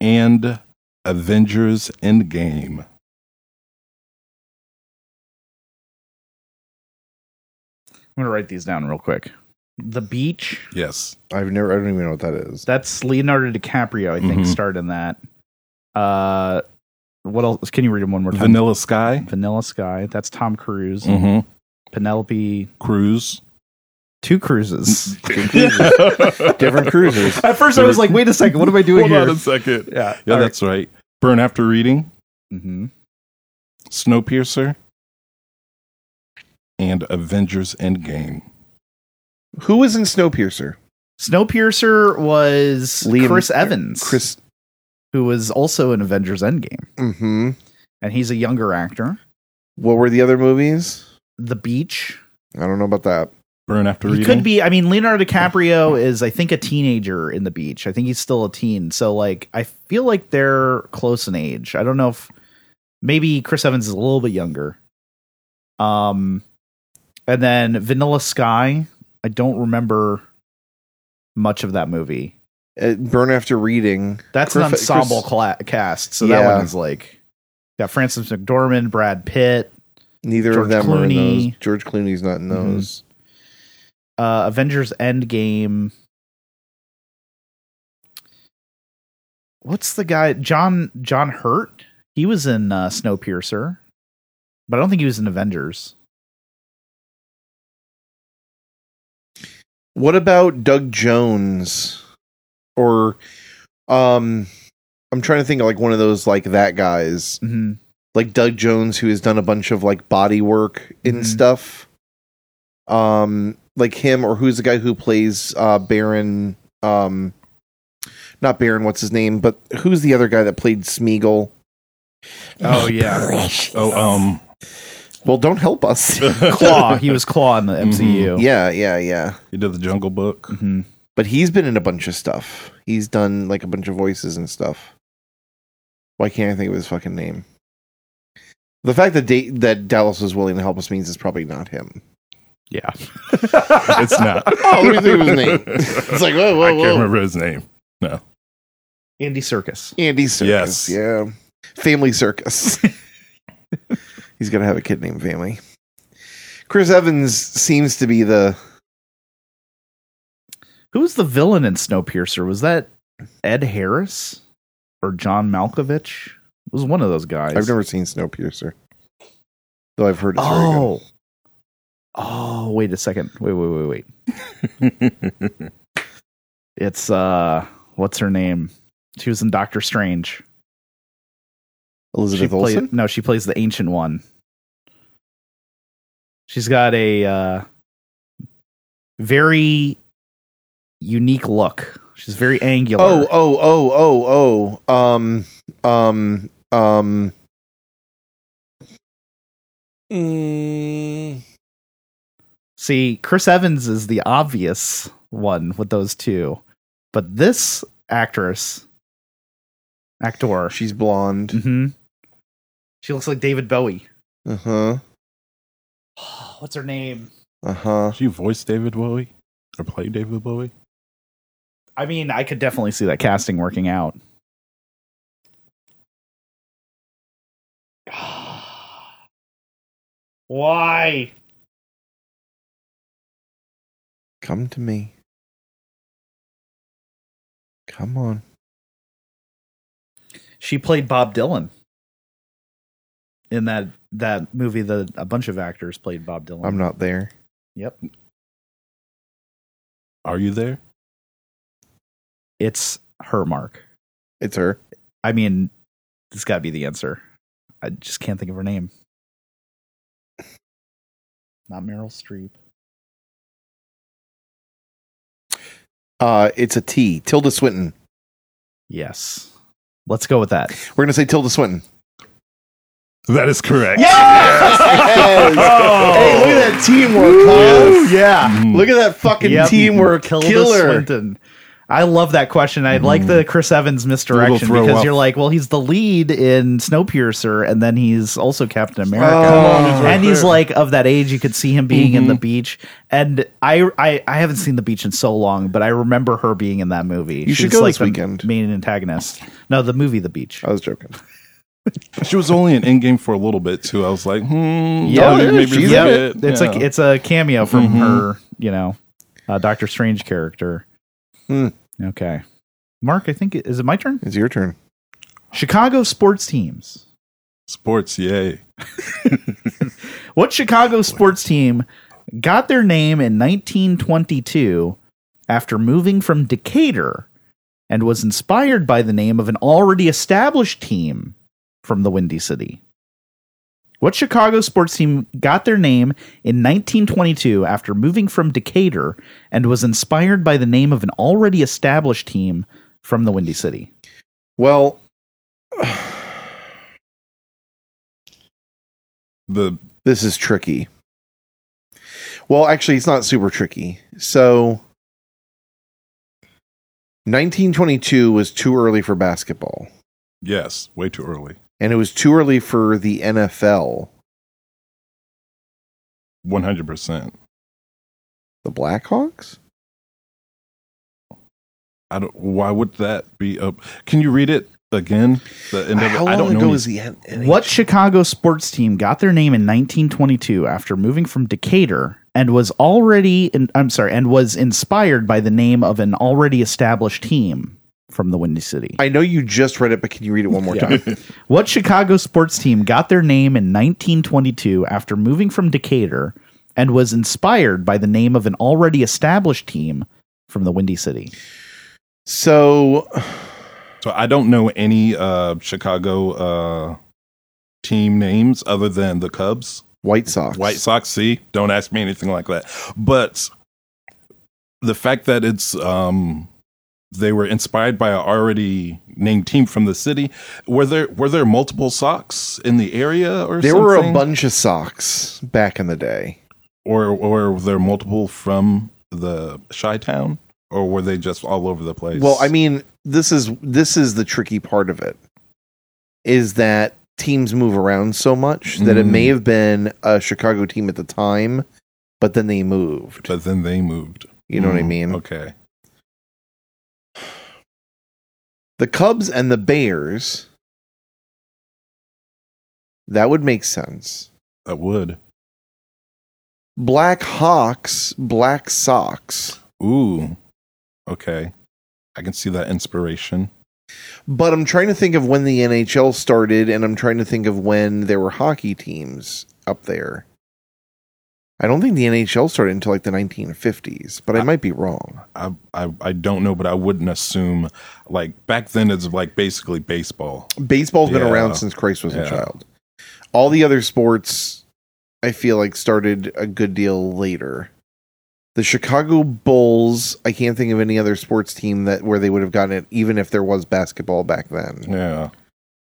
Speaker 3: and Avengers Endgame?
Speaker 1: I'm going to write these down real quick. The Beach.
Speaker 3: Yes.
Speaker 2: I've never. I don't even know what that is.
Speaker 1: That's Leonardo DiCaprio, I think,
Speaker 3: Mhm.
Speaker 1: starred in that. Uh, what else? Can you read him one more time?
Speaker 3: Vanilla Sky,
Speaker 1: Vanilla Sky. That's Tom Cruise.
Speaker 3: mm-hmm.
Speaker 1: Penelope.
Speaker 3: Cruise.
Speaker 1: Two cruises.
Speaker 3: Mm-hmm.
Speaker 2: Different cruisers.
Speaker 1: At first, I was like, wait a second. What am I doing
Speaker 3: Hold on
Speaker 1: here?
Speaker 3: a second.
Speaker 1: Yeah.
Speaker 3: Yeah, that's right. Burn After Reading,
Speaker 1: hmm
Speaker 3: Snowpiercer, and Avengers Endgame.
Speaker 2: Who was in Snowpiercer?
Speaker 1: Snowpiercer was
Speaker 2: Liam-
Speaker 1: Chris Evans,
Speaker 2: Chris.
Speaker 1: who was also in Avengers Endgame,
Speaker 2: hmm
Speaker 1: and he's a younger actor.
Speaker 2: What were the other movies?
Speaker 1: The Beach.
Speaker 2: I don't know about that.
Speaker 3: Burn After
Speaker 1: He
Speaker 3: Reading.
Speaker 1: could be. I mean, Leonardo DiCaprio is, I think, a teenager in The Beach. I think he's still a teen. So, like, I feel like they're close in age. I don't know if maybe Chris Evans is a little bit younger. Um, and then Vanilla Sky. I don't remember much of that movie.
Speaker 2: Uh, Burn After Reading.
Speaker 1: That's an
Speaker 2: Chris-
Speaker 1: ensemble
Speaker 2: Chris-
Speaker 1: cla- cast. So that
Speaker 2: Yeah.
Speaker 1: one is like got Francis McDormand, Brad Pitt,
Speaker 2: Neither
Speaker 1: George
Speaker 2: of them are in
Speaker 1: Clooney.
Speaker 2: those. George Clooney's not in those.
Speaker 1: uh, Avengers Endgame. What's the guy? John John Hurt. He was in uh, Snowpiercer, but I don't think he was in Avengers.
Speaker 2: What about Doug Jones? Or, um, I'm trying to think of like one of those like that guys,
Speaker 1: hmm
Speaker 2: like Doug Jones, who has done a bunch of like body work and
Speaker 1: Mhm.
Speaker 2: stuff. Um, like him, or who's the guy who plays uh Baron? Um, not Baron. What's his name? But who's the other guy that played Smeagol?
Speaker 1: Oh yeah,
Speaker 3: Oh, um,
Speaker 2: Well, don't help us.
Speaker 1: Claw. He was Claw in the MCU.
Speaker 2: Mm-hmm. yeah, yeah, yeah.
Speaker 3: he did the Jungle Book.
Speaker 1: Mhm.
Speaker 2: But he's been in a bunch of stuff. He's done like a bunch of voices and stuff. Why can't I think of his fucking name? The fact that da- that Dallas was willing to help us means it's probably not him.
Speaker 1: Yeah.
Speaker 3: It's not.
Speaker 2: Oh, let me think of his name. It's like whoa,
Speaker 3: I
Speaker 2: whoa,
Speaker 3: can't
Speaker 2: whoa.
Speaker 3: remember his name.
Speaker 1: Andy Circus.
Speaker 2: Andy Circus.
Speaker 3: Yes.
Speaker 2: Yeah. Family Circus. He's gonna have a kid named Family. Chris Evans seems to be the
Speaker 1: Who was the villain in Snowpiercer? Was that Ed Harris or John Malkovich? It was one of those guys.
Speaker 2: I've never seen Snowpiercer. Though I've heard it's very good.
Speaker 1: Oh. Oh, wait a second. Wait, wait, wait, wait. Oh. It's uh what's her name? She was in Doctor Strange. She
Speaker 2: Elizabeth Olsen.
Speaker 1: played, no, she plays the ancient one. She's got a uh very unique look. She's very angular.
Speaker 2: Oh, oh, oh, oh, oh. Um, um, um.
Speaker 1: See, Chris Evans is the obvious one with those two. But this actress actor
Speaker 2: She's blonde.
Speaker 1: hmm She looks like David Bowie.
Speaker 2: Uh huh.
Speaker 1: What's her name?
Speaker 2: Uh huh.
Speaker 3: Did you voice David Bowie or play David Bowie?
Speaker 1: I mean, I could definitely see that casting working out. Why?
Speaker 2: Come to me. Come on.
Speaker 1: She played Bob Dylan in that that movie that a bunch of actors played Bob Dylan.
Speaker 2: I'm not there.
Speaker 1: Yep.
Speaker 3: Are you there?
Speaker 1: It's her mark.
Speaker 2: It's her.
Speaker 1: I mean, it's got to be the answer. I just can't think of her name. Not Meryl Streep.
Speaker 2: Uh, it's a T. Tilda Swinton.
Speaker 1: Yes. Let's go with that.
Speaker 2: We're gonna say Tilda Swinton.
Speaker 3: That is correct.
Speaker 1: Oh.
Speaker 2: Yes! Hey, look at that teamwork, Kyle. Mm.
Speaker 1: yeah.
Speaker 2: Look at that fucking
Speaker 1: Yep.
Speaker 2: teamwork
Speaker 1: Hilda
Speaker 2: killer. Mm-hmm.
Speaker 1: Swinton. I love that question. I like the Chris Evans misdirection
Speaker 3: throw
Speaker 1: because
Speaker 3: up.
Speaker 1: you're like, well, he's the lead in Snowpiercer, and then he's also Captain
Speaker 2: Uh,
Speaker 1: America,
Speaker 2: Oh,
Speaker 3: he's right
Speaker 1: and he's
Speaker 3: there.
Speaker 1: like of that age. You could see him being in the
Speaker 2: Mm-hmm.
Speaker 1: beach, and I, I, I haven't seen the beach in so long, but I remember her being in that movie. You
Speaker 2: should go this weekend.
Speaker 1: Main antagonist. No, the movie, The Beach.
Speaker 2: I was joking.
Speaker 3: She was only in Endgame for a little bit too. I was like, hmm.
Speaker 1: Yeah,
Speaker 3: oh,
Speaker 2: yeah,
Speaker 3: maybe
Speaker 2: she's
Speaker 3: a
Speaker 2: in Mm-hmm.
Speaker 3: bit,
Speaker 1: it's
Speaker 3: yeah.
Speaker 1: like it's a cameo from her, you know, uh, Doctor Strange character.
Speaker 2: Hmm.
Speaker 1: Okay, Mark, I think it- is it my turn?
Speaker 2: It's your turn.
Speaker 1: Chicago sports teams.
Speaker 3: sports. Yay.
Speaker 1: What Chicago sports team got their name in 1922 after moving from Decatur and was inspired by the name of an already established team from the Windy City? What Chicago sports team got their name in 1922 after moving from Decatur and was inspired by the name of an already established team from the Windy City?
Speaker 2: Well,
Speaker 3: The
Speaker 2: this is tricky. Well, actually, it's not super tricky. So, 1922 was too early for basketball,
Speaker 3: yes, way too early.
Speaker 2: and it was too early for the NFL,
Speaker 3: One hundred percent.
Speaker 2: the Blackhawks.
Speaker 3: I don't. Why would that be up? Can you read it again? The end of it.
Speaker 2: How
Speaker 3: I
Speaker 2: long
Speaker 3: don't
Speaker 2: ago
Speaker 3: know.
Speaker 2: was the N- NH?
Speaker 1: What Chicago sports team got their name in 1922 after moving from Decatur and was already in, I'm sorry, and was inspired by the name of an already established team from the Windy City?
Speaker 2: I know you just read it, but can you read it one more
Speaker 1: Yeah.
Speaker 2: time?
Speaker 1: What Chicago sports team got their name in 1922 after moving from Decatur and was inspired by the name of an already established team from the Windy City?
Speaker 2: So,
Speaker 3: So I don't know any uh, Chicago uh, team names other than the Cubs,
Speaker 2: White Sox.
Speaker 3: White Sox. See, don't ask me anything like that. But the fact that it's um, they were inspired by an already named team from the city. Were there were there multiple Sox in the area or
Speaker 2: There
Speaker 3: something?
Speaker 2: were a bunch of socks back in the day.
Speaker 3: or or were there multiple from the Chi Town, or were they just all over the place?
Speaker 2: Well, I mean, this is this is the tricky part of it is that teams move around so much that it
Speaker 3: Mm.
Speaker 2: may have been a Chicago team at the time, but then they moved.
Speaker 3: but then they moved.
Speaker 2: You know what I
Speaker 3: Mm,
Speaker 2: mean?
Speaker 3: Okay.
Speaker 2: The Cubs and the Bears. That would make sense.
Speaker 3: That would.
Speaker 2: Black Hawks, Black Sox.
Speaker 3: Ooh. Okay. I can see that inspiration.
Speaker 2: But I'm trying to think of when the NHL started, and I'm trying to think of when there were hockey teams up there. I don't think the NHL started until like the 1950s, but I, might be wrong.
Speaker 3: I, I I don't know, but I wouldn't assume like back then it's like basically baseball.
Speaker 2: Baseball's been
Speaker 3: Yeah.
Speaker 2: around since Christ was a
Speaker 3: Yeah.
Speaker 2: child. All the other sports, I feel like, started a good deal later. The Chicago Bulls, I can't think of any other sports team that where they would have gotten it, even if there was basketball back then.
Speaker 3: Yeah.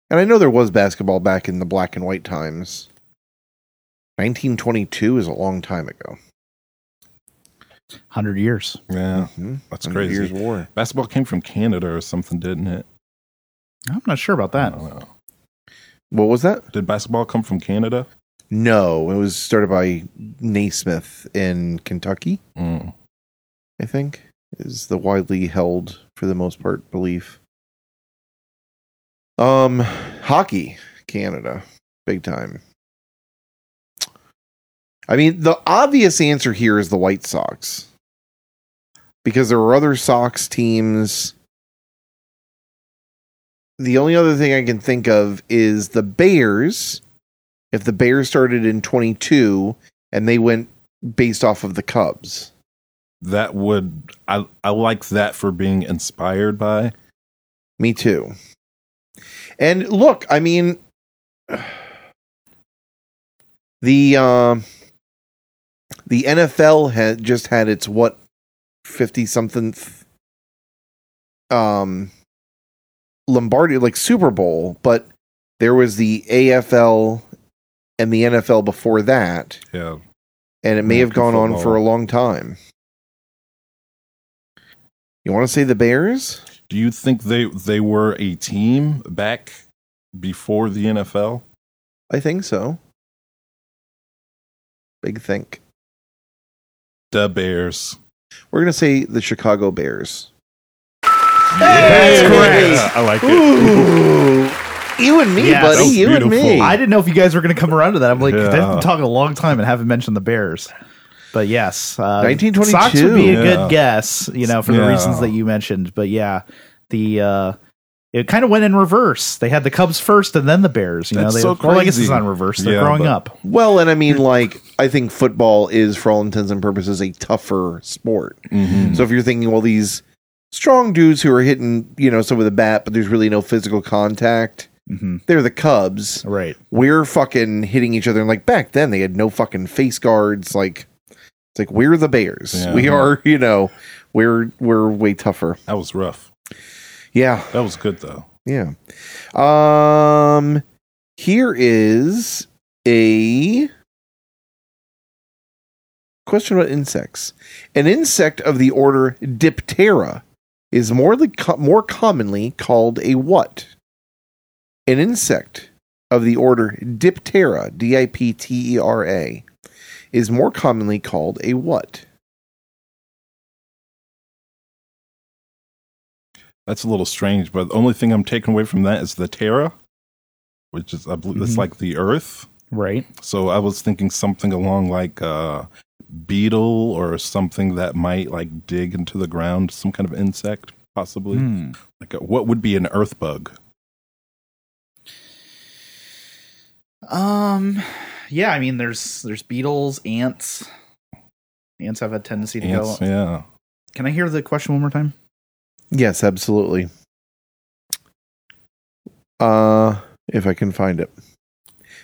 Speaker 2: And I know there was basketball back in the black and white times. 1922 is a long time ago.
Speaker 1: 100 years.
Speaker 3: Yeah.
Speaker 2: Mhm.
Speaker 3: That's
Speaker 2: Hundred
Speaker 3: crazy.
Speaker 2: Years war.
Speaker 3: Basketball came from Canada or something, didn't it?
Speaker 1: I'm not sure about
Speaker 3: I
Speaker 1: that.
Speaker 3: don't know.
Speaker 2: What was that?
Speaker 3: Did basketball come from Canada?
Speaker 2: No, it was started by Naismith in Kentucky,
Speaker 3: Mm.
Speaker 2: I think, is the widely held, for the most part, belief. Um, hockey, Canada, big time. I mean, the obvious answer here is the White Sox. Because there were other Sox teams. The only other thing I can think of is the Bears. If the Bears started in 22 and they went based off of the Cubs.
Speaker 3: That would I I like that for being inspired by.
Speaker 2: Me too. And look, I mean, the um the NFL had just had its what fifty something um Lombardi like Super Bowl, but there was the AFL and the NFL before that,
Speaker 3: Yeah.
Speaker 2: and it may have gone
Speaker 3: American
Speaker 2: on
Speaker 3: football.
Speaker 2: for a long time. You want to say the Bears?
Speaker 3: Do you think they they were a team back before the NFL?
Speaker 2: I think so. Big think.
Speaker 3: The Bears.
Speaker 2: We're going to say the Chicago Bears.
Speaker 1: That's correct.
Speaker 3: Yeah, I like it.
Speaker 2: Ooh. You and me,
Speaker 1: Yes.
Speaker 2: buddy.
Speaker 1: That
Speaker 3: was
Speaker 2: You and
Speaker 3: beautiful.
Speaker 2: me.
Speaker 1: I didn't know if you guys were going to come around to that. I'm like,
Speaker 3: Yeah.
Speaker 1: they've been talking a long time and haven't mentioned the Bears. But yes, uh,
Speaker 2: 1922,
Speaker 1: Sox would be a
Speaker 3: yeah.
Speaker 1: good guess, you know, for the
Speaker 3: Yeah.
Speaker 1: reasons that you mentioned. But yeah, the uh, it kind of went in reverse. They had the Cubs first and then the Bears. You know,
Speaker 3: That's
Speaker 1: they,
Speaker 3: so
Speaker 1: well, I guess it's
Speaker 3: crazy.
Speaker 1: not in reverse. They're
Speaker 3: Yeah,
Speaker 1: growing
Speaker 3: but-
Speaker 1: up.
Speaker 2: Well, and I mean, like, I think football is, for all intents and purposes, a tougher sport.
Speaker 3: Mhm.
Speaker 2: So if you're thinking, well, these strong dudes who are hitting, you know, some with a bat, but there's really no physical contact,
Speaker 1: hmm
Speaker 2: they're the Cubs.
Speaker 1: Right.
Speaker 2: We're fucking hitting each other. And like back then, they had no fucking face guards. Like, it's like we're the Bears.
Speaker 3: Yeah.
Speaker 2: We are, you know, we're we're way tougher.
Speaker 3: That was rough.
Speaker 2: Yeah,
Speaker 3: That was good though.
Speaker 2: yeah. Um, here is a question about insects. An insect of the order Diptera is more li- co- more commonly called a what? An insect of the order Diptera, D I P T E R A, is more commonly called a what?
Speaker 3: That's a little strange, but the only thing I'm taking away from that is the Terra, which is I believe
Speaker 1: Mhm.
Speaker 3: it's like the Earth.
Speaker 1: Right.
Speaker 3: So I was thinking something along like uh beetle or something that might like dig into the ground, some kind of insect possibly.
Speaker 1: Hmm.
Speaker 3: Like a, what would be an earth bug?
Speaker 1: Um. Yeah. I mean, there's there's beetles, ants. Ants have a tendency to
Speaker 3: Ants,
Speaker 1: go.
Speaker 3: yeah.
Speaker 1: Can I hear the question one more time?
Speaker 2: Yes, absolutely. Uh, if I can find it.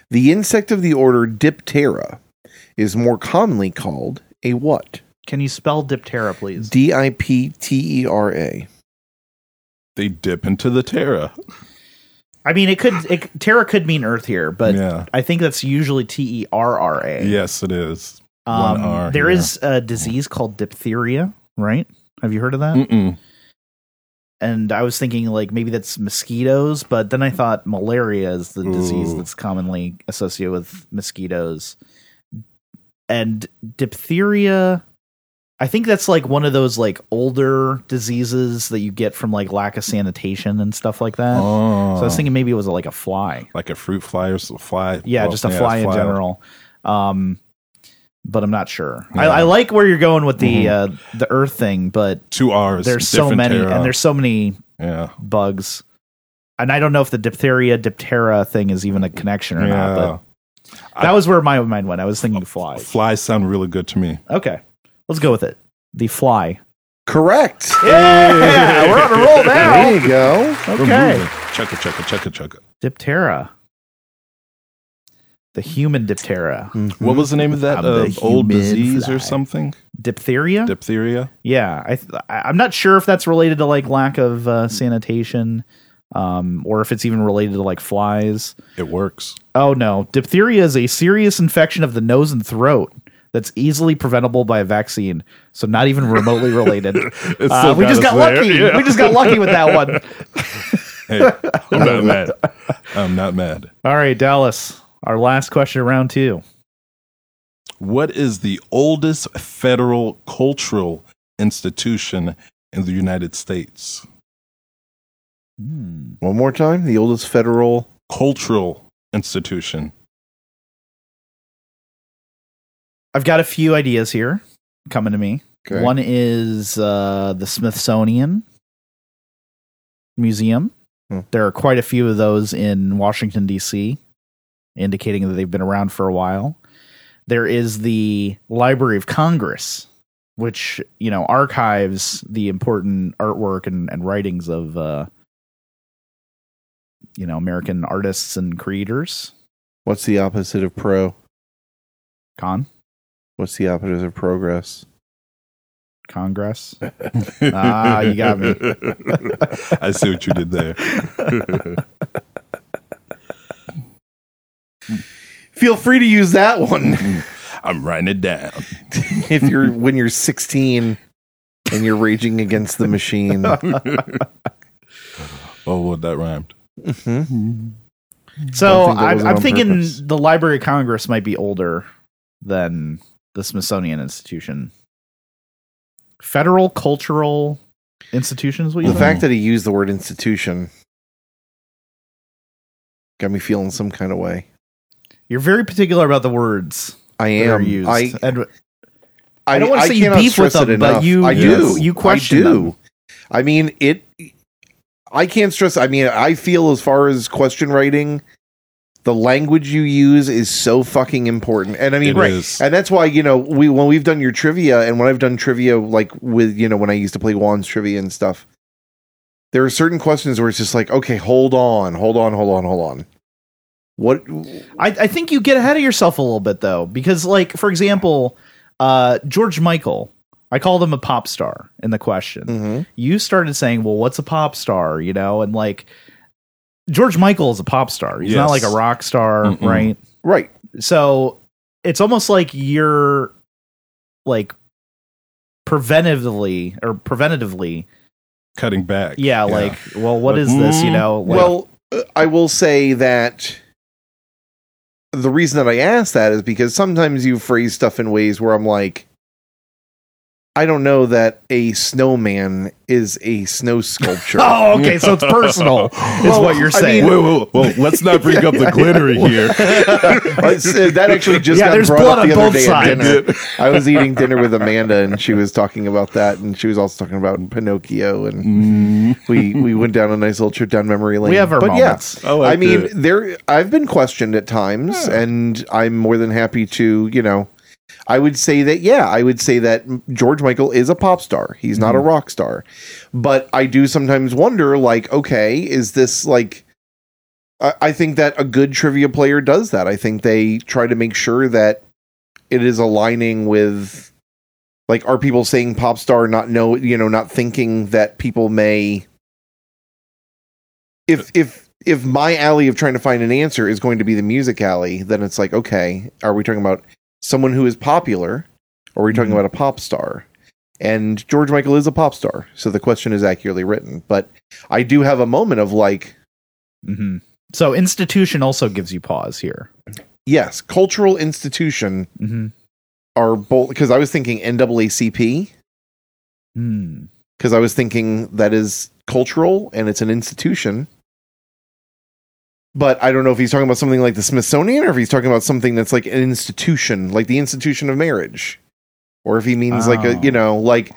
Speaker 2: The insect of the order Diptera is more commonly called a what?
Speaker 1: Can you spell Diptera, please?
Speaker 2: D I P T E R A.
Speaker 3: They dip into the Terra.
Speaker 1: I mean, it could it, Terra could mean Earth here, but
Speaker 3: yeah.
Speaker 1: I think that's usually T E R R A.
Speaker 3: Yes, it is. one
Speaker 1: Um,
Speaker 3: R,
Speaker 1: there
Speaker 3: yeah.
Speaker 1: is a disease called diphtheria, right? Have you heard of that?
Speaker 3: Mm-mm.
Speaker 1: And I was thinking like maybe that's mosquitoes, but then I thought malaria is the disease
Speaker 3: Ooh.
Speaker 1: that's commonly associated with mosquitoes. And diphtheria I think that's like one of those like older diseases that you get from like lack of sanitation and stuff like that.
Speaker 3: Oh.
Speaker 1: So I was thinking maybe it was like a fly.
Speaker 3: like a fruit fly or s- fly.
Speaker 1: yeah,
Speaker 3: well,
Speaker 1: just a fly, in
Speaker 3: fly.
Speaker 1: general. Um, but I'm not sure.
Speaker 3: Yeah.
Speaker 1: I, I like where you're going with the uh, the Earth thing, but
Speaker 3: Two R's.
Speaker 1: there's so
Speaker 3: different
Speaker 1: many
Speaker 3: Terra.
Speaker 1: and there's so many
Speaker 3: yeah.
Speaker 1: bugs, and I don't know if the diphtheria diptera thing is even a connection or not.
Speaker 3: yeah.
Speaker 1: But that was where my mind went. I was thinking fly.
Speaker 3: Flies sound really good to me.
Speaker 1: Okay, let's go with it. The fly.
Speaker 2: Correct.
Speaker 1: Yeah, we're on a roll
Speaker 2: There
Speaker 1: now.
Speaker 2: you go.
Speaker 1: Okay,
Speaker 3: Chugga chugga chugga chugga.
Speaker 1: diptera. The human diptera,
Speaker 2: Mm-hmm.
Speaker 3: What was the name of that
Speaker 1: I'm the
Speaker 3: uh, old
Speaker 1: human
Speaker 3: disease
Speaker 1: fly.
Speaker 3: or something?
Speaker 1: diphtheria.
Speaker 3: Diphtheria.
Speaker 1: Yeah, I th- I- I'm not sure if that's related to like lack of uh, sanitation, um, or if it's even related to like flies.
Speaker 3: It works.
Speaker 1: Oh no, diphtheria is a serious infection of the nose and throat that's easily preventable by a vaccine. So not even remotely related. Uh,
Speaker 3: still
Speaker 1: we
Speaker 3: got
Speaker 1: just
Speaker 3: us
Speaker 1: got
Speaker 3: there,
Speaker 1: lucky.
Speaker 3: yeah.
Speaker 1: We just got lucky with that one.
Speaker 3: Hey, I'm not mad. I'm not mad.
Speaker 1: All right, Dallas. Our last question, round two.
Speaker 3: What is the oldest federal cultural institution in the United States? Hmm.
Speaker 2: One more time. The oldest federal.
Speaker 3: Cultural institution.
Speaker 1: I've got a few ideas here coming to me.
Speaker 2: Okay.
Speaker 1: One is uh, the Smithsonian Museum.
Speaker 2: Hmm.
Speaker 1: There are quite a few of those in Washington, D.C., indicating that they've been around for a while. There is the Library of Congress, which, you know, archives the important artwork and, and writings of, uh, you know, American artists and creators.
Speaker 2: What's the opposite of pro?
Speaker 1: Con?
Speaker 2: What's the opposite of progress?
Speaker 1: Congress? Ah, you got me.
Speaker 3: I see what you did there.
Speaker 2: Feel free to use that one
Speaker 3: I'm writing it down.
Speaker 2: if you're when you're 16 and you're raging against the machine.
Speaker 3: Oh, well, that rhymed.
Speaker 1: So
Speaker 2: I think that was
Speaker 1: I'm,
Speaker 2: it
Speaker 1: I'm
Speaker 2: on
Speaker 1: thinking
Speaker 2: purpose.
Speaker 1: the Library of Congress might be older than the Smithsonian Institution. Federal cultural institution is what you
Speaker 2: The
Speaker 1: think?
Speaker 2: fact that he used the word institution got me feeling some kind of way.
Speaker 1: You're very particular about the words
Speaker 2: I
Speaker 1: that are
Speaker 2: am.
Speaker 1: used.
Speaker 2: I,
Speaker 1: and
Speaker 2: I,
Speaker 1: I don't wanna say you
Speaker 2: cannot
Speaker 1: beef with
Speaker 2: stress it
Speaker 1: them, but
Speaker 2: enough.
Speaker 1: you-
Speaker 2: I
Speaker 3: you-
Speaker 2: do.
Speaker 1: you
Speaker 2: I
Speaker 1: question
Speaker 2: do.
Speaker 1: them.
Speaker 2: I mean, it. I can't stress. I mean, I feel as far as question writing, the language you use is so fucking important. And I mean,
Speaker 3: It
Speaker 2: right,
Speaker 3: is.
Speaker 2: and that's why you know we when we've done your trivia and when I've done trivia like with you know when I used to play Juan's trivia and stuff. There are certain questions where it's just like, okay, hold on, hold on, hold on, hold on. What? mm-hmm.
Speaker 1: I, I think you get ahead of yourself a little bit though, because like for example, uh, George Michael, I called him a pop star in the question.
Speaker 2: Mhm.
Speaker 1: You started saying, "Well, what's a pop star?" You know, and like George Michael is a pop star. He's not like
Speaker 3: Yes.
Speaker 1: a rock star,
Speaker 3: Mm-mm.
Speaker 1: right?
Speaker 2: Right.
Speaker 1: So it's almost like you're like preventatively or preventatively,
Speaker 3: Cutting back.
Speaker 1: yeah, like, well, what
Speaker 3: Like,
Speaker 1: is this? You
Speaker 3: mm,
Speaker 1: know, like,
Speaker 2: Well, uh, I will say that the reason that I ask that is because sometimes you phrase stuff in ways where I'm like, I don't know that a snowman is a snow sculpture.
Speaker 1: oh, okay, so it's personal, is
Speaker 2: Well,
Speaker 1: what you're
Speaker 2: I
Speaker 1: saying.
Speaker 2: mean-
Speaker 3: Whoa, whoa, whoa. Let's not bring up the glitter here.
Speaker 2: I said- uh, that actually just
Speaker 1: Yeah,
Speaker 2: got
Speaker 1: there's
Speaker 2: brought
Speaker 1: blood
Speaker 2: up
Speaker 1: on
Speaker 2: the other
Speaker 1: both
Speaker 2: day at
Speaker 1: sides.
Speaker 2: dinner. I was eating dinner with Amanda, and she was talking about that, and she was also talking about Pinocchio, and
Speaker 3: Mm.
Speaker 2: we we went down a nice little trip down memory lane.
Speaker 1: we have our
Speaker 2: but yeah,
Speaker 1: moments.
Speaker 3: I,
Speaker 2: I
Speaker 3: like
Speaker 2: mean,
Speaker 3: it.
Speaker 2: there. I've been questioned at times, and I'm more than happy to, you know. I would say that, yeah, I would say that George Michael is a pop star. He's not a
Speaker 3: Mm-hmm.
Speaker 2: rock star, but I do sometimes wonder, like, okay, is this like? I, I think that a good trivia player does that. I think they try to make sure that it is aligning with, like, are people saying pop star not know, you know, not thinking that people may. If if if my alley of trying to find an answer is going to be the music alley, then it's like, okay, are we talking about someone who is popular, or are we talking
Speaker 3: Mhm.
Speaker 2: about a pop star? And George Michael is a pop star, so the question is accurately written. But I do have a moment of like,
Speaker 1: hmm So institution also gives you pause here.
Speaker 2: yes, cultural institution
Speaker 1: Mm-hmm.
Speaker 2: are both because I was thinking NAACP
Speaker 1: Hmm.
Speaker 2: because I was thinking that is cultural and it's an institution. But I don't know if he's talking about something like the Smithsonian or if he's talking about something that's like an institution, like the institution of marriage, or if he means like a
Speaker 1: Oh.
Speaker 2: you know like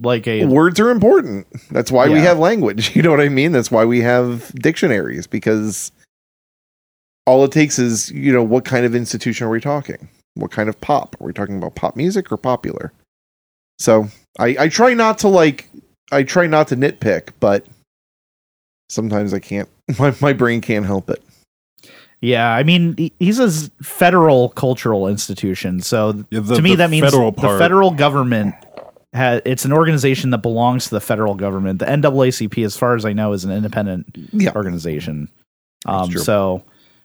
Speaker 1: Like a
Speaker 2: words are important. That's why we
Speaker 1: Yeah.
Speaker 2: have language. You know what I mean? That's why we have dictionaries because all it takes is, you know, what kind of institution are we talking? What kind of pop? Are we talking about pop music or popular? So I, I try not to like, I try not to nitpick, but sometimes I can't. My, my brain can't help it.
Speaker 1: yeah. I mean, he- he's a s- federal cultural institution. So
Speaker 3: Yeah, the-
Speaker 1: to me,
Speaker 3: the
Speaker 1: that means
Speaker 3: federal
Speaker 1: the
Speaker 3: part.
Speaker 1: federal government. Ha, it's an organization that belongs to the federal government. The NAACP, as far as I know, is an independent
Speaker 2: Yeah.
Speaker 1: organization.
Speaker 2: That's
Speaker 1: Um,
Speaker 2: true.
Speaker 1: so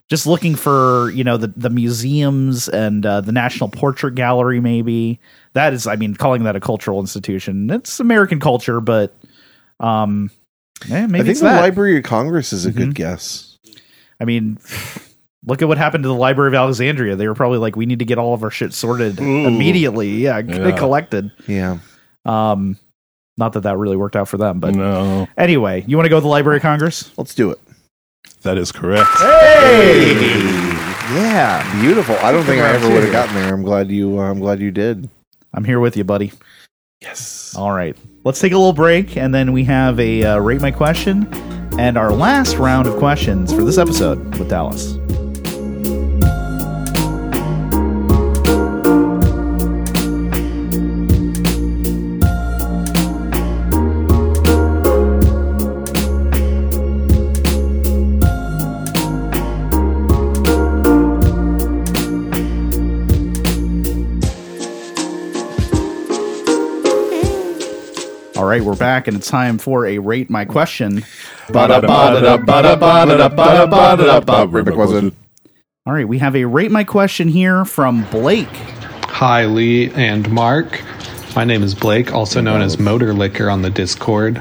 Speaker 1: just looking for you know the the museums and uh, the National Portrait Gallery, maybe that is. I mean, calling that a cultural institution, it's American culture, but um, eh, maybe
Speaker 2: I think
Speaker 1: it's
Speaker 2: the
Speaker 1: that. Mm-hmm.
Speaker 2: Library of Congress is a good guess.
Speaker 1: I mean, look at what happened to the Library of Alexandria. They were probably like, we need to get all of our shit sorted immediately. Yeah, c-
Speaker 3: Yeah.
Speaker 1: collected.
Speaker 2: Yeah.
Speaker 1: Um, not that that really worked out for them, but
Speaker 3: no,
Speaker 1: anyway, you want to go to the Library of Congress?
Speaker 2: Let's do it.
Speaker 3: that is correct.
Speaker 1: Yeah,
Speaker 2: Beautiful. I don't think I
Speaker 1: round
Speaker 2: ever
Speaker 1: two
Speaker 2: would
Speaker 1: here.
Speaker 2: have gotten there. I'm glad you. Uh, I'm glad you did.
Speaker 1: I'm here with you, buddy.
Speaker 2: Yes.
Speaker 1: All right, let's take a little break, and then we have a uh, rate my question and our last round of questions for this episode with Dallas. All right, we're back, and it's time for a rate my question.
Speaker 2: Ba-da-ba-da-da, ba-da-ba-da-da, ba-da-ba-da-da, Ribic wasn't.
Speaker 1: All right, we have a rate my question here from Blake.
Speaker 4: Hi, Lee and Mark. My name is Blake, also known as Motor Liquor on the Discord.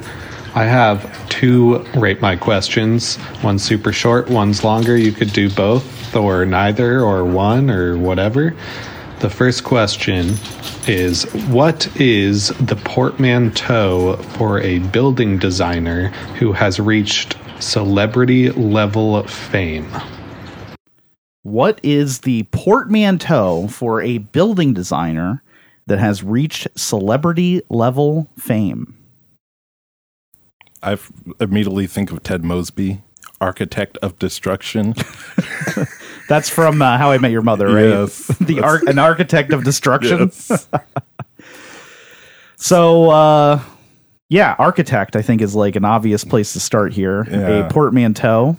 Speaker 4: I have two rate my questions. One's super short, one's longer. You could do both, or neither, or one, or whatever. The first question is What is the portmanteau for a building designer who has reached celebrity level of fame?
Speaker 1: What is the portmanteau for a building designer that has reached celebrity level fame?
Speaker 3: I f- immediately think of Ted Mosby, architect of destruction.
Speaker 1: That's from uh, How I Met Your Mother, right?
Speaker 3: Yes.
Speaker 1: the ar- an architect of destruction.
Speaker 3: Yes.
Speaker 1: So, uh, yeah, architect I think is like an obvious place to start here.
Speaker 3: Yeah.
Speaker 1: A portmanteau.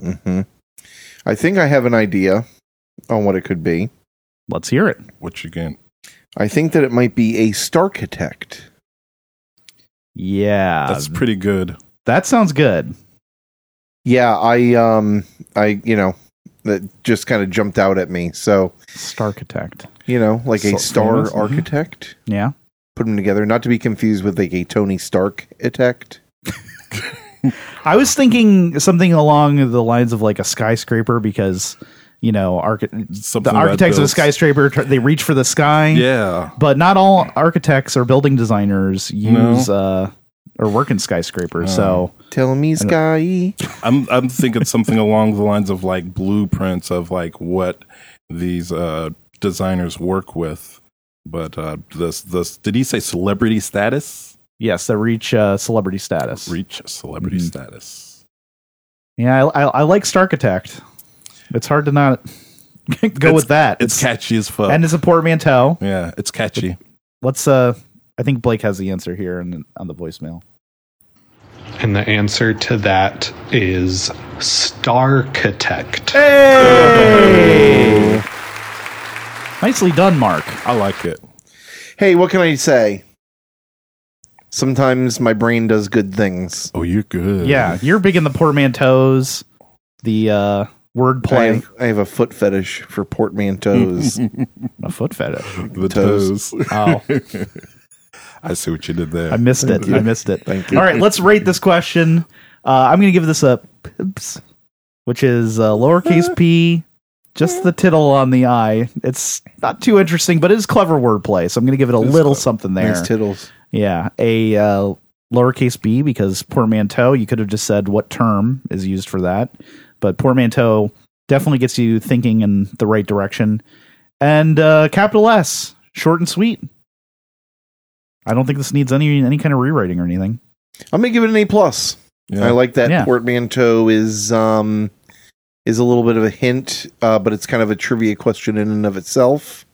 Speaker 2: hmm I think I have an idea on what it could be.
Speaker 1: Let's hear it.
Speaker 3: what you get?
Speaker 2: I think that it might be a Starkitect.
Speaker 1: Yeah,
Speaker 3: That's pretty good.
Speaker 1: that sounds good.
Speaker 2: Yeah, I um I you know, that just kind of jumped out at me. So,
Speaker 1: Starchitect.
Speaker 2: you know, like
Speaker 3: So-
Speaker 2: a star
Speaker 3: famous, mhm.
Speaker 2: architect.
Speaker 1: Yeah.
Speaker 2: Put them together, not to be confused with like a Tony Stark architect.
Speaker 1: I was thinking something along the lines of like a skyscraper because you know archi- the
Speaker 3: Something that
Speaker 1: architects of a
Speaker 3: builds-
Speaker 1: skyscraper tr- they reach for the sky.
Speaker 3: Yeah.
Speaker 1: But not all architects or building designers
Speaker 3: No. Oh.
Speaker 1: use uh, or work in skyscrapers. so
Speaker 2: Tell me, Sky.
Speaker 3: I'm I'm thinking something along the lines of like blueprints of like what these uh designers work with. But uh this this did he say celebrity status?
Speaker 1: yes, they reach uh, celebrity status.
Speaker 3: Reach celebrity
Speaker 1: Mhm.
Speaker 3: status.
Speaker 1: yeah, I, I, I like Starchitect. It's hard to not go with that.
Speaker 3: It's catchy as fuck.
Speaker 1: and it's a portmanteau.
Speaker 3: yeah, it's catchy.
Speaker 1: Let's. uh I think Blake has the answer here on, on the voicemail.
Speaker 4: And the answer to that is Starkitect.
Speaker 1: Hey! Nicely done, Mark.
Speaker 3: I like it.
Speaker 2: Hey, what can I say? Sometimes my brain does good things.
Speaker 3: Oh, you're good.
Speaker 1: Yeah, you're big in the portmanteaus, the uh,
Speaker 2: I
Speaker 1: wordplay,
Speaker 2: have, I have a foot fetish for portmanteaus.
Speaker 1: a foot fetish.
Speaker 3: the
Speaker 2: Toes.
Speaker 3: toes.
Speaker 1: Oh,
Speaker 3: I see what you did there.
Speaker 1: I missed it. I missed it.
Speaker 2: Thank you.
Speaker 1: All right, let's rate this question. Uh, I'm going to give this a pips, which is uh, lowercase p, just the tittle on the i. It's not too interesting, but it is clever wordplay. So I'm going to give it a little something there.
Speaker 2: Nice tittles.
Speaker 1: Yeah, a uh, lowercase b because portmanteau. You could have just said what term is used for that, but portmanteau definitely gets you thinking in the right direction. And uh, capital S, short and sweet. I don't think this needs any any kind of rewriting or anything.
Speaker 2: I'm gonna give it an A plus.
Speaker 3: Yeah.
Speaker 2: I like that
Speaker 1: Yeah.
Speaker 2: portmanteau is um is a little bit of a hint, uh, but it's kind of a trivia question in and of itself.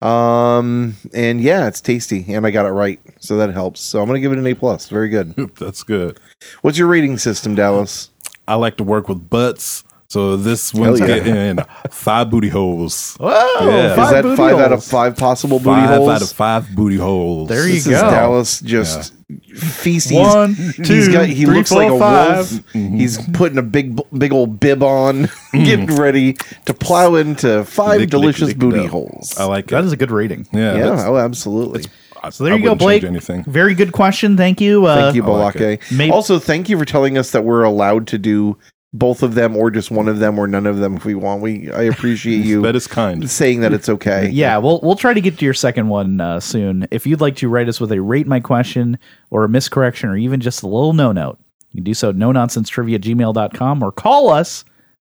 Speaker 2: Um and yeah, it's tasty, and I got it right, so that helps. So I'm gonna give it an A plus. Very good.
Speaker 3: That's good.
Speaker 2: What's your rating system, Dallas?
Speaker 3: I like to work with butts. So this one's
Speaker 2: yeah.
Speaker 3: getting five booty holes.
Speaker 1: Whoa,
Speaker 3: Yeah.
Speaker 2: is that
Speaker 1: booty
Speaker 2: five out of
Speaker 1: holes.
Speaker 2: five possible booty
Speaker 3: five
Speaker 2: holes?
Speaker 3: out of five booty holes.
Speaker 1: There you
Speaker 2: This
Speaker 1: go.
Speaker 2: is Dallas just feces.
Speaker 1: One,
Speaker 2: he's
Speaker 1: two,
Speaker 2: got he
Speaker 1: three,
Speaker 2: looks
Speaker 1: four,
Speaker 2: like a
Speaker 1: five.
Speaker 2: wolf. Mm-hmm. He's putting a big big old bib on,
Speaker 1: Mm.
Speaker 2: getting ready to plow into five
Speaker 3: Lick,
Speaker 2: delicious
Speaker 3: lick, lick it
Speaker 2: booty
Speaker 3: up.
Speaker 2: holes.
Speaker 3: I like
Speaker 1: That
Speaker 3: it.
Speaker 1: is a good rating.
Speaker 3: yeah.
Speaker 2: yeah,
Speaker 3: that's-
Speaker 2: oh, absolutely.
Speaker 3: I-
Speaker 1: So there
Speaker 3: I
Speaker 1: you go,
Speaker 3: wouldn't change
Speaker 1: Blake.
Speaker 3: Anything.
Speaker 1: Very good question. Thank you. Uh,
Speaker 2: Thank you,
Speaker 3: I like
Speaker 2: Balake.
Speaker 1: May-
Speaker 2: also, thank you for telling us that we're allowed to do both of them, or just one of them, or none of them if we want. We I appreciate
Speaker 3: That
Speaker 2: you
Speaker 3: is kind.
Speaker 2: saying that it's okay.
Speaker 1: Yeah, we'll we'll try to get to your second one uh, soon. If you'd like to write us with a rate my question or a miscorrection or even just a little no note, you can do so at no nonsense trivia gmail.com or call us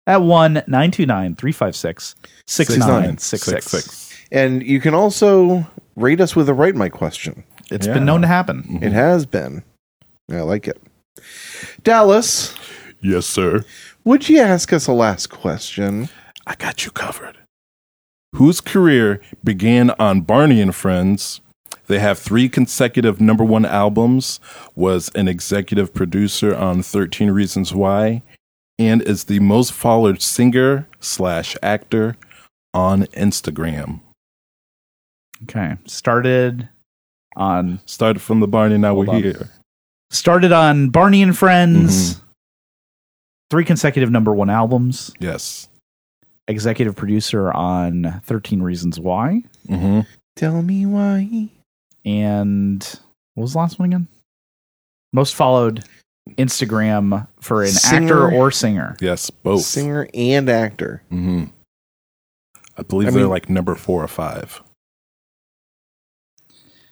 Speaker 1: at 1 929 356 6966.
Speaker 2: and you can also rate us with a right my question.
Speaker 1: It's
Speaker 3: Yeah.
Speaker 1: been known to happen.
Speaker 2: It has been. I like it. Dallas,
Speaker 3: Yes, sir.
Speaker 2: would you ask us a last question?
Speaker 3: I got you covered. Whose career began on Barney and Friends? They have three consecutive number one albums, was an executive producer on 13 Reasons Why, and is the most followed singer slash actor on Instagram.
Speaker 1: Okay. Started on
Speaker 3: Started from the Barney, now
Speaker 1: Hold
Speaker 3: we're
Speaker 1: on.
Speaker 3: here.
Speaker 1: started on Barney and Friends. three consecutive number one albums,
Speaker 3: Yes.
Speaker 1: executive producer on 13 Reasons Why,
Speaker 3: Mm-hmm.
Speaker 2: Tell me why.
Speaker 1: and what was the last one again? Most followed Instagram for an
Speaker 2: Singer.
Speaker 1: actor or singer.
Speaker 3: Yes, both.
Speaker 2: Singer and actor.
Speaker 3: hmm I believe
Speaker 2: I
Speaker 3: they're
Speaker 2: mean-
Speaker 3: like number four or five.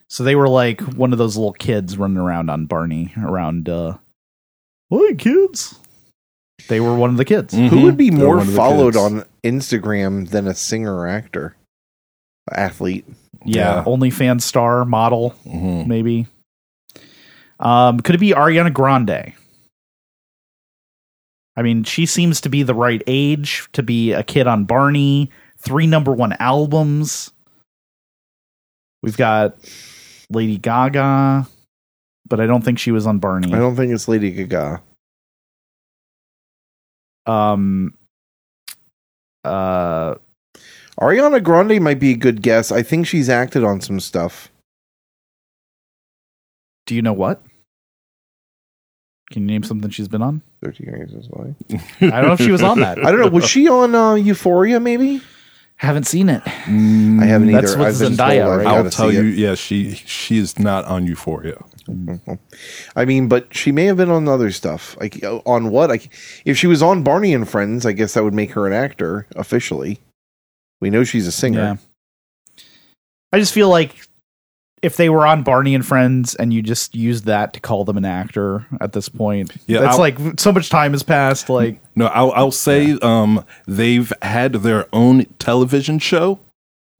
Speaker 1: So they were like one of those little kids running around on Barney around uh Hey kids. They were one of the kids.
Speaker 2: Who would be
Speaker 3: They're
Speaker 2: more
Speaker 3: one of the
Speaker 2: followed
Speaker 3: kids.
Speaker 2: on Instagram than a singer or actor? Athlete.
Speaker 1: Yeah.
Speaker 3: Yeah.
Speaker 1: OnlyFans star model,
Speaker 3: Mhm.
Speaker 1: maybe. Um, could it be Ariana Grande? I mean, she seems to be the right age to be a kid on Barney, three number one albums. We've got Lady Gaga, but I don't think she was on Barney.
Speaker 2: I don't think it's Lady Gaga.
Speaker 1: um uh
Speaker 2: Ariana Grande might be a good guess. I think she's acted on some stuff.
Speaker 1: do you know what can you name something she's been on
Speaker 2: 13 Reasons Why.
Speaker 1: i don't know if she was on that
Speaker 2: I don't know. Was she on uh, Euphoria? Maybe.
Speaker 1: haven't seen it
Speaker 3: Mm,
Speaker 2: I haven't
Speaker 1: Mm-hmm. That's
Speaker 2: either.
Speaker 1: with
Speaker 2: I've been
Speaker 1: Zendaya,
Speaker 2: told I've
Speaker 1: right?
Speaker 2: gotta
Speaker 3: I'll tell
Speaker 2: see
Speaker 3: you.
Speaker 2: it.
Speaker 3: Yeah, she she is not on Euphoria.
Speaker 2: I mean, but she may have been on other stuff. Like uh, on what? Like if she was on Barney and Friends, I guess that would make her an actor officially. We know she's a singer.
Speaker 1: i just feel like if they were on barney and friends and you just used that to call them an actor at this point
Speaker 3: Yeah,
Speaker 1: that's
Speaker 3: I'll-
Speaker 1: like so much time has passed like
Speaker 3: No, I'll, I'll say um, they've had their own television show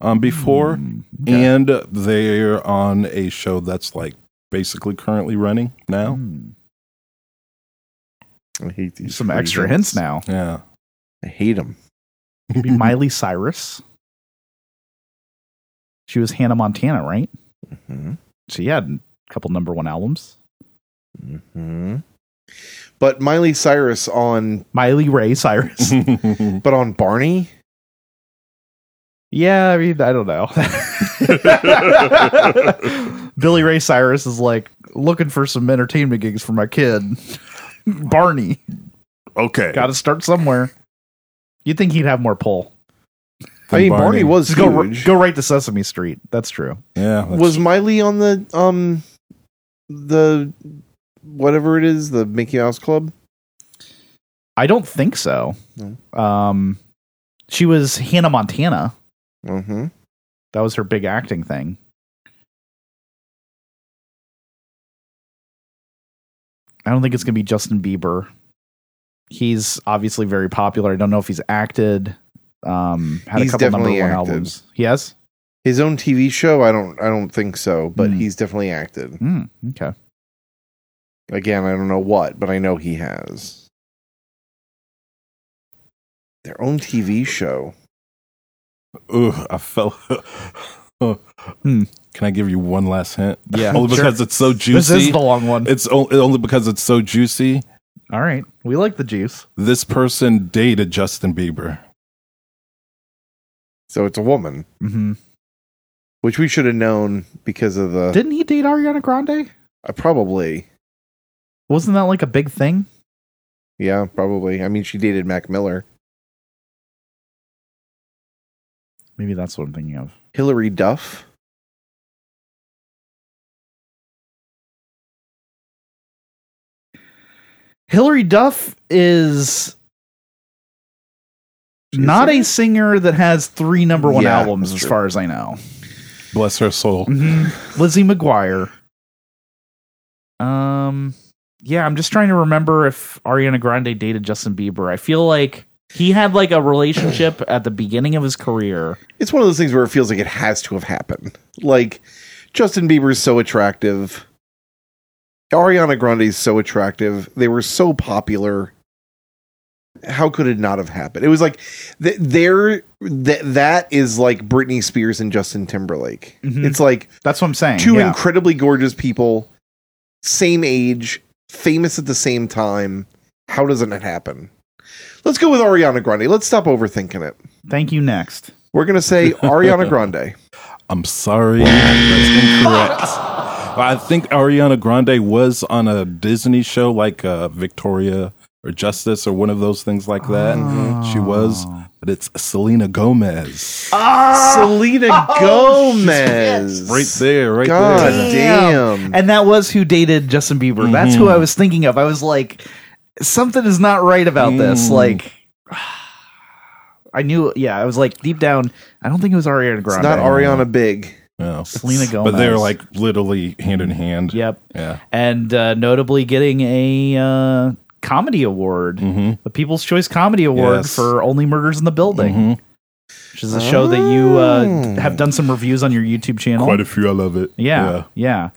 Speaker 3: um, before,
Speaker 2: Mm.
Speaker 1: hmm, okay.
Speaker 3: and they're on a show that's like basically currently running now.
Speaker 1: Hmm.
Speaker 2: I hate these.
Speaker 1: some extra hints now
Speaker 3: Yeah.
Speaker 2: I hate them.
Speaker 1: maybe miley cyrus she was hannah montana right she had a couple number one albums
Speaker 2: hmm But Miley Cyrus on,
Speaker 1: miley ray cyrus
Speaker 2: but on Barney.
Speaker 1: Yeah, I mean, I don't know. Billy Ray Cyrus is like looking for some entertainment gigs for my kid. Barney,
Speaker 3: okay.
Speaker 1: got to start somewhere. You'd think he'd have more pull.
Speaker 2: I mean, Barney, was
Speaker 1: Just go, r-
Speaker 2: huge.
Speaker 1: go right to Sesame Street. That's true.
Speaker 3: Yeah. that's-
Speaker 2: was Miley on the um, the whatever it is, the Mickey Mouse Club?
Speaker 1: I don't think so.
Speaker 2: No.
Speaker 1: Um, she was Hannah Montana.
Speaker 2: hmm
Speaker 1: That was her big acting thing. I don't think it's going to be Justin Bieber. He's obviously very popular. I don't know if he's acted. Um, had
Speaker 2: He's
Speaker 1: a couple number
Speaker 2: definitely
Speaker 1: one
Speaker 2: acted.
Speaker 1: albums. Yes.
Speaker 2: His own TV show? I don't. I don't think so. But
Speaker 1: Hmm.
Speaker 2: he's definitely acted.
Speaker 1: Mm, okay.
Speaker 2: Again, I don't know what, but I know he has. Their own TV show.
Speaker 3: Ooh, I felt. uh, Can I give you one last hint?
Speaker 1: Hmm. Yeah,
Speaker 3: only
Speaker 1: sure.
Speaker 3: because it's so juicy.
Speaker 1: This is the long one.
Speaker 3: it's o- only because it's so juicy.
Speaker 1: All right. We like the juice.
Speaker 3: This person dated Justin Bieber.
Speaker 2: So it's a woman,
Speaker 1: Mm-hmm.
Speaker 2: which we should have known because of the
Speaker 1: Didn't he date Ariana Grande?
Speaker 2: uh, probably.
Speaker 1: Wasn't that like a big thing?
Speaker 2: Yeah, probably. I mean, she dated Mac Miller.
Speaker 1: Maybe that's what I'm thinking of.
Speaker 2: Hillary Duff.
Speaker 1: Hillary Duff is
Speaker 2: She's
Speaker 1: not
Speaker 2: a-
Speaker 1: a singer that has three number one
Speaker 2: Yeah,
Speaker 1: albums,
Speaker 2: that's
Speaker 1: as
Speaker 2: true.
Speaker 1: far as I know.
Speaker 3: Bless her soul.
Speaker 1: Lizzie McGuire. Um, yeah, I'm just trying to remember if Ariana Grande dated Justin Bieber. I feel like he had like a relationship at the beginning of his career.
Speaker 2: It's one of those things where it feels like it has to have happened. Like Justin Bieber's so attractive. Ariana Grande's so attractive. They were so popular. How could it not have happened? It was like th- there th- that is like Britney Spears and Justin Timberlake.
Speaker 1: Mhm.
Speaker 2: It's like
Speaker 1: That's what I'm saying.
Speaker 2: two
Speaker 1: yeah.
Speaker 2: incredibly gorgeous people, same age, famous at the same time. How doesn't it happen? Let's go with Ariana Grande. Let's stop overthinking it.
Speaker 1: Thank you. Next,
Speaker 2: We're gonna say Ariana Grande.
Speaker 3: I'm sorry. That's incorrect. I think Ariana Grande was on a Disney show like uh, Victoria or Justice or one of those things like that.
Speaker 1: Ah.
Speaker 3: She was, but it's Selena Gomez
Speaker 2: Selena Gomez.
Speaker 3: right there, right
Speaker 2: God
Speaker 3: there.
Speaker 2: damn.
Speaker 1: And that was who dated Justin Bieber. That's
Speaker 3: Mm-hmm.
Speaker 1: who I was thinking of. I was like, something is not right about
Speaker 3: Mm.
Speaker 1: this. Like, I knew, yeah, I was like, deep down, I don't think it was Ariana Grande.
Speaker 2: It's not Ariana Big.
Speaker 3: Yeah.
Speaker 1: Selena Gomez.
Speaker 3: But they're like literally hand in hand.
Speaker 1: Yep.
Speaker 3: Yeah.
Speaker 1: And uh, notably getting a uh, comedy award,
Speaker 3: Mm-hmm,
Speaker 1: the People's Choice Comedy Award
Speaker 3: Mm. Yes. Mm-hmm.
Speaker 1: for Only Murders in the Building, which is a show that you uh,
Speaker 2: Oh.
Speaker 1: have done some reviews on your YouTube channel.
Speaker 3: Ah. Quite a few. I love it.
Speaker 1: yeah. Yeah.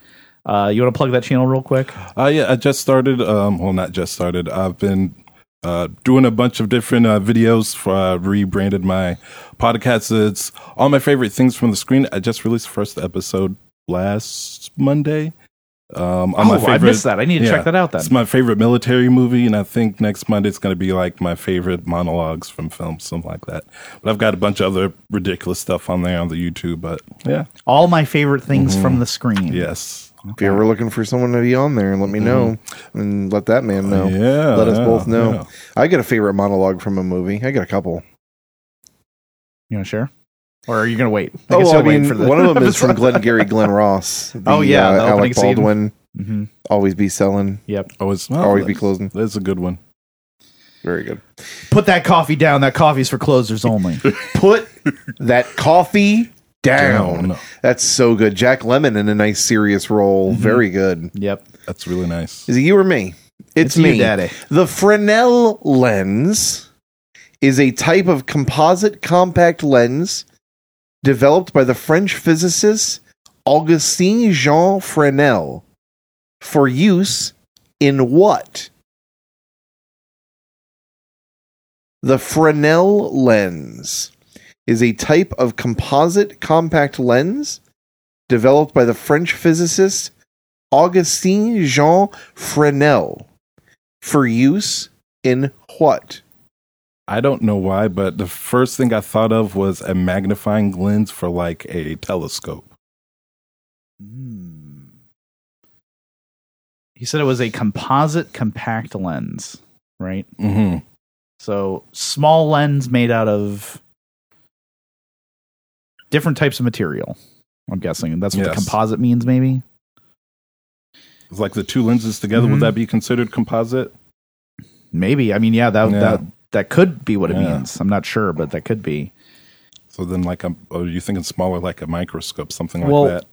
Speaker 1: Uh, you want to plug that channel real quick?
Speaker 3: Uh, yeah, I just started. Um, well, not just started. I've been uh, doing a bunch of different uh, videos. For, uh, rebranded my podcast. It's all my favorite things from the screen. I just released the first episode last Monday. Um, on
Speaker 1: Oh, I missed that. I need to check that out then.
Speaker 3: It's my favorite military movie, and I think next Monday it's going to be like my favorite monologues from films, something like that. But I've got a bunch of other ridiculous stuff on there on the YouTube. But yeah,
Speaker 1: All my favorite things
Speaker 3: Mm-hmm.
Speaker 1: from the screen.
Speaker 3: yes,
Speaker 2: If you're ever looking for someone to be on there, let
Speaker 1: Mm-hmm.
Speaker 2: me know and let that
Speaker 1: Oh,
Speaker 2: man know.
Speaker 3: Yeah,
Speaker 2: let us
Speaker 3: yeah,
Speaker 2: both know.
Speaker 3: yeah.
Speaker 2: I got a favorite monologue from a movie. I got a couple.
Speaker 1: You want to share? Or are you going to wait?
Speaker 2: oh,
Speaker 1: guess
Speaker 2: well, I
Speaker 1: you'll wait
Speaker 2: mean,
Speaker 1: for the-
Speaker 2: one of them is from Glengarry Glenn Ross. The,
Speaker 1: Oh, yeah,
Speaker 2: uh,
Speaker 1: the opening
Speaker 2: Alec
Speaker 1: scene.
Speaker 2: Baldwin.
Speaker 1: Mhm.
Speaker 2: Always be selling.
Speaker 1: Yep.
Speaker 3: always, Oh, well,
Speaker 2: Always be
Speaker 3: that's-
Speaker 2: closing.
Speaker 3: That's a good one.
Speaker 2: Very good.
Speaker 1: Put that coffee down. That coffee's for closers only.
Speaker 2: Put that coffee down.
Speaker 3: Down.
Speaker 2: That's so good. Jack Lemon in a nice serious role.
Speaker 1: Mm-hmm.
Speaker 2: Very good.
Speaker 1: yep.
Speaker 3: That's really nice.
Speaker 2: Is it you or me?
Speaker 1: It's
Speaker 2: It's,
Speaker 1: you,
Speaker 2: me.
Speaker 1: Daddy.
Speaker 2: The Fresnel lens is a type of composite compact lens developed by the French physicist Augustin Jean Fresnel for use in what? The Fresnel lens is a type of composite compact lens developed by the French physicist Augustin Jean Fresnel for use in what?
Speaker 3: I don't know why, but the first thing I thought of was a magnifying lens for like a telescope.
Speaker 1: Hmm. He said it was a composite compact lens, right?
Speaker 3: Mm-hmm.
Speaker 1: So small lens made out of different types of material. I'm guessing that's what the
Speaker 3: Yes.
Speaker 1: composite means, maybe.
Speaker 3: It's like the two lenses together.
Speaker 1: Mhm.
Speaker 3: Would that be considered composite?
Speaker 1: Maybe. I mean, yeah, that
Speaker 3: Yeah.
Speaker 1: that that could be what it
Speaker 3: Yeah.
Speaker 1: means. I'm not sure, but that could be.
Speaker 3: So then, like, a, are you thinking smaller, like a microscope, something like
Speaker 1: Well-
Speaker 3: that?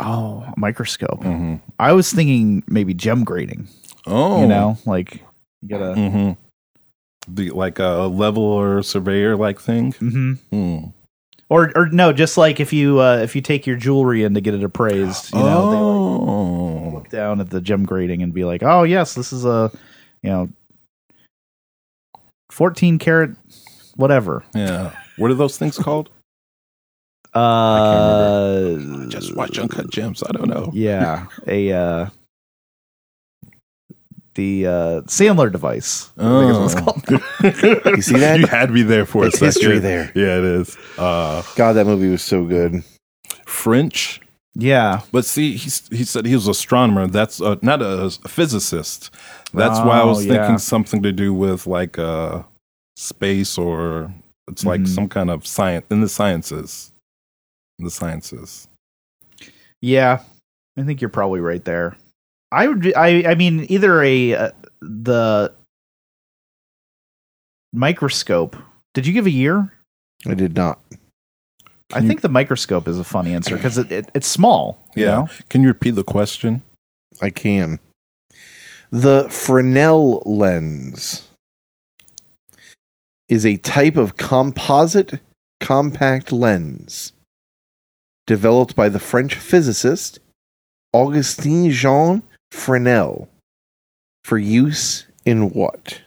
Speaker 1: Oh, a microscope.
Speaker 3: Mm-hmm.
Speaker 1: I was thinking maybe gem grating.
Speaker 3: Oh,
Speaker 1: You know, like you gotta.
Speaker 3: hmm the like a level or surveyor like thing.
Speaker 1: hmm
Speaker 3: Mm.
Speaker 1: Or, or no, just like if you uh, if you take your jewelry in to get it appraised, you know, they like
Speaker 3: oh,
Speaker 1: look down at the gem grading and be like, "Oh yes, this is a, you know, fourteen karat, whatever."
Speaker 3: yeah. What are those things called?
Speaker 1: Uh,
Speaker 3: Just watch Uncut Gems. I don't know.
Speaker 1: yeah, a uh, the uh, Sandler device. I think is what it's
Speaker 3: Oh.
Speaker 1: called.
Speaker 2: You see that?
Speaker 3: you had me there for
Speaker 2: It's
Speaker 3: a second.
Speaker 2: history there.
Speaker 3: Yeah, it is. Uh,
Speaker 2: God, that movie was so good.
Speaker 3: French.
Speaker 1: Yeah,
Speaker 3: But see, he s- he said he was an astronomer. That's uh, not a, a physicist. That's why I
Speaker 1: Oh,
Speaker 3: was
Speaker 1: yeah.
Speaker 3: thinking something to do with like uh, space or it's like
Speaker 1: Mhm.
Speaker 3: some kind of science in the sciences. In the sciences.
Speaker 1: Yeah, I think you're probably right there. I would, I, I mean, either a uh, the microscope. Did you give a year?
Speaker 2: I did not.
Speaker 1: I think the microscope is a fun answer because it, it it's small. you
Speaker 3: Yeah.
Speaker 1: know?
Speaker 3: Can you repeat the question?
Speaker 2: I can. The Fresnel lens is a type of composite compact lens developed by the French physicist Augustin Jean Fresnel for use in what?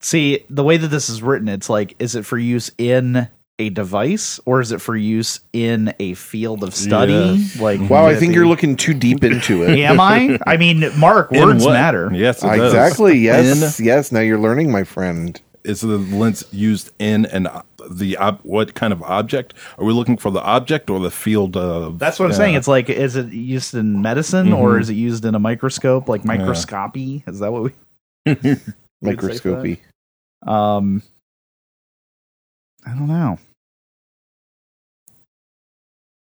Speaker 1: See the way that this is written, it's like, is it for use in a device or is it for use in a field of study?
Speaker 3: Yeah.
Speaker 1: Like,
Speaker 2: Wow,
Speaker 1: would
Speaker 2: I
Speaker 1: it
Speaker 2: think
Speaker 1: be-
Speaker 2: you're looking too deep into it.
Speaker 1: Am I? I mean, Mark,
Speaker 3: In
Speaker 1: words
Speaker 3: what?
Speaker 1: matter.
Speaker 3: Yes, it does.
Speaker 2: Exactly.
Speaker 3: In
Speaker 2: Yes. Yes. Now you're learning, my friend.
Speaker 3: is the lens used in and the ob- what kind of object are we looking for? The object or the field of?
Speaker 1: That's what I'm
Speaker 3: Yeah.
Speaker 1: saying. It's like, is it used in medicine or
Speaker 2: Mm-hmm.
Speaker 1: is it used in a microscope, like microscopy? Is that what we?
Speaker 3: uh,
Speaker 1: We'd say for that.
Speaker 2: Microscopy.
Speaker 1: Um, I don't know.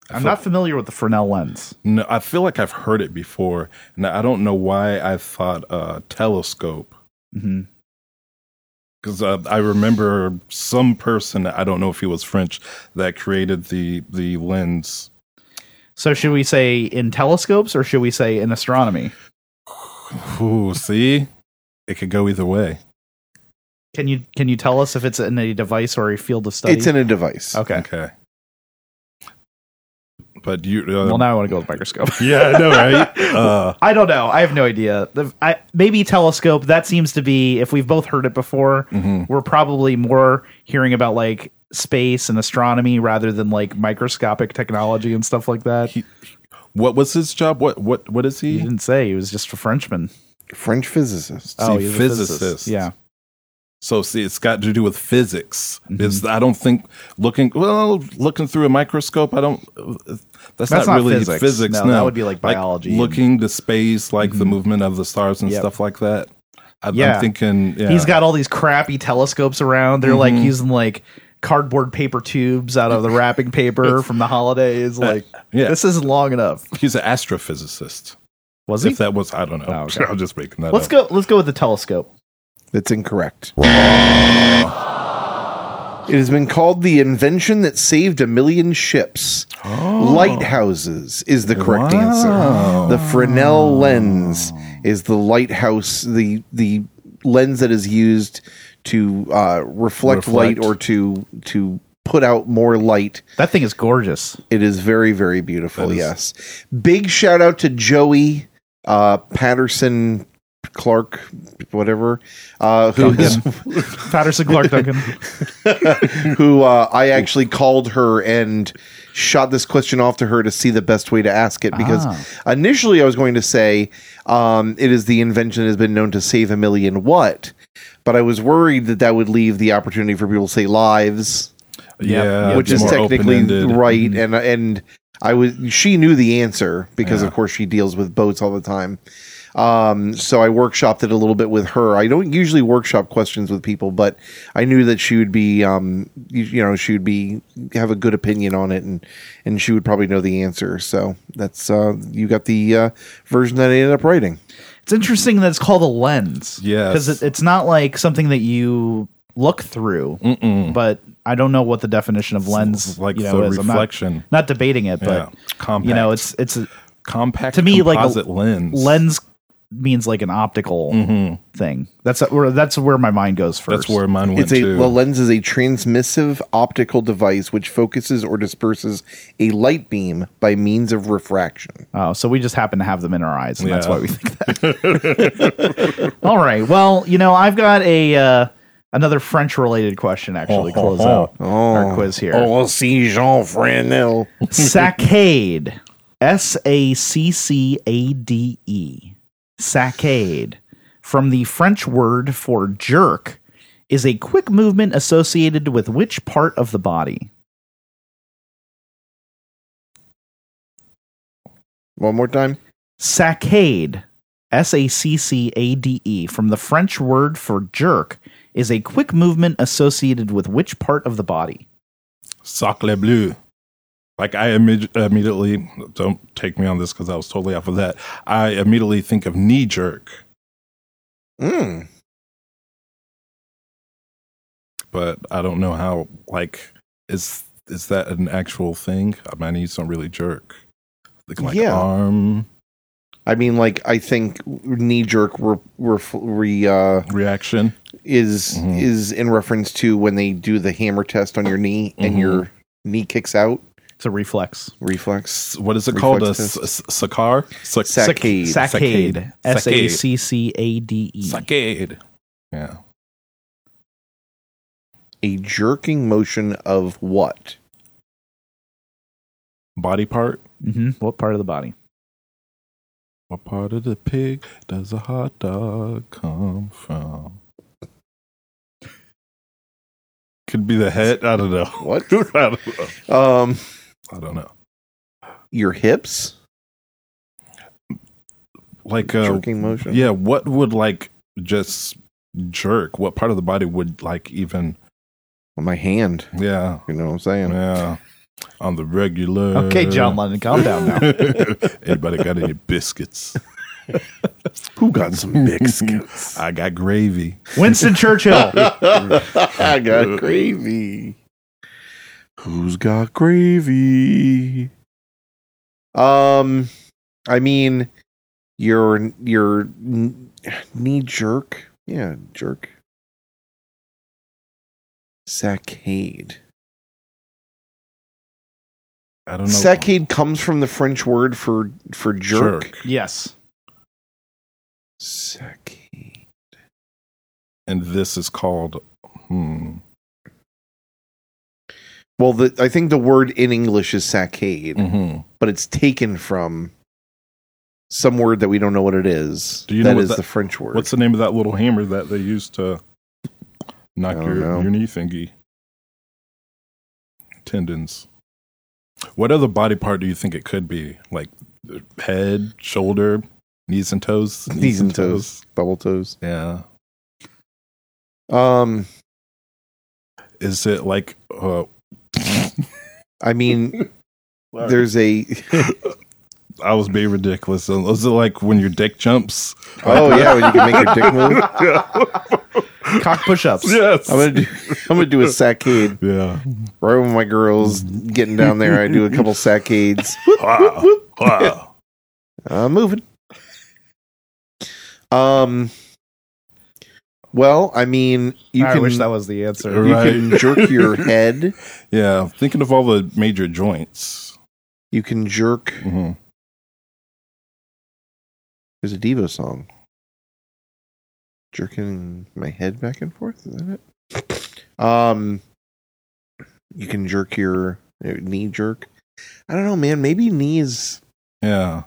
Speaker 1: I'm not familiar with the Fresnel lens.
Speaker 3: No, I feel like I've heard it before, and I don't know why I thought uh, telescope
Speaker 1: hmm
Speaker 3: because uh, I remember some person I don't know if he was French that created the the lens.
Speaker 1: So should we say in telescopes or should we say in astronomy?
Speaker 3: Ooh, see, it could go either way.
Speaker 1: Can you can you tell us if it's in a device or a field of study?
Speaker 2: It's in a device.
Speaker 1: okay.
Speaker 3: Okay, but you uh,
Speaker 1: Well, now I want to go with microscope.
Speaker 3: yeah, I know, right? uh,
Speaker 1: I don't know. I have no idea. The- I, maybe telescope. That seems to be if we've both heard it before,
Speaker 3: mhm.
Speaker 1: we're probably more hearing about like space and astronomy rather than like microscopic technology and stuff like that. He
Speaker 3: He- what was his job? What what what is he?
Speaker 1: didn't say he was just a Frenchman.
Speaker 2: French physicist.
Speaker 1: oh,
Speaker 3: See,
Speaker 1: he's a physicist.
Speaker 3: physicist.
Speaker 1: Yeah.
Speaker 3: So see, it's got to do with physics.
Speaker 1: Mm-hmm.
Speaker 3: It's I don't think looking well looking through a microscope. I don't. That's,
Speaker 1: That's
Speaker 3: not,
Speaker 1: not
Speaker 3: really
Speaker 1: physics.
Speaker 3: physics.
Speaker 1: No,
Speaker 3: No,
Speaker 1: that would be like biology and- Mm-hmm.
Speaker 3: looking to space, like the movement of the stars and
Speaker 1: Yep.
Speaker 3: stuff like that. I,
Speaker 1: Yeah.
Speaker 3: I'm thinking yeah.
Speaker 1: He's got all these crappy telescopes around. They're like using like cardboard paper tubes out of the wrapping paper from the holidays. Like,
Speaker 3: yeah.
Speaker 1: this isn't long enough.
Speaker 3: He's an astrophysicist.
Speaker 1: Was he?
Speaker 3: If that was, I don't know.
Speaker 1: Oh, okay.
Speaker 3: I'm just making that
Speaker 1: Let's
Speaker 3: up.
Speaker 1: go. Let's go with the telescope.
Speaker 2: That's incorrect. It has been called the invention that saved a million ships.
Speaker 3: Oh.
Speaker 2: Lighthouses is the correct answer. The Fresnel lens is the lighthouse, the the lens that is used to uh, reflect,
Speaker 3: Reflect.
Speaker 2: light or to to put out more light.
Speaker 1: That thing is gorgeous.
Speaker 2: It is very very beautiful.
Speaker 3: That is-
Speaker 2: yes. Big shout out to Joey uh, Patterson Clark, whatever, uh, who is
Speaker 1: Patterson Clark Duncan.
Speaker 2: who uh, I actually called her and shot this question off to her to see the best way to ask it because
Speaker 3: Ah.
Speaker 2: initially I was going to say um, it is the invention that has been known to save a million what, but I was worried that that would leave the opportunity for people to say lives,
Speaker 3: Yeah,
Speaker 1: Yep.
Speaker 2: which
Speaker 3: it's
Speaker 2: is
Speaker 3: Uh, more
Speaker 2: technically
Speaker 3: open-ended. Mm-hmm.
Speaker 2: right, and uh, and I was she knew the answer because of course she deals with boats all the time. Um, so I workshopped it a little bit with her. I don't usually workshop questions with people, but I knew that she would be, um, you, you know, she would be have a good opinion on it, and and she would probably know the answer. So that's uh, you got the uh, version that I ended up writing.
Speaker 1: It's interesting that it's called a lens.
Speaker 3: Yes.
Speaker 1: Because it, it's not like something that you look through, but I don't know what the definition of lens
Speaker 3: like
Speaker 1: you know,
Speaker 3: the
Speaker 1: is. I'm not-
Speaker 3: reflection.
Speaker 1: Not, debating it, but
Speaker 3: Compact.
Speaker 1: you know, it's it's a,
Speaker 3: compact
Speaker 1: to me like a
Speaker 3: composite lens.
Speaker 1: lens means like an optical thing. That's where that's where my mind goes first.
Speaker 3: Mm-hmm. That's where mine went
Speaker 2: It's a
Speaker 3: to.
Speaker 2: the lens is a transmissive optical device which focuses or disperses a light beam by means of refraction.
Speaker 1: Oh, so we just happen to have them in our eyes, and that's
Speaker 3: Yeah.
Speaker 1: why we think that. All right. Well, you know, I've got a uh, another French related question actually
Speaker 3: Oh,
Speaker 1: to close out our quiz here.
Speaker 2: see, Jean Fresnel.
Speaker 1: Saccade. S A C C A D E. Saccade. From the French word for jerk, is a quick movement associated with which part of the body?
Speaker 2: One more time.
Speaker 1: Saccade. S A C C A D E. From the French word for jerk, is a quick movement associated with which part of the body?
Speaker 3: Sacre bleu. Like I imme- immediately don't take me on this because I was totally off of that. I immediately think of knee jerk,
Speaker 2: Mm.
Speaker 3: but I don't know how. Like, is is that an actual thing? My knees don't really jerk. Like, like
Speaker 2: Yeah.
Speaker 3: arm
Speaker 2: I mean, like I think knee jerk re, ref re, uh,
Speaker 3: reaction.
Speaker 2: is
Speaker 3: Mhm.
Speaker 2: is in reference to when they do the hammer test on your knee and
Speaker 3: Mhm.
Speaker 2: your knee kicks out
Speaker 1: It's a reflex.
Speaker 2: reflex.
Speaker 3: What is it called? A
Speaker 2: Reflex
Speaker 3: s-
Speaker 2: test.
Speaker 3: s- sakar? Sak-
Speaker 2: Sac- Saccade.
Speaker 1: Saccade.
Speaker 3: Saccade.
Speaker 1: S A C C A D E.
Speaker 3: Saccade. Yeah.
Speaker 2: A jerking motion of what?
Speaker 3: Body part.
Speaker 1: hmm What part of the body?
Speaker 3: What part of the pig does a hot dog come from? Could be the head. I don't know.
Speaker 2: What?
Speaker 3: I don't know.
Speaker 2: Um,
Speaker 3: I don't know.
Speaker 2: your hips
Speaker 3: Like uh,
Speaker 2: jerking motion.
Speaker 3: yeah, what would like just jerk? What part of the body would like even?
Speaker 2: my hand.
Speaker 3: Yeah,
Speaker 2: You know what I'm saying?
Speaker 3: yeah. On the regular.
Speaker 1: Okay, John Lennon, calm down now.
Speaker 3: Anybody got any biscuits?
Speaker 2: Who got some biscuits?
Speaker 3: I got gravy.
Speaker 1: Winston Churchill.
Speaker 2: I got gravy. Uh, Who's got gravy? Um, I mean, your your kn- knee jerk. Yeah, jerk. Saccade.
Speaker 3: I don't know.
Speaker 2: Saccade comes from the French word for for jerk.
Speaker 1: yes.
Speaker 2: Saccade.
Speaker 3: And this is called. Hmm.
Speaker 2: Well, the, I think the word in English is saccade.
Speaker 3: Mhm.
Speaker 2: but it's taken from some word that we don't know what it is.
Speaker 3: Do you
Speaker 2: That
Speaker 3: know what
Speaker 2: is
Speaker 3: that-
Speaker 2: the French word.
Speaker 3: What's the name of that little hammer that they use to knock
Speaker 2: I
Speaker 3: your,
Speaker 2: don't know.
Speaker 3: your knee thingy? Tendons. What other body part do you think it could be? Like the head, shoulder, knees and toes?
Speaker 2: Knees and toes, bubble toes.
Speaker 3: Yeah.
Speaker 2: Um,
Speaker 3: Is it like uh
Speaker 2: I mean,
Speaker 3: Sorry.
Speaker 2: there's a
Speaker 3: I was being ridiculous. Is it like when your dick jumps?
Speaker 2: oh yeah, when you can make your dick move.
Speaker 1: Cock push ups.
Speaker 3: yes.
Speaker 2: I'm gonna do I'm gonna do a saccade
Speaker 3: yeah.
Speaker 2: right when my girls getting down there. I do a couple saccades.
Speaker 3: Wow. Wow.
Speaker 2: I'm moving. Um. Well, I mean, you
Speaker 1: I
Speaker 2: can
Speaker 1: wish that was the answer.
Speaker 2: you
Speaker 3: Right.
Speaker 2: can jerk your head.
Speaker 3: Yeah. Thinking of all the major joints.
Speaker 2: You can jerk.
Speaker 3: Mhm.
Speaker 2: There's a Devo song. Jerking my head back and forth, is that it? Um you can jerk your your knee jerk. I don't know, man. Maybe knees
Speaker 3: Yeah.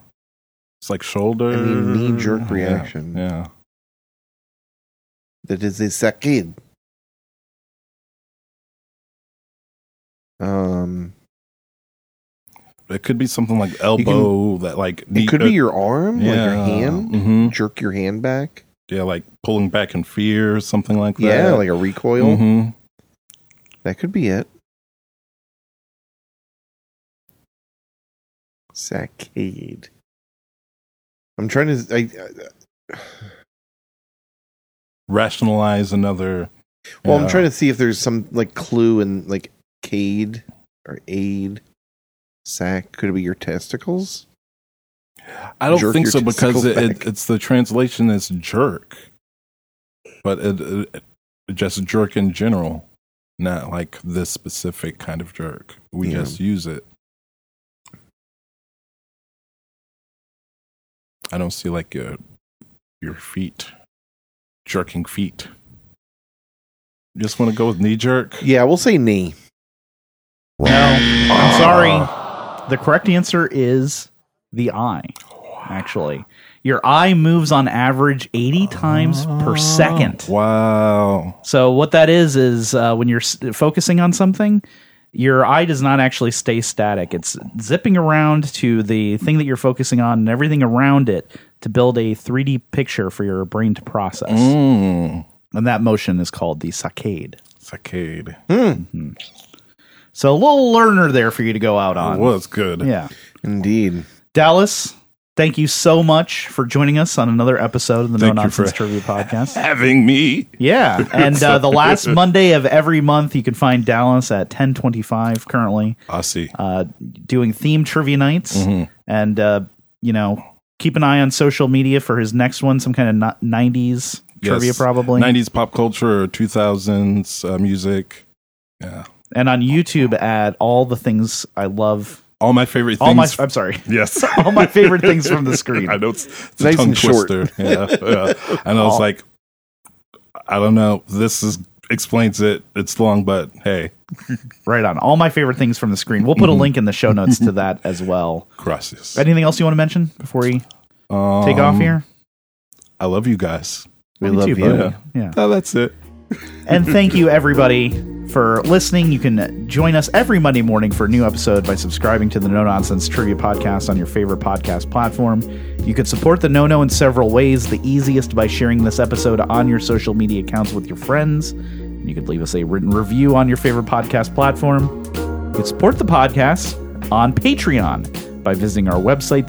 Speaker 3: It's like shoulder.
Speaker 2: I mean knee
Speaker 3: Mm-hmm. Yeah.
Speaker 2: jerk reaction.
Speaker 3: Yeah.
Speaker 2: That is a saccade. Um
Speaker 3: It could be something like elbow that like
Speaker 2: it could be your arm, like your hand.
Speaker 3: hmm
Speaker 2: Jerk your hand back.
Speaker 3: Yeah, like pulling back in fear or something like that.
Speaker 2: Yeah, like a recoil.
Speaker 3: Mhm.
Speaker 2: That could be it. Saccade. I'm trying to. I, I-
Speaker 3: rationalize another.
Speaker 2: well, I'm
Speaker 3: yeah.
Speaker 2: trying to see if there's some like clue in like cade or aid. Sac could it be your testicles?
Speaker 3: I don't
Speaker 2: jerk
Speaker 3: think
Speaker 2: your
Speaker 3: so because it,
Speaker 2: testicles back.
Speaker 3: it, it's the translation is jerk, but it, it, it just jerk in general, not like this specific kind of jerk. We
Speaker 2: Yeah.
Speaker 3: just use it. I don't see like your your feet jerking feet. Just want to go with knee jerk.
Speaker 2: Yeah, we'll say knee.
Speaker 1: No, I'm sorry. The correct answer is the eye, actually. Your eye moves on average 80 times per second.
Speaker 3: Wow.
Speaker 1: So, what that is, is uh, when you're s- focusing on something, your eye does not actually stay static. It's zipping around to the thing that you're focusing on and everything around it to build a 3D picture for your brain to process.
Speaker 2: Hmm.
Speaker 3: Mm.
Speaker 1: And that motion is called the saccade.
Speaker 3: Saccade.
Speaker 2: Hmm.
Speaker 1: So, a little learner there for you to go out
Speaker 3: It
Speaker 1: on.
Speaker 3: was good.
Speaker 1: Yeah.
Speaker 2: Indeed.
Speaker 1: Dallas, thank you so much for joining us on another episode of the
Speaker 3: Thank
Speaker 1: No
Speaker 3: you
Speaker 1: Nonsense
Speaker 3: for-
Speaker 1: Trivia Podcast.
Speaker 3: Having me.
Speaker 1: Yeah, and uh, the last Monday of every month, you can find Dallas at ten twenty five currently
Speaker 3: I see.
Speaker 1: uh, doing theme trivia nights,
Speaker 3: Mm-hmm.
Speaker 1: and uh, you know keep an eye on social media for his next one, some kind of nineties trivia
Speaker 3: Yes.
Speaker 1: probably,
Speaker 3: 90s pop culture or 2000s uh, music. Yeah.
Speaker 1: and on YouTube at all the things I love.
Speaker 3: All my favorite things.
Speaker 1: All my, I'm sorry,
Speaker 3: yes.
Speaker 1: all my favorite things from the screen.
Speaker 3: I know it's, it's
Speaker 2: Nice
Speaker 3: a tongue
Speaker 2: and short.
Speaker 3: twister. Yeah. yeah. And I was
Speaker 1: All-
Speaker 3: like, I don't know. This is explains it. It's long, but hey,
Speaker 1: Right on, all my favorite things from the screen. We'll
Speaker 2: Mm-hmm.
Speaker 1: put a link in the show notes to that as well.
Speaker 3: gracias.
Speaker 1: Anything else you want to mention before we
Speaker 3: Um,
Speaker 1: take off here?
Speaker 3: I love you guys.
Speaker 2: We
Speaker 1: Me
Speaker 2: love
Speaker 1: too,
Speaker 2: you.
Speaker 1: bud. Yeah.
Speaker 3: Oh, that's it.
Speaker 1: And thank you, everybody, for listening. You can join us every Monday morning for a new episode by subscribing to the No Nonsense Trivia Podcast on your favorite podcast platform. You can support the No No in several ways, the easiest by sharing this episode on your social media accounts with your friends. And you could leave us a written review on your favorite podcast platform. You can support the podcast on Patreon by visiting our website,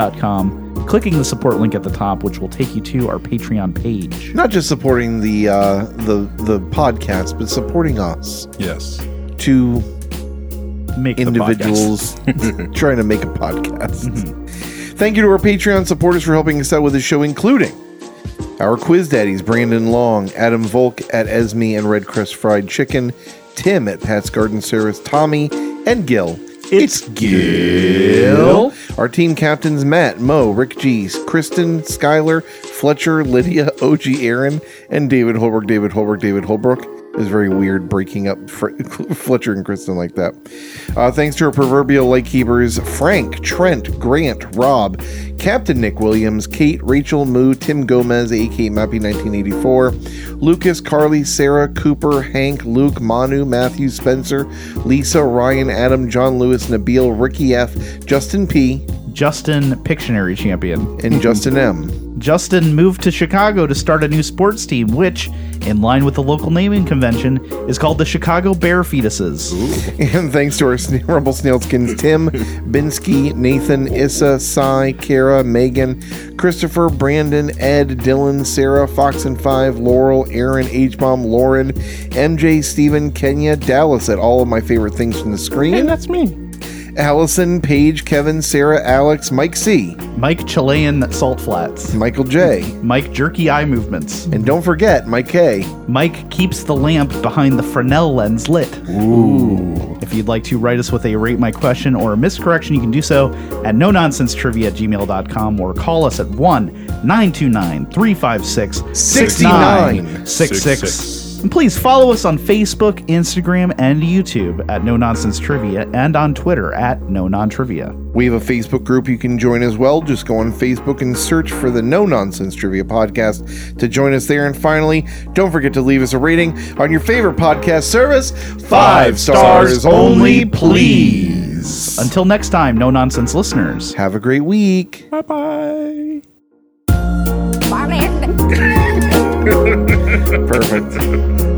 Speaker 1: thenono.com, clicking the support link at the top, which will take you to our Patreon page.
Speaker 2: Not just supporting the uh, the the podcast, but supporting us
Speaker 3: Yes.
Speaker 2: two
Speaker 1: Make the podcast. Mm-hmm.
Speaker 2: individuals trying to make a podcast. Thank you to our Patreon supporters for helping us out with the show, including our quiz daddies Brandon Long, Adam Volk at Esme and Red Crest Fried Chicken, Tim at Pat's Garden Service, Tommy, and Gil.
Speaker 1: It's
Speaker 2: Gil. Our team captains Matt, Mo, Rick G, Kristen, Skylar, Fletcher, Lydia, OG Aaron, and David Holbrook. David Holbrook, David Holbrook. It's very weird breaking up Fr- Fletcher and Kristen like that. Uh, thanks to our proverbial lightkeepers Frank, Trent, Grant, Rob, Captain Nick Williams, Kate, Rachel, Moo, Tim Gomez, AK Mappy 1984, Lucas, Carly, Sarah, Cooper, Hank, Luke, Manu, Matthew, Spencer, Lisa, Ryan, Adam, John Lewis, Nabil, Ricky F, Justin P,
Speaker 1: Justin Pictionary champion.
Speaker 2: and Justin M.
Speaker 1: Justin moved to Chicago to start a new sports team, which, in line with the local naming convention, is called the Chicago Bear Fetuses.
Speaker 2: And thanks to our sna- Rumble Snailskins, Tim, Binsky, Nathan, Issa, Cy, Kara, Megan, Christopher, Brandon, Ed, Dylan, Sarah, Fox and Five, Laurel, Aaron, H Bomb, Lauren, MJ, Steven, Kenya, Dallas at all of my favorite things from the screen.
Speaker 3: that's me.
Speaker 2: Allison, Paige, Kevin, Sarah, Alex, Mike C,
Speaker 1: Mike Chilean Salt Flats.
Speaker 2: Michael J,
Speaker 1: Mike Jerky Eye Movements.
Speaker 2: and don't forget Mike K.
Speaker 1: Mike keeps the lamp behind the Fresnel lens lit. Ooh. If you'd like to write us with a rate my question or a miscorrection, you can do so at no nonsense trivia at gmail.com or call us at 1 929 356
Speaker 3: 69.
Speaker 1: And please follow us on Facebook, Instagram, and YouTube at No Nonsense Trivia and on Twitter at No Non Trivia.
Speaker 2: We have a Facebook group you can join as well. Just go on Facebook and search for the No Nonsense Trivia Podcast to join us there. And finally, don't forget to leave us a rating on your favorite podcast service. Five stars only, please.
Speaker 1: Until next time, No Nonsense listeners.
Speaker 2: Have a great week.
Speaker 3: Bye bye.
Speaker 5: Bye, man.
Speaker 2: Perfect.